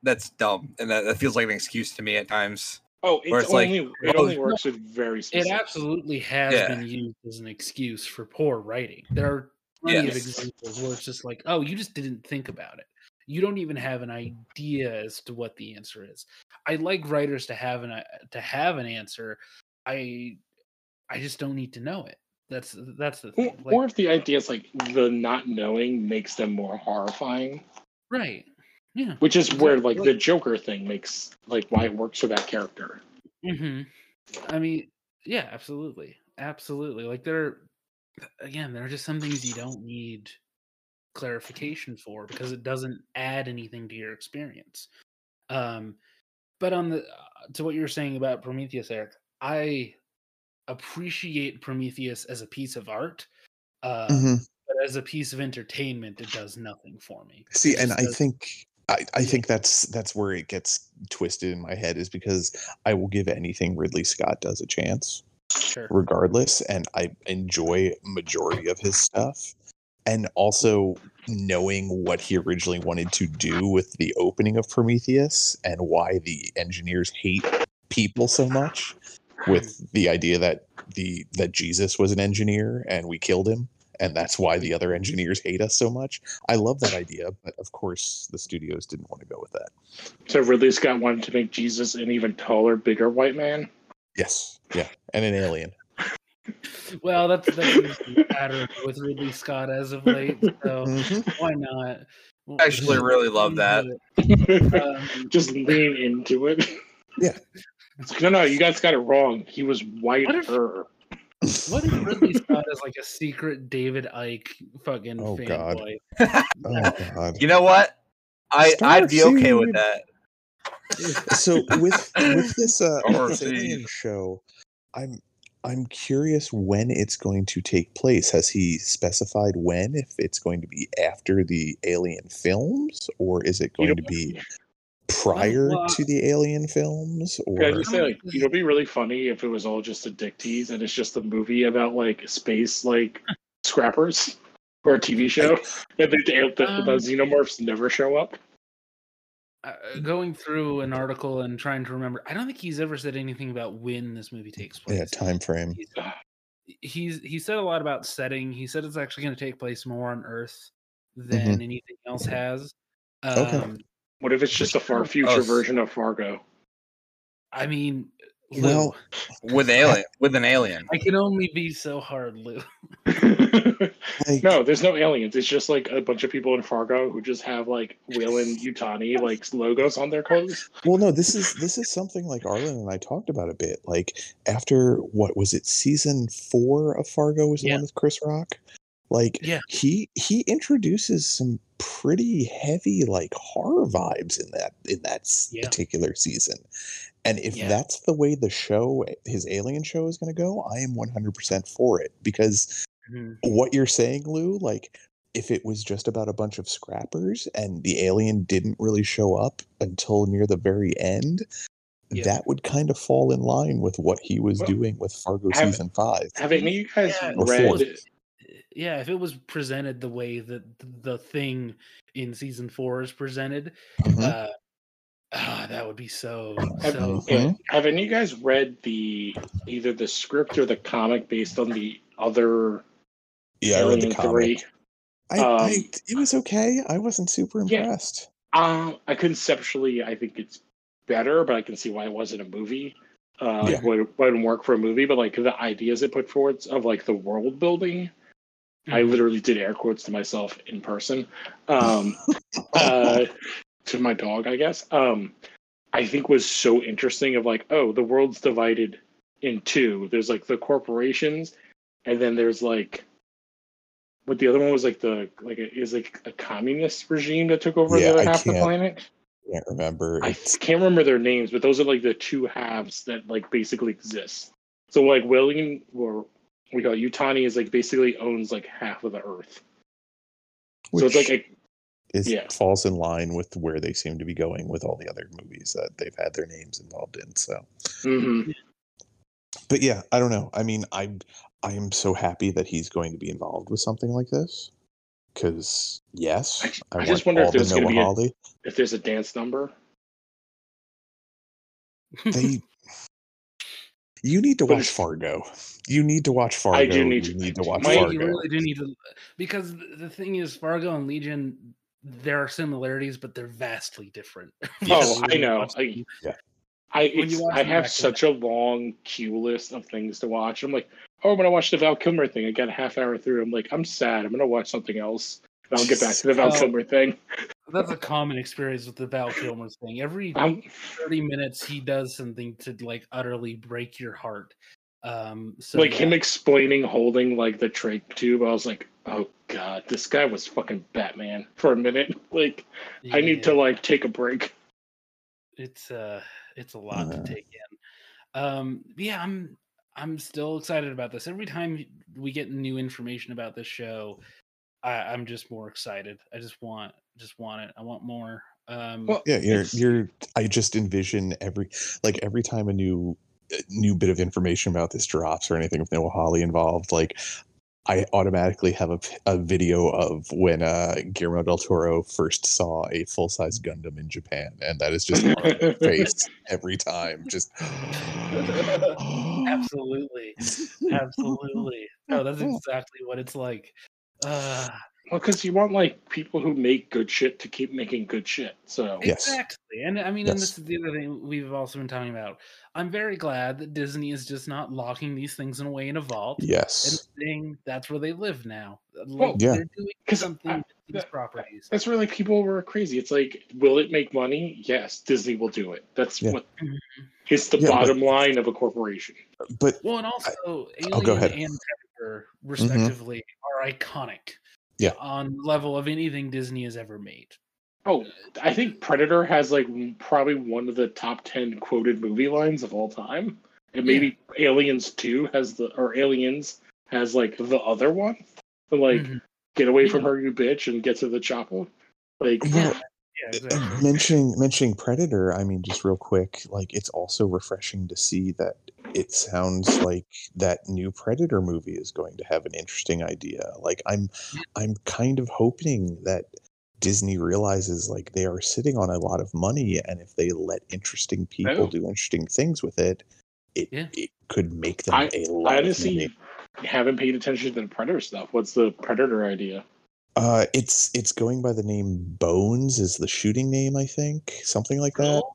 Speaker 5: that's dumb, and that, that feels like an excuse to me at times.
Speaker 4: Oh,
Speaker 5: Where
Speaker 4: it's,
Speaker 5: it's like,
Speaker 4: only it
Speaker 5: oh,
Speaker 4: only works with very
Speaker 3: It
Speaker 4: specific.
Speaker 3: absolutely has
Speaker 5: Yeah.
Speaker 3: been used as an excuse for poor writing. There are plenty of
Speaker 5: Yes.
Speaker 3: examples where it's just like, oh, you just didn't think about it. You don't even have an idea as to what the answer is. I like writers to have an uh, to have an answer. I I just don't need to know it. That's that's the
Speaker 4: Or,
Speaker 3: thing. Like,
Speaker 4: or if the idea is like the not knowing makes them more horrifying,
Speaker 3: right? Yeah.
Speaker 4: which is where like the Joker thing makes like why it works for that character.
Speaker 3: hmm I mean, yeah, absolutely, absolutely. Like there, again, there are just some things you don't need clarification for because it doesn't add anything to your experience. Um, but on the uh, to what you're saying about Prometheus, Eric, I appreciate Prometheus as a piece of art. Uh,
Speaker 1: Mhm.
Speaker 3: But as a piece of entertainment, it does nothing for me.
Speaker 1: See,
Speaker 3: It
Speaker 1: and
Speaker 3: just
Speaker 1: I
Speaker 3: does-
Speaker 1: think I, I think that's that's where it gets twisted in my head is because I will give anything Ridley Scott does a chance.
Speaker 3: sure.
Speaker 1: regardless and i enjoy majority of his stuff and also knowing what he originally wanted to do with the opening of prometheus and why the engineers hate people so much with the idea that the that jesus was an engineer and we killed him and that's why the other engineers hate us so much i love that idea but of course the studios didn't want to go with that
Speaker 4: So Ridley Scott wanted to make Jesus an even taller, bigger white
Speaker 5: (laughs)
Speaker 4: man.
Speaker 1: yes yeah and an alien
Speaker 3: Well, that's that's been the pattern with Ridley Scott as of late. So
Speaker 1: Mhm.
Speaker 3: why not? Well,
Speaker 5: Actually, really love that.
Speaker 3: do it.
Speaker 1: (laughs)
Speaker 3: Um,
Speaker 4: Just lean into it.
Speaker 1: Yeah.
Speaker 4: It's like, No, no, you guys got it wrong. He was whiter.
Speaker 3: what if Ridley Scott is like a secret David Ike fucking
Speaker 1: Oh, God.
Speaker 3: fanboy?
Speaker 1: oh god
Speaker 5: You know what? I I'd be okay with
Speaker 1: Starseed.
Speaker 5: that.
Speaker 1: so with with this uh
Speaker 5: Or
Speaker 1: this
Speaker 5: the-
Speaker 1: alien show i'm i'm curious when it's going to take place has he specified when if it's going to be after the alien films or is it
Speaker 4: You
Speaker 1: going
Speaker 4: know-
Speaker 1: to be prior
Speaker 3: Well,
Speaker 1: to the alien films or
Speaker 4: Yeah, I was gonna say, like, you know, it'd be really funny if it was all just a dick tease and it's just a movie about like space
Speaker 5: (laughs)
Speaker 4: like scrappers or a TV show and the, the, the, the
Speaker 3: Um,
Speaker 4: xenomorphs never show up.
Speaker 3: uh, going through an article and trying to remember, I don't think he's ever said anything about when this movie takes place.
Speaker 1: yeah time frame
Speaker 3: He's, he's he said a lot about setting. He said it's actually going to take place more on Earth than anything else has. Um,
Speaker 1: Mm-hmm. Okay.
Speaker 4: What if it's just a far future
Speaker 5: Oh, s-
Speaker 4: version of Fargo?
Speaker 5: (laughs)
Speaker 4: (laughs)
Speaker 3: I mean, Lou,
Speaker 1: Well,
Speaker 3: (laughs)
Speaker 5: With alien, with an alien.
Speaker 3: I can only be so hard, Lou.
Speaker 1: like
Speaker 4: no, there's no aliens. It's just like a bunch of people in Fargo who just have like Whalen Utani like logos on their clothes.
Speaker 1: Well, no, this is this is something like Arlen and I talked about a bit. Like after what was it, season four of Fargo was the
Speaker 3: Yeah.
Speaker 1: one with Chris Rock. Like
Speaker 3: Yeah.
Speaker 1: he he introduces some pretty heavy like horror vibes in that in that s-
Speaker 3: Yeah.
Speaker 1: particular season. And if
Speaker 3: Yeah.
Speaker 1: that's the way the show his alien show is going to go, I am 100% for it because
Speaker 5: Mm-hmm.
Speaker 3: Mhm.
Speaker 1: what you're saying, Lou, like if it was just about a bunch of scrappers and the alien didn't really show up until near the very end,
Speaker 3: Yeah.
Speaker 1: that would kind of fall in line with what he was
Speaker 4: Well,
Speaker 1: doing with Fargo
Speaker 4: have-
Speaker 1: season five.
Speaker 4: Have any of you guys
Speaker 3: Yeah,
Speaker 1: Or
Speaker 4: read?
Speaker 1: four.
Speaker 3: Yeah, if it was presented the way that the thing in season four is presented,
Speaker 4: Mm-hmm.
Speaker 1: Mhm.
Speaker 3: uh, ah, that would be so.
Speaker 4: Have,
Speaker 3: so
Speaker 1: yeah.
Speaker 4: yeah, have any of you guys read the either the script or the comic based on the other
Speaker 1: yeah, I read the
Speaker 4: Alien
Speaker 1: comic. I, I,
Speaker 4: Um,
Speaker 1: it was okay. I wasn't super
Speaker 4: Yeah.
Speaker 1: impressed.
Speaker 4: Um, I conceptually, I think it's better, but I can see why it wasn't a movie. Uh, like,
Speaker 1: Yeah.
Speaker 4: would wouldn't work for a movie, but like the ideas it put forward of like the world building,
Speaker 3: (laughs)
Speaker 4: I
Speaker 3: Mhm.
Speaker 4: literally did air quotes to myself in person, um, uh, (laughs) to my dog, I guess. Um, I think was so interesting. Of like, oh, the world's divided in two. There's like the corporations, and then there's like. What the other one was like the like it is like a communist regime that took over
Speaker 1: Yeah,
Speaker 4: the other
Speaker 1: I
Speaker 4: half of the
Speaker 1: can't-
Speaker 4: planet.
Speaker 1: can't remember.
Speaker 4: I
Speaker 1: It's-
Speaker 4: can't remember their names, but those are like the two halves that like basically exist. So like William or we call it Utani is like basically owns like half of the earth. so it's
Speaker 1: which
Speaker 4: like a,
Speaker 1: is,
Speaker 4: yeah.
Speaker 1: falls in line with where they seem to be going with all the other movies that they've had their names involved in. So
Speaker 4: mhm.
Speaker 1: but yeah, I don't know. I mean, I I am so happy that he's going to be involved with something like this. Because yes,
Speaker 4: I- I just wonder if there's gonna be a-
Speaker 1: Holly.
Speaker 4: if there's a dance number.
Speaker 3: (laughs)
Speaker 1: They. You need to
Speaker 4: But
Speaker 1: watch
Speaker 4: it's-
Speaker 1: Fargo. You need to watch Fargo.
Speaker 4: do need
Speaker 1: you
Speaker 4: to-
Speaker 1: need to
Speaker 4: I
Speaker 1: watch
Speaker 4: do.
Speaker 3: Mike, you
Speaker 1: Fargo.
Speaker 3: really do need to because th- the thing is, Fargo and Legion, there are similarities, but they're vastly different. (laughs)
Speaker 1: Yes.
Speaker 4: Oh, I know. I,
Speaker 1: Yeah.
Speaker 4: I,
Speaker 3: When you
Speaker 4: it's-
Speaker 3: watch
Speaker 4: I
Speaker 3: them
Speaker 4: have
Speaker 3: back to
Speaker 4: such a long queue list of things to watch. I'm like, oh, I'm gonna watch the Val Kilmer thing. I got a half hour through. I'm like, I'm sad. I'm gonna watch something else. And I'll get back to the Val
Speaker 3: Oh.
Speaker 4: Kilmer thing.
Speaker 3: That's a common experience with the Val Kilmer thing. Every
Speaker 4: (laughs) I'm,
Speaker 3: 30 minutes, he does something to like utterly break your heart. Um, so
Speaker 4: like
Speaker 3: yeah.
Speaker 4: him explaining holding like the trach tube. I was like, oh god, this guy was fucking Batman for a minute. (laughs) Like, I need to
Speaker 3: Yeah.
Speaker 4: like take a break.
Speaker 3: it's uh it's a lot
Speaker 1: Uh.
Speaker 3: to take in um yeah i'm i'm still excited about this every time we get new information about this show i i'm just more excited i just want just want it i want more um
Speaker 4: Well,
Speaker 1: yeah you're
Speaker 4: It's-
Speaker 1: you're i just envision every like every time a new a new bit of information about this drops or anything with noah holly involved like i automatically have a, p- a video of when uh guillermo del toro first saw a full-size gundam in japan and that is just on my face every time just um, (gasps)
Speaker 3: absolutely
Speaker 1: (laughs)
Speaker 3: absolutely no that's exactly what it's like uh
Speaker 4: Well, because you want like people who make good shit to keep making good shit. So
Speaker 1: Yes.
Speaker 3: Exactly. And I mean, and
Speaker 1: Yes.
Speaker 3: this is the other thing we've also been talking about. I'm very glad that Disney is just not locking these things in a way in a vault. and
Speaker 1: yes
Speaker 3: saying that's where they live now. Like
Speaker 4: Well,
Speaker 1: Yeah.
Speaker 3: they're doing
Speaker 4: 'Cause
Speaker 3: something
Speaker 4: I-
Speaker 3: with these
Speaker 1: uh,
Speaker 4: that-
Speaker 3: properties.
Speaker 4: that's where like people were crazy. It's like, will it make money? Yes, Disney will do it. That's
Speaker 1: Yeah.
Speaker 4: what it's the
Speaker 1: Yeah, but-
Speaker 4: bottom line of a corporation.
Speaker 1: but
Speaker 3: Well, and also Alien
Speaker 1: oh, go ahead. Mm-hmm.
Speaker 3: and Predator, respectively, are iconic.
Speaker 1: Yeah.
Speaker 3: On level of anything Disney has ever made.
Speaker 4: Oh, I think Predator has like probably one of the top ten quoted movie lines of all time, and maybe Aliens Two has the or Aliens has like the other one, but like
Speaker 3: Mhm.
Speaker 4: get away from her, you bitch, and get to the chopper. Like,
Speaker 1: well,
Speaker 3: Yeah,
Speaker 1: Uh,
Speaker 4: (laughs)
Speaker 3: exactly.
Speaker 1: mentioning mentioning predator i mean just real quick like it's also refreshing to see that it sounds like that new predator movie is going to have an interesting idea like i'm i'm kind of hoping that disney realizes like they are sitting on a lot of money and if they let interesting people
Speaker 4: Oh.
Speaker 1: do interesting things with it it,
Speaker 3: Yeah.
Speaker 1: it could make them
Speaker 4: I-
Speaker 1: a lot
Speaker 4: I
Speaker 1: of money
Speaker 4: honestly haven't paid attention to the Predator stuff. What's the Predator idea?
Speaker 1: uh it's it's going by the name bones is the shooting name i think something like that
Speaker 4: Oh,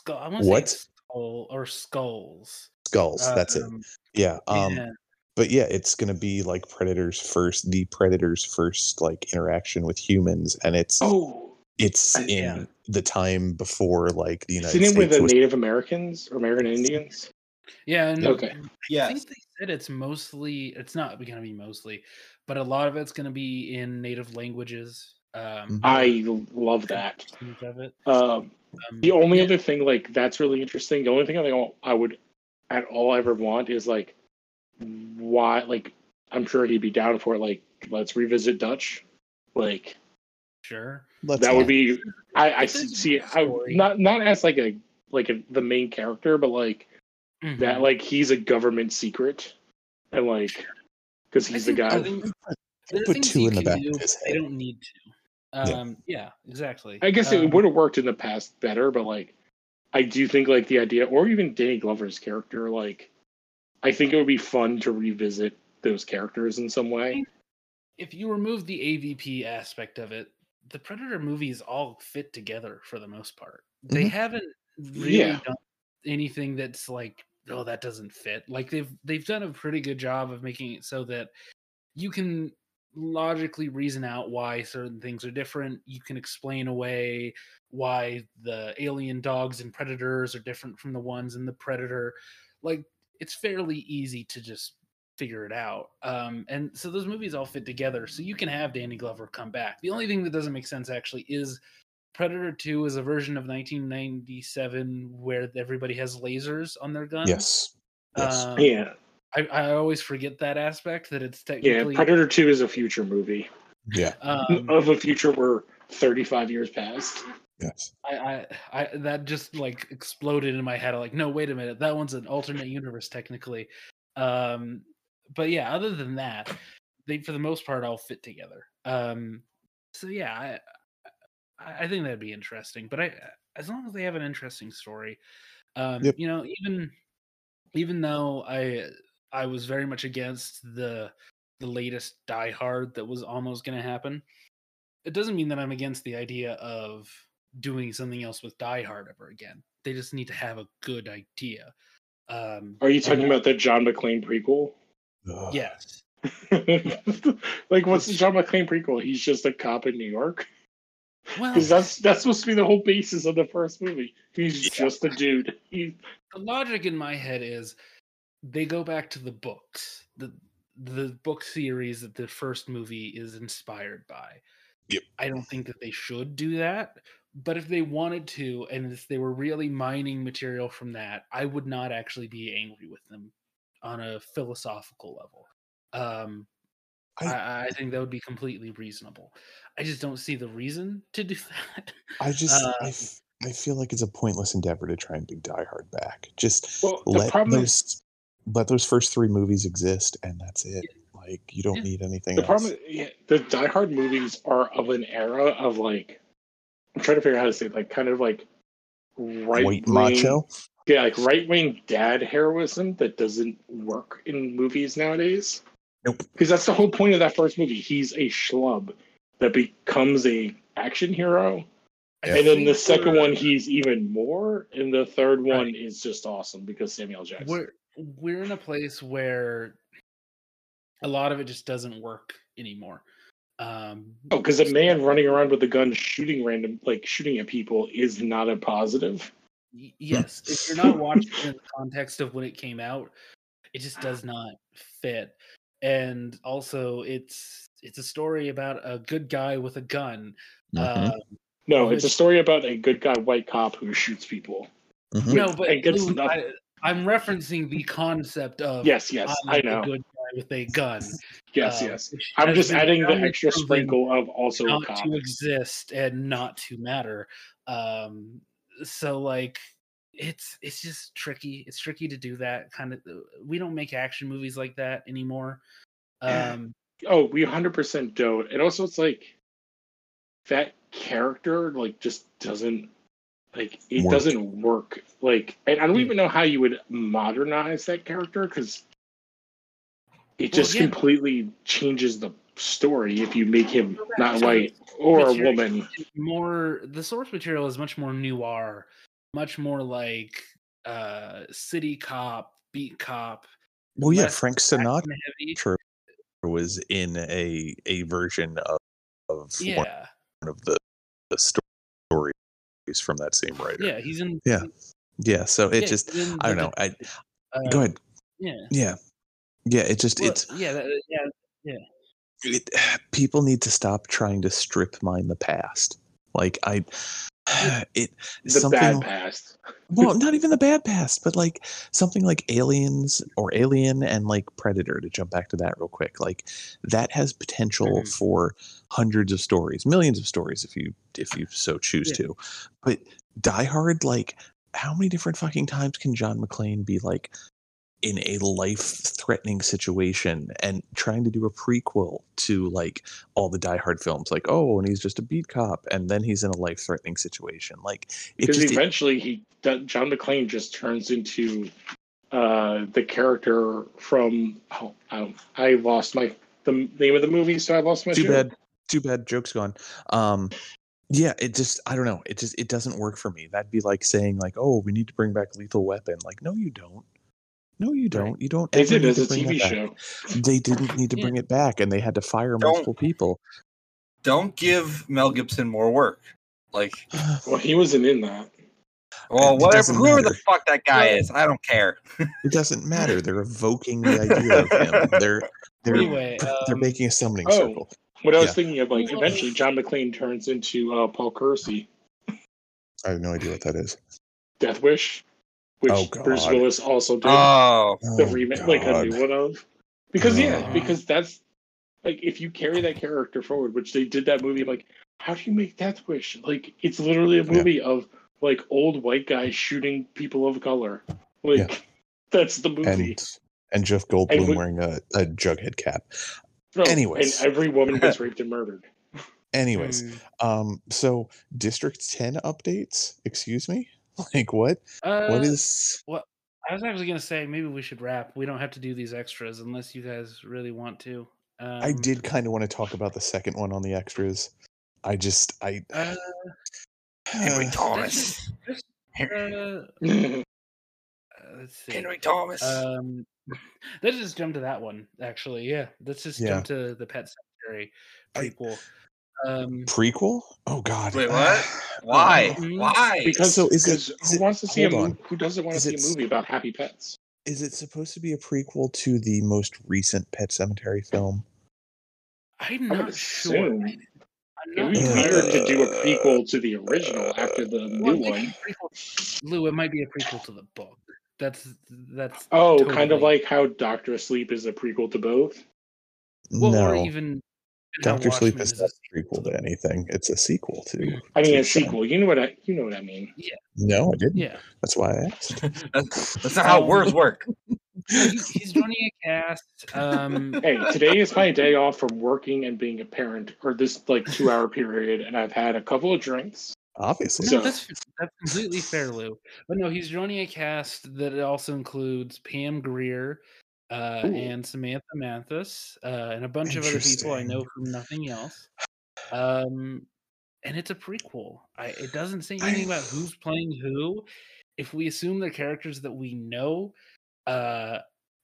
Speaker 3: Skull, I want to say
Speaker 1: What?
Speaker 3: it's skull or skulls.
Speaker 1: skulls
Speaker 4: uh,
Speaker 1: that's it
Speaker 3: Um,
Speaker 1: yeah um
Speaker 3: yeah.
Speaker 1: but yeah it's going to be like predators first the predators first like interaction with humans and it's
Speaker 4: Oh,
Speaker 1: it's
Speaker 4: I-
Speaker 1: in
Speaker 3: yeah.
Speaker 1: the time before like the united
Speaker 4: isn't it with
Speaker 1: states
Speaker 4: the
Speaker 1: was-
Speaker 4: Native Americans or American Indians?
Speaker 3: Yeah, and
Speaker 4: Okay.
Speaker 3: I
Speaker 2: yes.
Speaker 3: think they said it's mostly it's not going to be mostly, but a lot of it's going to be in native languages.
Speaker 1: Mhm.
Speaker 3: Um,
Speaker 4: I love that.
Speaker 3: percentage of it.
Speaker 4: Um,
Speaker 3: Um,
Speaker 4: the only
Speaker 3: yeah,
Speaker 4: other thing like that's really interesting. The only thing I think I would at all ever want is like why like I'm sure he'd be down for it. Like let's revisit Dutch. Like
Speaker 3: sure.
Speaker 1: Let's
Speaker 4: that
Speaker 1: not-
Speaker 4: would be I, I
Speaker 3: But there's
Speaker 4: see
Speaker 3: more
Speaker 4: I
Speaker 3: story.
Speaker 4: not not as like a like a, the main character, but like that
Speaker 3: Mhm.
Speaker 4: like he's a government secret and like because
Speaker 3: I
Speaker 4: he's
Speaker 3: think-
Speaker 4: the
Speaker 3: I
Speaker 4: guy
Speaker 3: think there are
Speaker 1: put
Speaker 3: things
Speaker 1: two
Speaker 3: you
Speaker 1: in the
Speaker 3: can
Speaker 1: back
Speaker 3: do,
Speaker 1: of his
Speaker 3: but They
Speaker 1: head.
Speaker 3: don't need to.
Speaker 1: Yeah.
Speaker 3: Um, yeah. exactly.
Speaker 4: i guess
Speaker 3: Um,
Speaker 4: it would have worked in the past better but like i do think like the idea or even danny glover's character like i think it would be fun to revisit those characters in some way
Speaker 3: If you remove the AVP aspect of it, the Predator movies all fit together for the most part. They
Speaker 1: Mhm.
Speaker 3: haven't really
Speaker 4: Yeah.
Speaker 3: done anything that's like, oh, that doesn't fit. Like they've they've done a pretty good job of making it so that you can logically reason out why certain things are different. You can explain away why the alien dogs and predators are different from the ones in the predator. Like it's fairly easy to just figure it out. Um, and so those movies all fit together. So you can have Danny Glover come back. The only thing that doesn't make sense actually is Predator 2 is a version of 1997 where everybody has lasers on their guns.
Speaker 1: yes yes
Speaker 3: Um,
Speaker 4: yeah
Speaker 3: I, I always forget that aspect that it's
Speaker 4: yeah
Speaker 3: technically
Speaker 4: predator 2 is a future movie
Speaker 1: yeah
Speaker 3: um,
Speaker 4: of a future where 35 years past
Speaker 1: yes
Speaker 3: I, I I that just like exploded in my head. I'm like, no, wait a minute, that one's an alternate universe technically. Um, but yeah, other than that, they for the most part all fit together. Um, so yeah, I I I think that'd be interesting. But I as long as they have an interesting story, Um,
Speaker 1: Yep.
Speaker 3: You know, even even though I I was very much against the the latest Die Hard that was almost going to happen, it doesn't mean that I'm against the idea of doing something else with Die Hard ever again. They just need to have a good idea. Um,
Speaker 4: Are you talking about the John McClane prequel? (laughs)
Speaker 1: Ugh.
Speaker 3: yes.
Speaker 4: like, what's the John McClane prequel? He's just a cop in New York.
Speaker 3: Well,
Speaker 4: Because that's that's supposed to be the whole basis of the first movie. He's just a dude. He,
Speaker 3: the logic in my head is they go back to the books the the book series that the first movie is inspired by
Speaker 1: Yep.
Speaker 3: i don't think that they should do that but if they wanted to and if they were really mining material from that i would not actually be angry with them on a philosophical level um
Speaker 1: I-
Speaker 3: I, I- I think that would be completely reasonable. I just don't see the reason to do (laughs) that.
Speaker 1: I just
Speaker 3: Uh,
Speaker 1: I, f- I feel like it's a pointless endeavor to try and bring Die Hard back. Just
Speaker 4: well, the
Speaker 1: let
Speaker 4: problem
Speaker 1: those
Speaker 4: is
Speaker 1: let those first three movies exist, and that's it. Like you don't
Speaker 3: Yeah.
Speaker 1: need anything
Speaker 4: the
Speaker 1: else.
Speaker 4: problem. Yeah, the Die Hard movies are of an era of like, I'm trying to figure out how to say it, like kind of like right
Speaker 1: White
Speaker 4: wing-
Speaker 1: macho.
Speaker 4: Yeah, like right wing dad heroism that doesn't work in movies nowadays.
Speaker 1: Nope.
Speaker 4: Because that's the whole point of that first movie. He's a schlub that becomes a action hero.
Speaker 3: I
Speaker 4: And then the
Speaker 3: think
Speaker 4: second
Speaker 3: we're-
Speaker 4: one he's even more. And the third one
Speaker 3: Right.
Speaker 4: is just awesome because Samuel Jackson.
Speaker 3: we're we're in a place where a lot of it just doesn't work anymore. Um,
Speaker 4: Oh, because a man running around with a gun shooting random like shooting at people is not a positive. Hmm.
Speaker 3: y- yes, if you're not
Speaker 4: (laughs)
Speaker 3: watching it in the context of when it came out, it
Speaker 4: Ah.
Speaker 3: just does not fit. And also, it's it's a story about a good guy with a gun.
Speaker 1: Mhm,
Speaker 3: Um,
Speaker 4: No,
Speaker 3: Well,
Speaker 4: it's a
Speaker 3: it's-
Speaker 4: story about a good guy white cop who shoots people.
Speaker 1: mhm.
Speaker 4: mm-hmm.
Speaker 3: no, but
Speaker 4: it gets
Speaker 3: Lou, I,
Speaker 4: nothing.
Speaker 3: I'm referencing the concept of
Speaker 4: Yes, yes,
Speaker 3: I'm
Speaker 4: I
Speaker 3: a
Speaker 4: know.
Speaker 3: good guy with a gun.
Speaker 4: Yes,
Speaker 3: um,
Speaker 4: yes.
Speaker 3: which
Speaker 4: I'm
Speaker 3: has
Speaker 4: just
Speaker 3: been
Speaker 4: adding the
Speaker 3: found
Speaker 4: extra
Speaker 3: proven
Speaker 4: sprinkle of also a
Speaker 3: not
Speaker 4: cop.
Speaker 3: to exist and not to matter. Um, so like it's it's just tricky. It's tricky to do that kind of. We don't make action movies like that anymore.
Speaker 4: Yeah.
Speaker 3: Um,
Speaker 4: Oh, we 100% don't. And also, it's like that character, like, just doesn't, like, it
Speaker 1: Work.
Speaker 4: doesn't work. Like, and I don't
Speaker 3: Yeah.
Speaker 4: even know how you would modernize that character because it
Speaker 3: Well,
Speaker 4: just
Speaker 3: yeah.
Speaker 4: completely changes the story if you make him
Speaker 3: Go back
Speaker 4: not
Speaker 3: to
Speaker 4: white or a
Speaker 3: material
Speaker 4: woman.
Speaker 3: is More the source material is much more noir, much more like uh city cop, beat cop,
Speaker 1: Well, yeah,
Speaker 3: less
Speaker 1: Frank Sinatra
Speaker 3: action heavy.
Speaker 1: was in a a version of, of one
Speaker 3: Yeah,
Speaker 1: of the, the sto- stories from that same writer.
Speaker 3: yeah, he's in.
Speaker 1: Yeah, Yeah, so it
Speaker 3: yeah,
Speaker 1: just
Speaker 3: he's in
Speaker 1: I don't
Speaker 3: the-
Speaker 1: know. I
Speaker 3: uh,
Speaker 1: go ahead.
Speaker 3: Yeah,
Speaker 1: Yeah, yeah. It just
Speaker 3: Well,
Speaker 1: it's
Speaker 3: yeah, that- yeah.
Speaker 1: it, (sighs) people need to stop trying to strip mine the past. Like I, (sighs) it
Speaker 4: The
Speaker 1: something.
Speaker 4: bad past.
Speaker 1: Well, not even the bad past, but like something like Aliens or Alien and like Predator. To jump back to that real quick, like that has potential
Speaker 4: Mm-hmm.
Speaker 3: Mhm.
Speaker 1: for hundreds of stories, millions of stories if you if you so choose
Speaker 3: Yeah.
Speaker 1: to. But Die Hard, like, how many different fucking times can John McClane be like? in a life-threatening situation and trying to do a prequel to like all the Die Hard films, like oh, and he's just a beat cop, and then he's in a life-threatening situation. Like it
Speaker 4: Because
Speaker 1: just it-
Speaker 4: eventually, he John McClane just turns into uh, the character from. Oh, I, I lost my the name of the movie, so I lost my.
Speaker 1: too
Speaker 4: show.
Speaker 1: bad too bad joke's gone um yeah it just i don't know it just it doesn't work for me that'd be like saying like oh we need to bring back lethal weapon like no you don't no you don't you don't
Speaker 4: They
Speaker 1: ever
Speaker 4: did
Speaker 1: need
Speaker 4: as
Speaker 1: to
Speaker 4: a
Speaker 1: bring
Speaker 4: TV
Speaker 1: that back.
Speaker 4: show.
Speaker 1: they didn't need to
Speaker 3: Yeah.
Speaker 1: bring it back and they had to fire
Speaker 5: Don't-
Speaker 1: multiple people
Speaker 5: Don't give Mel Gibson more work. Like,
Speaker 4: Well, he wasn't in that.
Speaker 5: well,
Speaker 1: It
Speaker 5: whatever,
Speaker 1: doesn't
Speaker 5: Oh, whoever the
Speaker 1: matter.
Speaker 5: fuck that guy is, I don't care.
Speaker 1: (sighs) it doesn't matter they're evoking
Speaker 4: (laughs)
Speaker 1: the idea of him they're they're
Speaker 3: Anyway,
Speaker 1: they're
Speaker 3: um,
Speaker 1: making a summoning
Speaker 4: oh.
Speaker 1: circle
Speaker 4: What I was
Speaker 1: Yeah.
Speaker 4: thinking of, like,
Speaker 3: Well-
Speaker 4: eventually John McClane turns into uh, Paul Kersey,
Speaker 1: i have no idea what that is
Speaker 4: Death Wish, which
Speaker 1: Oh, God.
Speaker 4: Bruce Willis also did
Speaker 5: Oh,
Speaker 4: the
Speaker 1: Oh,
Speaker 4: remake, like a
Speaker 1: God.
Speaker 4: new one of. Because yeah,
Speaker 1: God.
Speaker 4: because that's like if you carry that character forward, which they did that movie. Like, how do you make Death Wish? Like, it's literally a
Speaker 1: Yeah.
Speaker 4: movie of like old white guys shooting people of color. Like,
Speaker 1: Yeah.
Speaker 4: (laughs) that's the movie.
Speaker 1: and and jeff goldblum
Speaker 4: we-
Speaker 1: wearing a, a jughead cap
Speaker 4: No,
Speaker 1: anyways.
Speaker 4: and
Speaker 1: (laughs)
Speaker 4: every woman gets raped and murdered.
Speaker 1: (laughs) anyways
Speaker 3: Mm.
Speaker 1: Um, so District 10 updates, excuse me. (laughs) Like what?
Speaker 3: Uh,
Speaker 1: what is?
Speaker 3: I was actually gonna say maybe we should wrap. We don't have to do these extras unless you guys really want to. Um,
Speaker 1: I did kind of want to talk about the second one on the extras. I just I. (laughs)
Speaker 3: Uh,
Speaker 5: Henry
Speaker 1: (sighs) uh,
Speaker 5: Thomas.
Speaker 3: uh, let's see.
Speaker 5: Henry Thomas.
Speaker 3: Um, (laughs) let's just jump to that one. Actually, yeah, let's just
Speaker 1: Yeah.
Speaker 3: jump to the Pet Cemetery
Speaker 1: I-
Speaker 3: prequel. Um,
Speaker 1: prequel? (sighs) Oh God!
Speaker 5: Wait,
Speaker 1: uh,
Speaker 5: what? Why?
Speaker 3: Mhm.
Speaker 5: Why?
Speaker 4: because
Speaker 1: So is it-
Speaker 4: because
Speaker 1: is
Speaker 4: who
Speaker 1: it-
Speaker 4: wants to see a
Speaker 1: hold on.
Speaker 4: movie? Who doesn't want to
Speaker 1: Is
Speaker 4: see
Speaker 1: it
Speaker 4: a
Speaker 1: s-
Speaker 4: movie about happy pets?
Speaker 1: Is it supposed to be a prequel to the most recent Pet Cemetery film?
Speaker 3: I'm
Speaker 4: I would
Speaker 3: not sure.
Speaker 4: assume
Speaker 3: I'm
Speaker 4: it would
Speaker 3: not
Speaker 4: be
Speaker 1: Uh,
Speaker 4: weird to do a prequel to the original after the
Speaker 3: Uh, Well,
Speaker 4: new
Speaker 3: it might be
Speaker 4: one.
Speaker 3: a prequel- Lou, it might be a prequel to the book. That's that's
Speaker 4: Oh, kind
Speaker 3: totally.
Speaker 4: of like how Doctor Sleep is a prequel to both.
Speaker 3: well,
Speaker 1: no,
Speaker 3: or even how
Speaker 1: Doctor Sleep
Speaker 3: Watchmen
Speaker 1: is
Speaker 3: a
Speaker 1: not a
Speaker 3: sequel
Speaker 1: prequel to anything. It's a sequel to.
Speaker 4: I mean,
Speaker 1: to
Speaker 4: a
Speaker 1: Shine.
Speaker 4: sequel. You know what I? You know what I mean.
Speaker 1: No, I didn't.
Speaker 3: Yeah,
Speaker 1: That's why I asked.
Speaker 5: That's, that's not how
Speaker 3: Um,
Speaker 5: words work.
Speaker 3: he, he's joining a cast. Um,
Speaker 4: Hey, today is my day off from working and being a parent, or this like two hour period, and I've had a couple of drinks.
Speaker 1: Obviously,
Speaker 4: So-
Speaker 3: No, that's that's completely fair, Lou. But no, he's joining a cast that also includes Pam Greer uh,
Speaker 4: Ooh.
Speaker 3: and Samantha Mathis uh, and a bunch of other people I know
Speaker 1: Interesting.
Speaker 3: from nothing else. Um, and it's a prequel. I, it doesn't say
Speaker 1: I-
Speaker 3: anything about who's playing who. If we assume they're characters that we know, uh,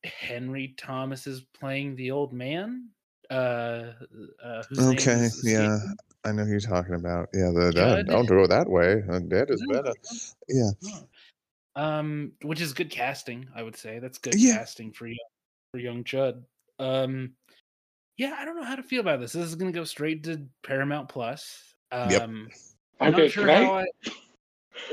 Speaker 3: Henry Thomas is playing the old man. Uh, uh, whose name
Speaker 1: Okay,
Speaker 3: is
Speaker 1: yeah,
Speaker 3: escaping-
Speaker 1: I know who you're talking about. Yeah, the,
Speaker 3: Judd?
Speaker 1: that, don't do it that way. Uh, That is
Speaker 3: No,
Speaker 1: better. Yeah,
Speaker 3: Huh. Um, which is good casting, I would say. That's good
Speaker 1: Yeah.
Speaker 3: casting for young, for young Judd. Um, yeah, I don't know how to feel about this. This is gonna go straight to Paramount Plus. Um,
Speaker 1: Yep.
Speaker 3: I'm
Speaker 4: Okay,
Speaker 3: not sure
Speaker 4: can I
Speaker 3: how
Speaker 4: (laughs)
Speaker 3: I.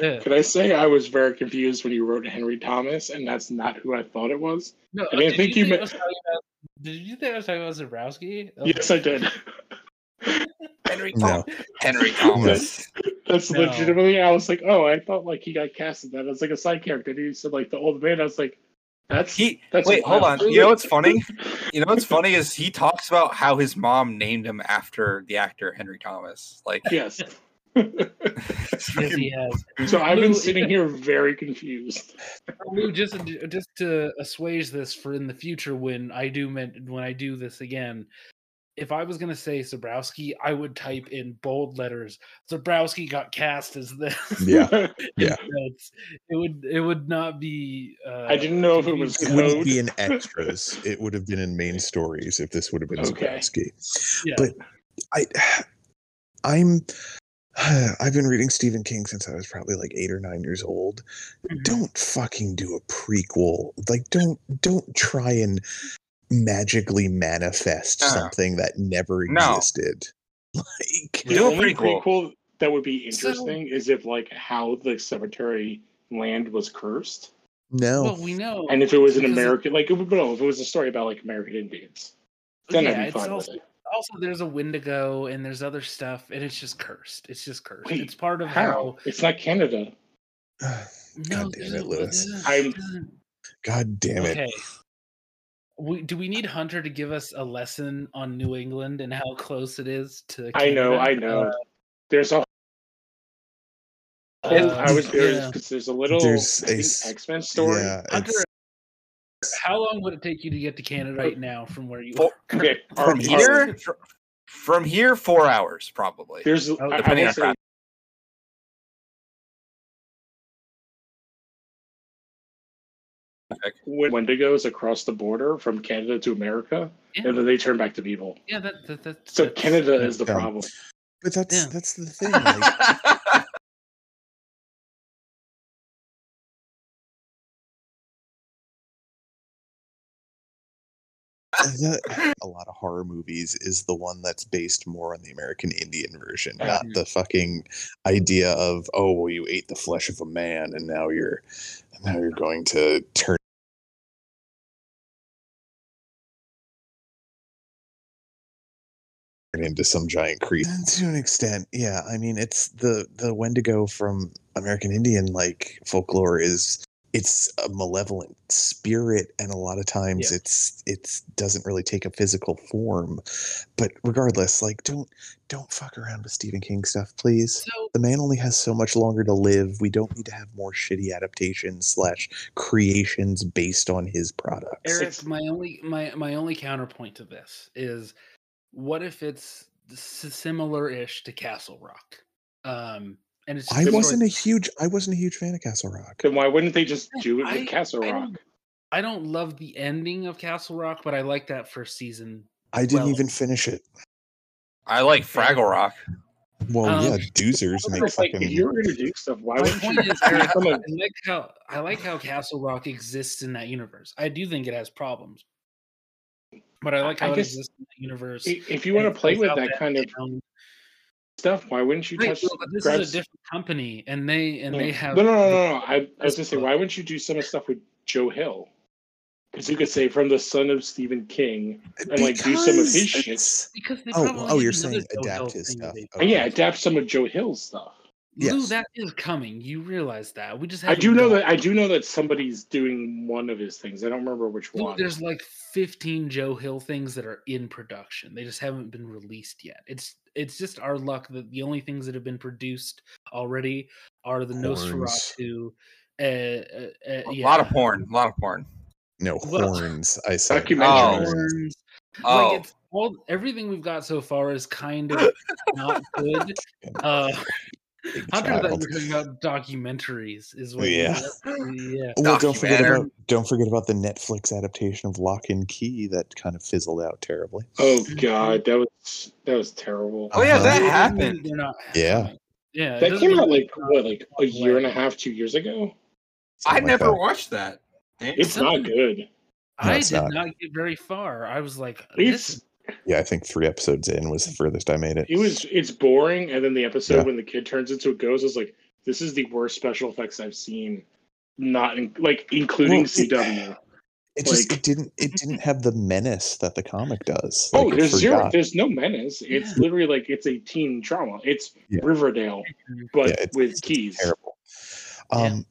Speaker 3: Yeah.
Speaker 4: can I say I was very confused when you wrote Henry Thomas, and that's not who I thought it was.
Speaker 3: No,
Speaker 4: I mean, I
Speaker 3: did
Speaker 4: think
Speaker 3: you think
Speaker 4: you ma-
Speaker 3: I was talking about? Did you think I was talking about Zabrowski?
Speaker 4: Yes, I did.
Speaker 5: (laughs)
Speaker 4: (laughs)
Speaker 5: Henry
Speaker 1: No.
Speaker 5: Thomas. Henry Thomas.
Speaker 4: That's
Speaker 3: No.
Speaker 4: legitimately. I was like, oh, I thought like he got cast in that as like a side character. And you said like the old man. I was like,
Speaker 5: (laughs)
Speaker 4: that's
Speaker 5: He
Speaker 4: That's
Speaker 5: wait, hold
Speaker 4: wild.
Speaker 5: on. You know what's funny? You know what's funny is he talks about how his mom named him after the actor Henry Thomas. Like,
Speaker 4: (laughs) yes.
Speaker 5: it's
Speaker 3: Yes, he
Speaker 5: freaking-
Speaker 3: has.
Speaker 4: So I've
Speaker 3: (laughs) Lou,
Speaker 4: been
Speaker 3: is
Speaker 4: sitting here very confused.
Speaker 3: Lou, just just to assuage this for in the future when I do men- when I do this again, if I was gonna say Zabrowski, I would type in bold letters Zabrowski got cast as this. (laughs)
Speaker 1: Yeah. Yeah.
Speaker 3: That's- it would it would not be. Uh,
Speaker 4: (laughs) I didn't know if it was
Speaker 1: it
Speaker 3: confusing.
Speaker 1: wouldn't
Speaker 4: code.
Speaker 1: be in extras. it would have been in main stories if this would have been
Speaker 4: Okay.
Speaker 1: Zabrowski.
Speaker 3: Yeah.
Speaker 1: But I, (sighs) I'm, (sighs) I've been reading Stephen King since I was probably like eight or nine years old.
Speaker 3: Mhm.
Speaker 1: Don't fucking do a prequel. Like, don't don't try and magically manifest
Speaker 5: No.
Speaker 1: something that never
Speaker 5: No.
Speaker 1: existed. (laughs) Like,
Speaker 4: The
Speaker 5: Do a
Speaker 4: only
Speaker 5: prequel.
Speaker 4: prequel that would be
Speaker 3: So-
Speaker 4: interesting is if like how the cemetery land was cursed,
Speaker 1: no.
Speaker 3: Well, we know,
Speaker 4: and if it was an
Speaker 3: Because it-
Speaker 4: American, like it would- no, if it was a story about like American Indians, then
Speaker 3: Yeah,
Speaker 4: I'd be
Speaker 3: it's
Speaker 4: fine
Speaker 3: also-
Speaker 4: with it.
Speaker 3: also there's a Wendigo and there's other stuff, and it's just cursed. It's just cursed.
Speaker 4: Wait,
Speaker 3: it's part of
Speaker 4: How?
Speaker 3: how.
Speaker 4: It's not Canada.
Speaker 1: God damn
Speaker 3: this
Speaker 1: it,
Speaker 3: isn't-
Speaker 1: Lewis.
Speaker 3: this isn't-
Speaker 4: I'm-
Speaker 3: this isn't-
Speaker 1: (sighs) God damn it.
Speaker 3: Okay. We, do we need Hunter to give us a lesson on New England and how close it is to?
Speaker 4: I know, I
Speaker 3: Canada? Uh,
Speaker 4: know. There's a. whole- I was there
Speaker 3: yeah.
Speaker 4: because there's a little
Speaker 1: There's a s-
Speaker 4: X Men story.
Speaker 1: Yeah,
Speaker 3: Hunter,
Speaker 1: it's-
Speaker 3: how long would it take you to get to Canada right now (laughs) from where you
Speaker 5: Four-
Speaker 3: are?
Speaker 4: Okay,
Speaker 5: from
Speaker 4: our- our-
Speaker 5: here, fr- from here, four hours probably. (laughs)
Speaker 4: there's I- I
Speaker 5: Depending
Speaker 4: will
Speaker 5: on
Speaker 4: say
Speaker 5: traffic.
Speaker 4: when Wendigos across the border from Canada to America,
Speaker 3: Yeah,
Speaker 4: and then they turn back to people.
Speaker 3: yeah that, that, that,
Speaker 4: So
Speaker 3: that's-
Speaker 4: Canada is the
Speaker 1: Yeah.
Speaker 4: problem.
Speaker 1: but that's
Speaker 3: Yeah.
Speaker 1: that's the thing. Like, the- a lot of horror movies is the one that's based more on the American Indian version,
Speaker 4: Yeah.
Speaker 1: not the fucking idea of oh, well, you ate the flesh of a man and now you're now you're going to turn. turn Into some giant creature to an extent, yeah. I mean, it's the the Wendigo from American Indian like folklore is it's a malevolent spirit and a lot of times
Speaker 3: Yeah.
Speaker 1: it's it's doesn't really take a physical form but regardless like don't don't fuck around with stephen king stuff please
Speaker 3: So
Speaker 1: the man only has so much longer to live we don't need to have more shitty adaptations slash creations based on his products
Speaker 3: Eric, my only my my only counterpoint to this is, what if it's similar ish to Castle Rock? Um, and it's
Speaker 1: i
Speaker 3: just
Speaker 1: wasn't a huge i wasn't a huge fan of castle rock
Speaker 4: Then why wouldn't they just do it
Speaker 3: I-
Speaker 4: with Castle
Speaker 3: I
Speaker 4: Rock?
Speaker 3: don't- I don't love the ending of Castle Rock, but I like that first season.
Speaker 1: i didn't
Speaker 3: well-
Speaker 1: even finish it
Speaker 5: I like Fraggle Rock.
Speaker 1: well
Speaker 3: Um,
Speaker 1: yeah doozers
Speaker 4: I'm
Speaker 1: make
Speaker 4: just like,
Speaker 1: fucking
Speaker 4: if you were gonna do stuff, why
Speaker 3: My
Speaker 4: would you?
Speaker 3: point is, Eric,
Speaker 4: Come
Speaker 3: I
Speaker 4: on.
Speaker 3: like how I like how Castle Rock exists in that universe. I do think it has problems, but I like
Speaker 4: I
Speaker 3: how it
Speaker 4: guess-
Speaker 3: exists in that universe.
Speaker 4: If if you want
Speaker 3: and
Speaker 4: to play with
Speaker 3: without
Speaker 4: that kind of
Speaker 3: down-
Speaker 4: stuff, why wouldn't you
Speaker 3: Right,
Speaker 4: touch?
Speaker 3: well, but this
Speaker 4: grab
Speaker 3: is a
Speaker 4: s-
Speaker 3: different company, and they and they
Speaker 4: Yeah.
Speaker 3: have
Speaker 4: no, no, no, no. no. I, I was
Speaker 3: That's
Speaker 4: gonna say,
Speaker 3: what-
Speaker 4: why wouldn't you do some of the stuff with Joe Hill? Because you could say from the son of Stephen King, and, like, do some of his
Speaker 1: Because
Speaker 4: shit.
Speaker 1: it's-
Speaker 3: Because they
Speaker 1: oh
Speaker 3: probably
Speaker 1: oh
Speaker 3: have
Speaker 1: you're
Speaker 3: another
Speaker 1: saying
Speaker 3: Joe Hill
Speaker 1: adapt his
Speaker 3: thing
Speaker 1: stuff
Speaker 3: they-
Speaker 1: Okay.
Speaker 4: and yeah, adapt some of Joe Hill's stuff.
Speaker 3: Lou,
Speaker 1: Yes.
Speaker 3: that is coming. You realize that. We just
Speaker 4: I
Speaker 3: haven't
Speaker 4: do know
Speaker 3: done it.
Speaker 4: that I do know that somebody's doing one of his things. I don't remember which
Speaker 3: Lou,
Speaker 4: one.
Speaker 3: there's like 15 Joe Hill things that are in production. They just haven't been released yet. It's it's just our luck that the only things that have been produced already are the
Speaker 1: Horns.
Speaker 3: Nosferatu. Uh, uh, uh,
Speaker 5: A
Speaker 3: yeah.
Speaker 5: lot of porn. A lot of porn.
Speaker 1: No (laughs)
Speaker 3: Well-
Speaker 1: horns. I said
Speaker 4: Documentary.
Speaker 1: horns.
Speaker 3: Horns.
Speaker 5: Oh,
Speaker 3: Like it's all everything we've got so far is kind of not
Speaker 5: (laughs)
Speaker 3: good. Uh, Hunter
Speaker 1: Child.
Speaker 3: thought you were talking about documentaries is what he-
Speaker 1: Yeah.
Speaker 5: (laughs)
Speaker 3: yeah.
Speaker 1: Well, don't forget
Speaker 5: Documentary.
Speaker 1: about don't forget about the Netflix adaptation of Lock and Key that kind of fizzled out terribly.
Speaker 4: Oh god, that was that was terrible.
Speaker 5: oh yeah,
Speaker 1: Uh-huh.
Speaker 5: that
Speaker 3: Doesn't mean
Speaker 5: happened.
Speaker 3: They're not.
Speaker 1: Yeah.
Speaker 3: coming. Yeah. it
Speaker 4: that
Speaker 3: doesn't
Speaker 4: came
Speaker 3: mean
Speaker 4: out
Speaker 3: they're
Speaker 4: like
Speaker 3: not
Speaker 4: what, like a
Speaker 3: going
Speaker 4: year and a
Speaker 3: away.
Speaker 4: half, two years ago.
Speaker 5: I
Speaker 1: Something like
Speaker 5: never
Speaker 1: that.
Speaker 5: watched that.
Speaker 4: It's not good.
Speaker 1: No,
Speaker 3: I
Speaker 1: it's
Speaker 3: did
Speaker 1: not.
Speaker 3: not. get very far. I was like,
Speaker 4: It's
Speaker 3: this.
Speaker 1: Yeah, I think three episodes in was the furthest I made it.
Speaker 4: it was it's boring, and then the episode
Speaker 1: Yeah.
Speaker 4: when the kid turns into a ghost is like, this is the worst special effects I've seen, not in, like including
Speaker 1: Well,
Speaker 4: CW.
Speaker 1: It just
Speaker 4: like-
Speaker 1: it didn't
Speaker 4: (laughs)
Speaker 1: it didn't have the menace that the comic does.
Speaker 4: Oh,
Speaker 1: Like, it
Speaker 4: there's zero.
Speaker 1: forgot.
Speaker 4: There's no menace. It's literally like it's a teen drama. It's
Speaker 1: Yeah.
Speaker 4: Riverdale, but
Speaker 1: Yeah, it's-
Speaker 4: with
Speaker 1: it's
Speaker 4: keys.
Speaker 1: terrible.
Speaker 3: Yeah.
Speaker 1: Um,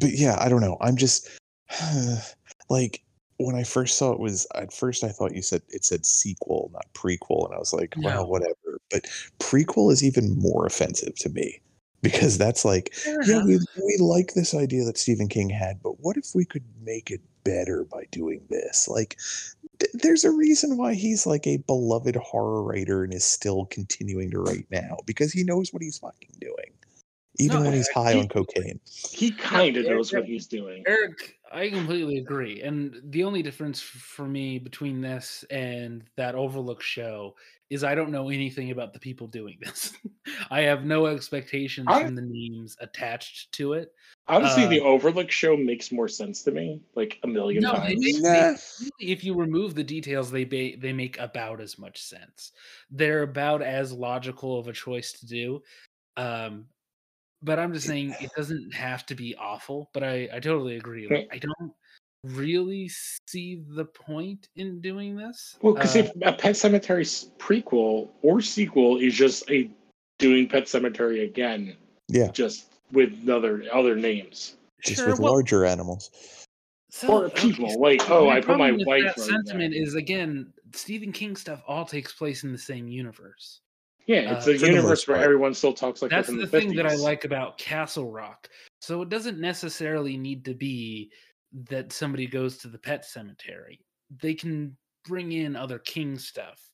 Speaker 1: but yeah, I don't know. I'm just (sighs) like when I first saw it was at first I thought you said it said sequel, not prequel, and I was like,
Speaker 3: No.
Speaker 1: well, whatever. But prequel is even more offensive to me because that's like,
Speaker 3: Fair
Speaker 1: (laughs) yeah,
Speaker 3: enough.
Speaker 1: we, we like this idea that Stephen King had, but what if we could make it better by doing this? Like, th- there's a reason why he's like a beloved horror writer and is still continuing to write now because he knows what he's fucking doing, even
Speaker 3: No,
Speaker 1: when he's
Speaker 4: I-
Speaker 1: high
Speaker 4: he-
Speaker 1: on cocaine.
Speaker 4: He kind of
Speaker 3: Yeah,
Speaker 4: knows
Speaker 3: yeah.
Speaker 4: what he's doing.
Speaker 3: Eric, I completely agree. And the only difference f- for me between this and that Overlook show is I don't know anything about the people doing this. (laughs) I have no expectations
Speaker 4: I-
Speaker 3: from the names attached to it.
Speaker 4: Honestly,
Speaker 3: Uh,
Speaker 4: the Overlook show makes more sense to me, like a
Speaker 3: (laughs)
Speaker 4: million
Speaker 3: No, they
Speaker 4: times.
Speaker 3: make,
Speaker 1: Nah.
Speaker 3: they, really, if you remove the details, they ba- they make about as much sense. They're about as logical of a choice to do. Um, but I'm just saying
Speaker 4: (sighs)
Speaker 3: it doesn't have to be awful. But I I totally agree. Like, I don't really see the point in doing this.
Speaker 4: Well, because
Speaker 3: Uh,
Speaker 4: if a Pet Cemetery prequel or sequel is just a doing Pet Cemetery again,
Speaker 1: Yeah.
Speaker 4: just with other other names
Speaker 1: Just
Speaker 3: sure,
Speaker 1: with
Speaker 3: well-
Speaker 1: larger animals.
Speaker 3: so-
Speaker 4: or
Speaker 3: okay,
Speaker 4: people.
Speaker 3: so
Speaker 4: like, oh,
Speaker 3: my
Speaker 4: I put my
Speaker 3: problem with
Speaker 4: wife.
Speaker 3: That
Speaker 4: on
Speaker 3: sentiment
Speaker 4: there.
Speaker 3: is again Stephen King stuff all takes place in the same universe.
Speaker 4: yeah, it's
Speaker 3: uh,
Speaker 4: a
Speaker 1: For the
Speaker 4: universe
Speaker 1: most
Speaker 4: where
Speaker 1: part.
Speaker 4: everyone still talks like that
Speaker 3: that's
Speaker 4: from
Speaker 3: the,
Speaker 4: the,
Speaker 3: thing that I
Speaker 4: 50s.
Speaker 3: like about Castle Rock. So it doesn't necessarily need to be that somebody goes to the pet cemetery. They can bring in other King stuff,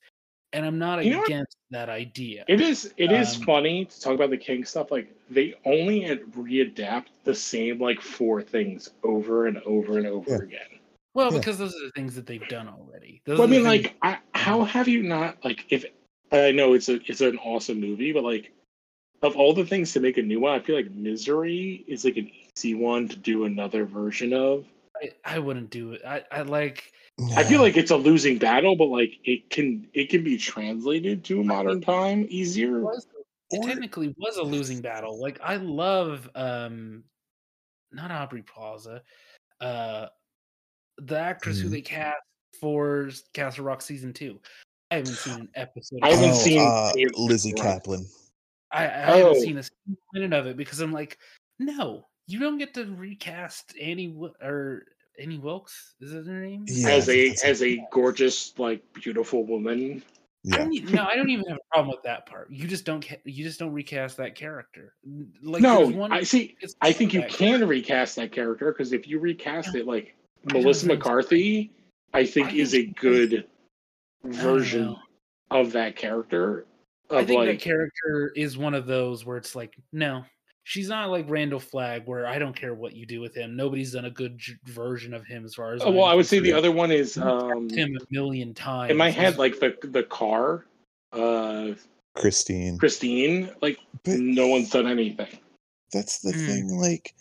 Speaker 3: and I'm not
Speaker 4: You know what?
Speaker 3: against that idea.
Speaker 4: It is it is
Speaker 3: Um,
Speaker 4: funny to talk about the King stuff. Like they only ad- readapt the same like four things over and over and over
Speaker 1: Yeah.
Speaker 4: again.
Speaker 3: well,
Speaker 1: yeah.
Speaker 3: because those are the things that they've done already. Those are
Speaker 4: Well, I
Speaker 3: the
Speaker 4: mean,
Speaker 3: things-
Speaker 4: like, I, how have you not like if I know it's a it's an awesome movie, but like of all the things to make a new one, I feel like Misery is like an easy one to do another version of.
Speaker 3: I, I wouldn't do it. I, I like
Speaker 4: I feel
Speaker 1: Nah.
Speaker 4: like it's a losing battle, but like it can it can be translated to modern time easier.
Speaker 3: was it
Speaker 1: Or-
Speaker 3: technically was a losing battle. Like I love um not Aubrey Plaza, uh the actress who
Speaker 1: Mhm.
Speaker 3: they cast for s- Castle Rock season two. I haven't seen an episode.
Speaker 4: I
Speaker 3: of
Speaker 4: haven't
Speaker 3: Castle
Speaker 4: seen
Speaker 3: Rock.
Speaker 1: uh,
Speaker 4: any of the
Speaker 1: Lizzie
Speaker 4: Rock.
Speaker 1: Kaplan.
Speaker 3: I, I haven't
Speaker 4: Oh.
Speaker 3: seen a single minute of it because I'm like, no, you don't get to recast Annie Wi- or Annie Wilkes. Is that her name?
Speaker 1: Yeah,
Speaker 4: as
Speaker 1: I think
Speaker 4: a
Speaker 1: that's it.
Speaker 4: as a gorgeous, like beautiful woman.
Speaker 3: I
Speaker 1: yeah.
Speaker 3: don't even, no, I don't even have a problem with that part. You just don't. ca- You just don't recast that character. N- Like
Speaker 4: no,
Speaker 3: there's one-
Speaker 4: I see.
Speaker 3: it's
Speaker 4: I think you
Speaker 3: that
Speaker 4: can
Speaker 3: character.
Speaker 4: recast that character because if you recast it like
Speaker 3: I don't
Speaker 4: Melissa
Speaker 3: think so.
Speaker 4: McCarthy, I think
Speaker 3: I
Speaker 4: is a
Speaker 3: think-
Speaker 4: good
Speaker 3: I don't
Speaker 4: version
Speaker 3: know.
Speaker 4: of that character. Of
Speaker 3: I think
Speaker 4: like,
Speaker 3: that character is one of those where it's like, no, she's not like Randall Flagg, where I don't care what you do with him. Nobody's done a good j- version of him as far as.
Speaker 4: oh, well, I
Speaker 3: I'm
Speaker 4: would say the
Speaker 3: concerned.
Speaker 4: other one is um,
Speaker 3: him a million times.
Speaker 4: in my
Speaker 3: He's-
Speaker 4: head like the the car, uh,
Speaker 1: Christine.
Speaker 4: Christine. Like
Speaker 1: But
Speaker 4: no one's done anything.
Speaker 1: that's the
Speaker 3: Mm.
Speaker 1: thing. Like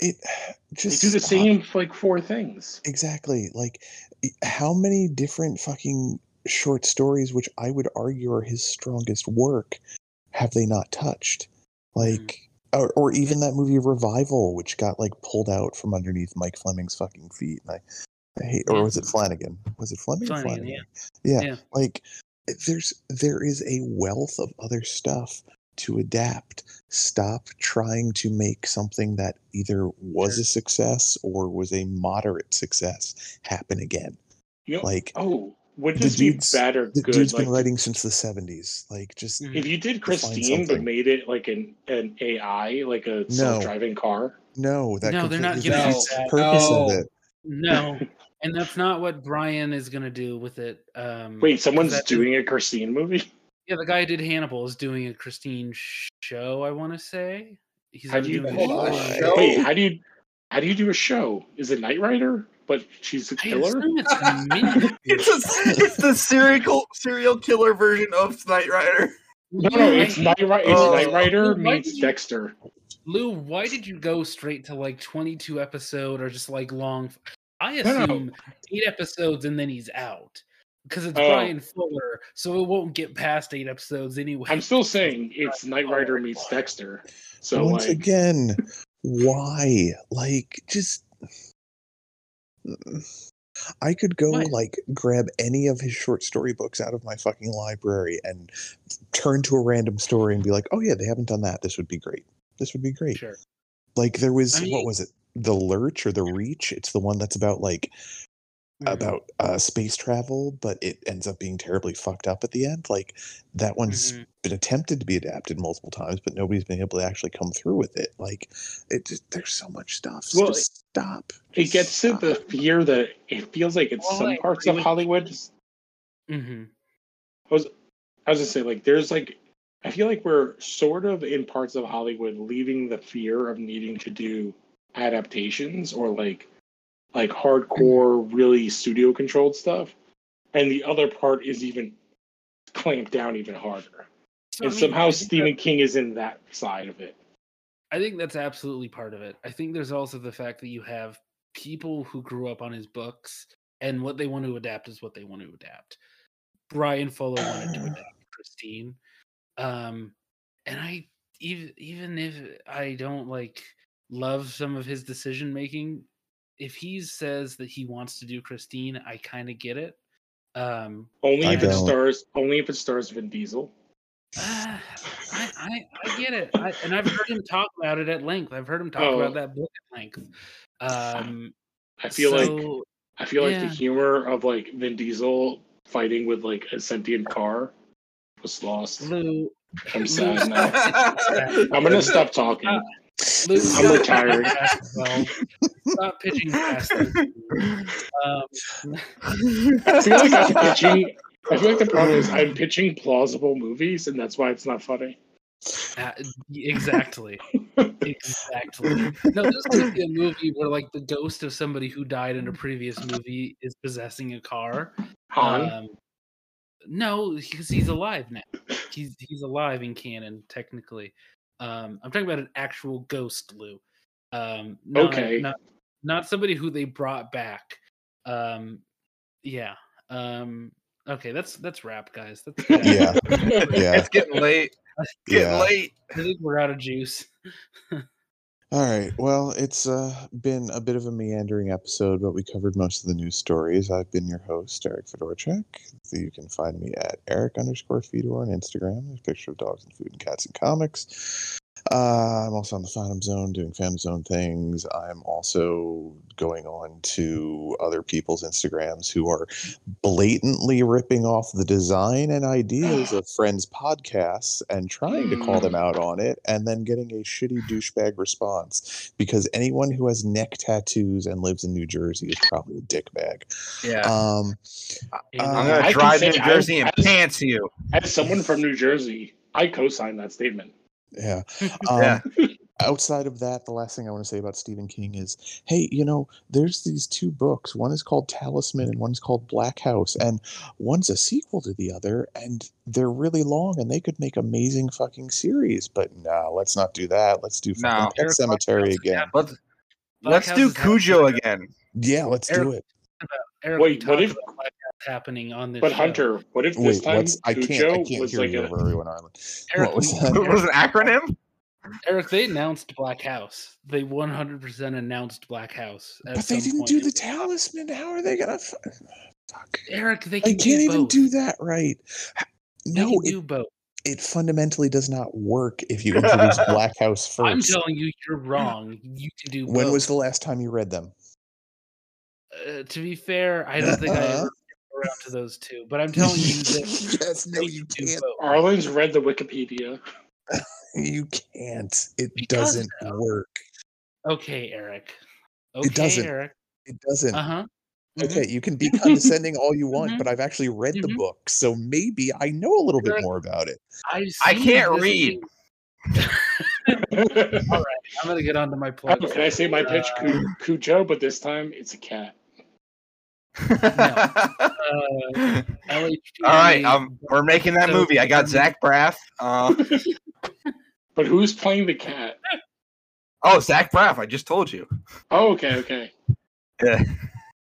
Speaker 1: it (sighs)
Speaker 4: They
Speaker 1: just
Speaker 4: do the
Speaker 1: stop.
Speaker 4: same like four things.
Speaker 1: Exactly. Like i- how many different fucking short stories, which I would argue are his strongest work, have they not touched?
Speaker 3: Mm-hmm.
Speaker 1: Like, or, or even that movie Revival, which got like pulled out from underneath Mike Fleming's fucking feet. And I, I hate, or was it Flanagan? Was it Fleming? or
Speaker 3: Mm-hmm. Flanagan, yeah.
Speaker 1: Yeah.
Speaker 3: Yeah.
Speaker 1: Like, eh, there's there is a wealth of other stuff to adapt. Stop trying to make something that either was a success or was a moderate success happen again.
Speaker 4: You know,
Speaker 1: Like
Speaker 4: oh, would
Speaker 1: the
Speaker 4: this be
Speaker 1: dude's-
Speaker 4: bad or
Speaker 1: the
Speaker 4: good?
Speaker 1: dude's been
Speaker 4: Like,
Speaker 1: writing since the seventies. Like just
Speaker 3: Mhm.
Speaker 4: If you did
Speaker 1: find
Speaker 4: Christine but
Speaker 1: something.
Speaker 4: made it like an an AI, like a self-driving car,
Speaker 1: no, that
Speaker 3: No, they're not
Speaker 1: completely
Speaker 3: gonna
Speaker 1: defeats
Speaker 3: do
Speaker 1: the
Speaker 3: that.
Speaker 1: purpose
Speaker 5: No.
Speaker 1: of it.
Speaker 4: (laughs)
Speaker 3: No, and that's not what Brian is gonna do with it. Um,
Speaker 4: wait, someone's
Speaker 3: that-
Speaker 4: doing a Christine movie.
Speaker 3: yeah, the guy who did Hannibal is doing a Christine sh- show. I want to say he's
Speaker 4: How
Speaker 3: already
Speaker 4: do you Oh,
Speaker 3: doing
Speaker 2: do
Speaker 3: show.
Speaker 2: a
Speaker 3: on-
Speaker 2: show?
Speaker 4: Wait,
Speaker 2: No.
Speaker 4: how do you how do you do a show? Is it Knight Rider? But she's a
Speaker 3: I
Speaker 4: killer.
Speaker 3: assume it's a mini-
Speaker 5: It's a, it's the serial serial killer version of Knight (laughs) Rider.
Speaker 4: No, (laughs) no,
Speaker 3: Yeah,
Speaker 4: it's
Speaker 3: I-
Speaker 4: Knight Rider. It's
Speaker 5: Oh.
Speaker 4: Knight Rider
Speaker 3: Well, why
Speaker 4: meets
Speaker 3: did you-
Speaker 4: Dexter.
Speaker 3: Lou, why did you go straight to like 22 episode or just like long? f- I
Speaker 4: No, no.
Speaker 3: assume eight episodes and then he's out because it's
Speaker 4: Oh.
Speaker 3: Brian Fuller, so it won't get past eight episodes anyway. (laughs)
Speaker 4: I'm still saying it's Knight
Speaker 3: Oh,
Speaker 4: Rider meets
Speaker 3: boy.
Speaker 4: Dexter. So
Speaker 1: Once
Speaker 4: like,
Speaker 1: again, why? Like just I could go
Speaker 3: What?
Speaker 1: like grab any of his short story books out of my fucking library and turn to a random story and be like, "Oh yeah, they haven't done that. This would be great. This would be great."
Speaker 3: sure.
Speaker 1: Like there was
Speaker 3: I mean-
Speaker 1: what was it? The Lurch or the Reach? It's the one that's about like
Speaker 3: Mhm.
Speaker 1: about uh, space travel, but it ends up being terribly fucked up at the end. Like that one's
Speaker 3: Mhm.
Speaker 1: been attempted to be adapted multiple times, but nobody's been able to actually come through with it. Like it, just- there's so much stuff. So
Speaker 4: Well,
Speaker 1: just stop.
Speaker 4: it
Speaker 1: Just
Speaker 4: gets to
Speaker 1: stop.
Speaker 4: the fear that it feels like in
Speaker 3: Well,
Speaker 4: some
Speaker 3: I
Speaker 4: parts
Speaker 3: agree
Speaker 4: of
Speaker 3: with-
Speaker 4: Hollywood
Speaker 3: Mhm.
Speaker 4: I was gonna say, like, there's like, I feel like we're sort of in parts of Hollywood leaving the fear of needing to do adaptations or like, like
Speaker 1: Mm-hmm.
Speaker 4: hardcore, really studio controlled stuff, and the other part is even clamped down even harder.
Speaker 3: So, I
Speaker 4: And
Speaker 3: mean,
Speaker 4: somehow
Speaker 3: I think
Speaker 4: Stephen King is in that side of it.
Speaker 3: I think that's absolutely part of it. I think there's also the fact that you have people who grew up on his books and what they want to adapt is what they want to adapt. Brian Fuller wanted to adapt Christine. Um and I even even if I don't like love some of his decision making, if he says that he wants to do Christine, I kind of get it. Um (sighs)
Speaker 4: Only
Speaker 1: I
Speaker 4: if it
Speaker 1: don't.
Speaker 4: stars, only if it stars Vin Diesel.
Speaker 3: Ah, I, I, I get it, I, and I've heard him talk about it at length. I've heard him talk
Speaker 4: Oh. Ah,
Speaker 3: about that book at length. Um,
Speaker 4: I feel like
Speaker 3: so,
Speaker 4: I feel like
Speaker 3: yeah.
Speaker 4: the humor of like Vin Diesel fighting with like a sentient car was lost.
Speaker 3: Lou,
Speaker 4: I'm
Speaker 3: Lou,
Speaker 4: sad now.
Speaker 2: (laughs)
Speaker 4: I'm (laughs) gonna stop talking.
Speaker 3: Lou,
Speaker 4: I'm
Speaker 3: stop pitching
Speaker 4: retired.
Speaker 3: past twelve. Stop pitching past. those people. Um,
Speaker 4: I feel like I'm (laughs) pitching. I feel like the problem is I'm pitching plausible movies, and that's why it's not funny.
Speaker 3: Uh, exactly. exactly. No, this could be a movie where like the ghost of somebody who died in a previous movie is possessing a car.
Speaker 4: Han,
Speaker 1: Uh,
Speaker 4: (laughs)
Speaker 3: Um, no, because he's alive now. He's he's alive in canon technically. Um, I'm talking about an actual ghost, Lou. Um, not,
Speaker 4: Okay.
Speaker 3: Not, not somebody who they brought back. Um, yeah. Um, okay. That's that's rap, guys. That's
Speaker 4: (laughs)
Speaker 1: Yeah, yeah,
Speaker 5: It's getting late. It's getting
Speaker 1: yeah.
Speaker 5: late.
Speaker 3: I think we're out of juice.
Speaker 1: All right. Well, it's uh, been a bit of a meandering episode, but we covered most of the news stories. I've been your host, Eric Fedorchak. You can find me at Eric underscore Fedor on Instagram. There's a picture of dogs and food and cats and comics. Uh, I'm also on the Phantom Zone doing Phantom Zone things. I'm also going on to other people's Instagrams who are blatantly ripping off the design and ideas of friends' podcasts and trying to
Speaker 2: Hmm.
Speaker 1: call them out on it and then getting a shitty douchebag response because anyone who has neck tattoos and lives in New Jersey is probably a dickbag.
Speaker 2: Yeah.
Speaker 1: Um,
Speaker 2: I'm
Speaker 1: I
Speaker 2: going to
Speaker 4: can
Speaker 2: drive
Speaker 4: say
Speaker 2: New
Speaker 4: I-
Speaker 2: Jersey and
Speaker 4: I-
Speaker 2: pants you.
Speaker 4: As someone from New Jersey, I co-sign that statement.
Speaker 2: (laughs)
Speaker 1: yeah.
Speaker 2: Yeah.
Speaker 1: Um, outside of that, the last thing I want to say about Stephen King is, hey, you know, there's these two books. One is called Talisman and one's called Black House, and one's a sequel to the other, and they're really long and they could make amazing fucking series. But nah, let's not do that. Let's do
Speaker 2: No.
Speaker 1: fucking Pet Cemetery again.
Speaker 2: Let's,
Speaker 3: Black
Speaker 2: let's
Speaker 3: House
Speaker 2: do
Speaker 3: is out.
Speaker 2: Cujo again.
Speaker 1: Yeah, let's do
Speaker 3: Eric-
Speaker 1: it.
Speaker 3: Eric,
Speaker 4: Wait,
Speaker 3: we
Speaker 4: what
Speaker 3: talked
Speaker 4: if-
Speaker 3: about Black House happening on this?
Speaker 4: But
Speaker 3: show.
Speaker 4: Hunter, what if this
Speaker 1: Wait,
Speaker 4: time
Speaker 1: what's I can't
Speaker 4: Cujo
Speaker 1: I can't
Speaker 4: was
Speaker 1: hear
Speaker 4: like
Speaker 1: you
Speaker 4: a,
Speaker 1: over Irwin Ireland.
Speaker 3: Eric,
Speaker 1: what was
Speaker 2: (laughs)
Speaker 3: we-
Speaker 1: (laughs) that?
Speaker 2: It was an acronym?
Speaker 3: Eric, they announced Black House. They 100% announced Black House. at
Speaker 1: But they
Speaker 3: some
Speaker 1: didn't
Speaker 3: point.
Speaker 1: do the Talisman. How are they gonna? fu- Fuck!
Speaker 3: Eric, they can
Speaker 1: I can't
Speaker 3: do
Speaker 1: even
Speaker 3: both.
Speaker 1: do that right.
Speaker 3: They
Speaker 1: No,
Speaker 3: can
Speaker 1: it
Speaker 3: do both.
Speaker 1: it fundamentally does not work if you
Speaker 3: (laughs)
Speaker 1: introduce Black House
Speaker 3: I'm
Speaker 1: first.
Speaker 3: telling you, you're wrong. You can do
Speaker 1: When
Speaker 3: both.
Speaker 1: was the last time you read them?
Speaker 3: uh, to be fair, I don't think I
Speaker 1: Uh-huh.
Speaker 3: ever got around to those two, but I'm
Speaker 1: (laughs)
Speaker 3: telling you that
Speaker 1: yes, no,
Speaker 3: they
Speaker 1: you
Speaker 3: can do
Speaker 1: can't.
Speaker 3: both.
Speaker 4: Arlen's read the Wikipedia.
Speaker 1: You can't. It
Speaker 3: It does,
Speaker 1: doesn't
Speaker 3: though.
Speaker 1: work.
Speaker 3: Okay, Eric. Okay,
Speaker 1: It doesn't.
Speaker 3: Eric.
Speaker 1: It doesn't.
Speaker 3: Uh huh.
Speaker 1: Okay, you can
Speaker 3: (laughs)
Speaker 1: be condescending all you want,
Speaker 3: Mhm.
Speaker 1: but I've actually read the
Speaker 3: Mhm.
Speaker 1: book, so maybe I know a little bit
Speaker 3: Correct.
Speaker 1: more about it.
Speaker 2: I can't read.
Speaker 4: (laughs) Can
Speaker 3: All right, I'm gonna get onto my Uh, plug.
Speaker 4: Oh, I say my pitch,
Speaker 1: Uh,
Speaker 4: Cu- Cujo? But this time it's a cat.
Speaker 3: Uh, LHP.
Speaker 2: (laughs) All right, um, we're making that
Speaker 3: So-
Speaker 2: movie. I got Zach Braff. Uh,
Speaker 4: But who's playing the cat?
Speaker 2: oh, Zach Braff! I just told you.
Speaker 4: Oh, okay, okay.
Speaker 2: Yeah.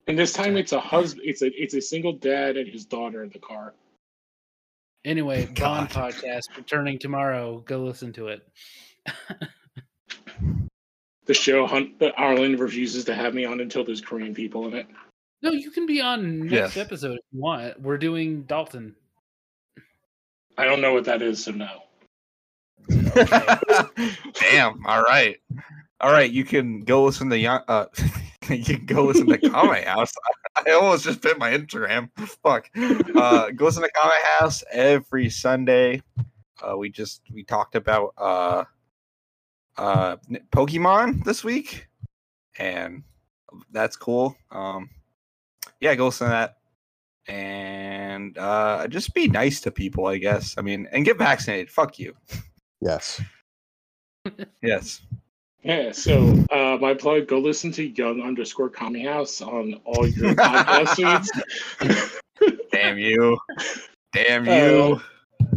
Speaker 4: And this time it's a husband. It's a it's a single dad and his daughter in the car.
Speaker 2: (laughs)
Speaker 3: Anyway, Bond
Speaker 2: God.
Speaker 3: podcast returning tomorrow. Go listen to it.
Speaker 4: The show Hunt that Arlen refuses to have me on until there's Korean people in it.
Speaker 3: No, you can be on next
Speaker 2: Yes.
Speaker 3: episode if you want. We're doing Dalton.
Speaker 4: I don't know what that is, so no.
Speaker 2: Damn. All right. All right. You can go listen to Yon- uh, (laughs) you can go listen to Comment House. (laughs) I almost just bit my Instagram. Fuck. Uh, go listen to Comment House every Sunday. Uh, we just we talked about uh, uh, n- Pokemon this week, and that's cool. Um, yeah, go listen to that. And uh, just be nice to people, I guess. I mean, and get vaccinated. Fuck you.
Speaker 1: Yes.
Speaker 2: Yes.
Speaker 4: Yeah, so uh, my plug, go listen to Young underscore Kami House on all your podcast feeds.
Speaker 2: Damn you. Damn
Speaker 4: Uh,
Speaker 2: you.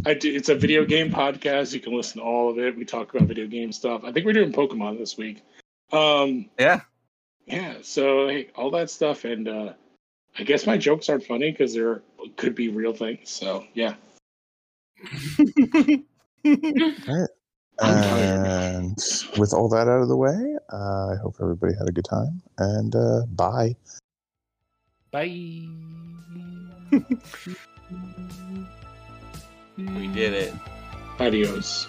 Speaker 4: I do, it's a video game podcast. You can listen to all of it. We talk about video game stuff. I think we're doing Pokemon this week. Um,
Speaker 2: yeah.
Speaker 4: yeah, so hey, all that stuff. And uh, I guess my jokes aren't funny because there could be real things. So yeah, I'm tired.
Speaker 1: And with all that out of the way, uh, I hope everybody had a good time and uh, bye.
Speaker 3: Bye.
Speaker 2: (laughs) we did it.
Speaker 4: adios.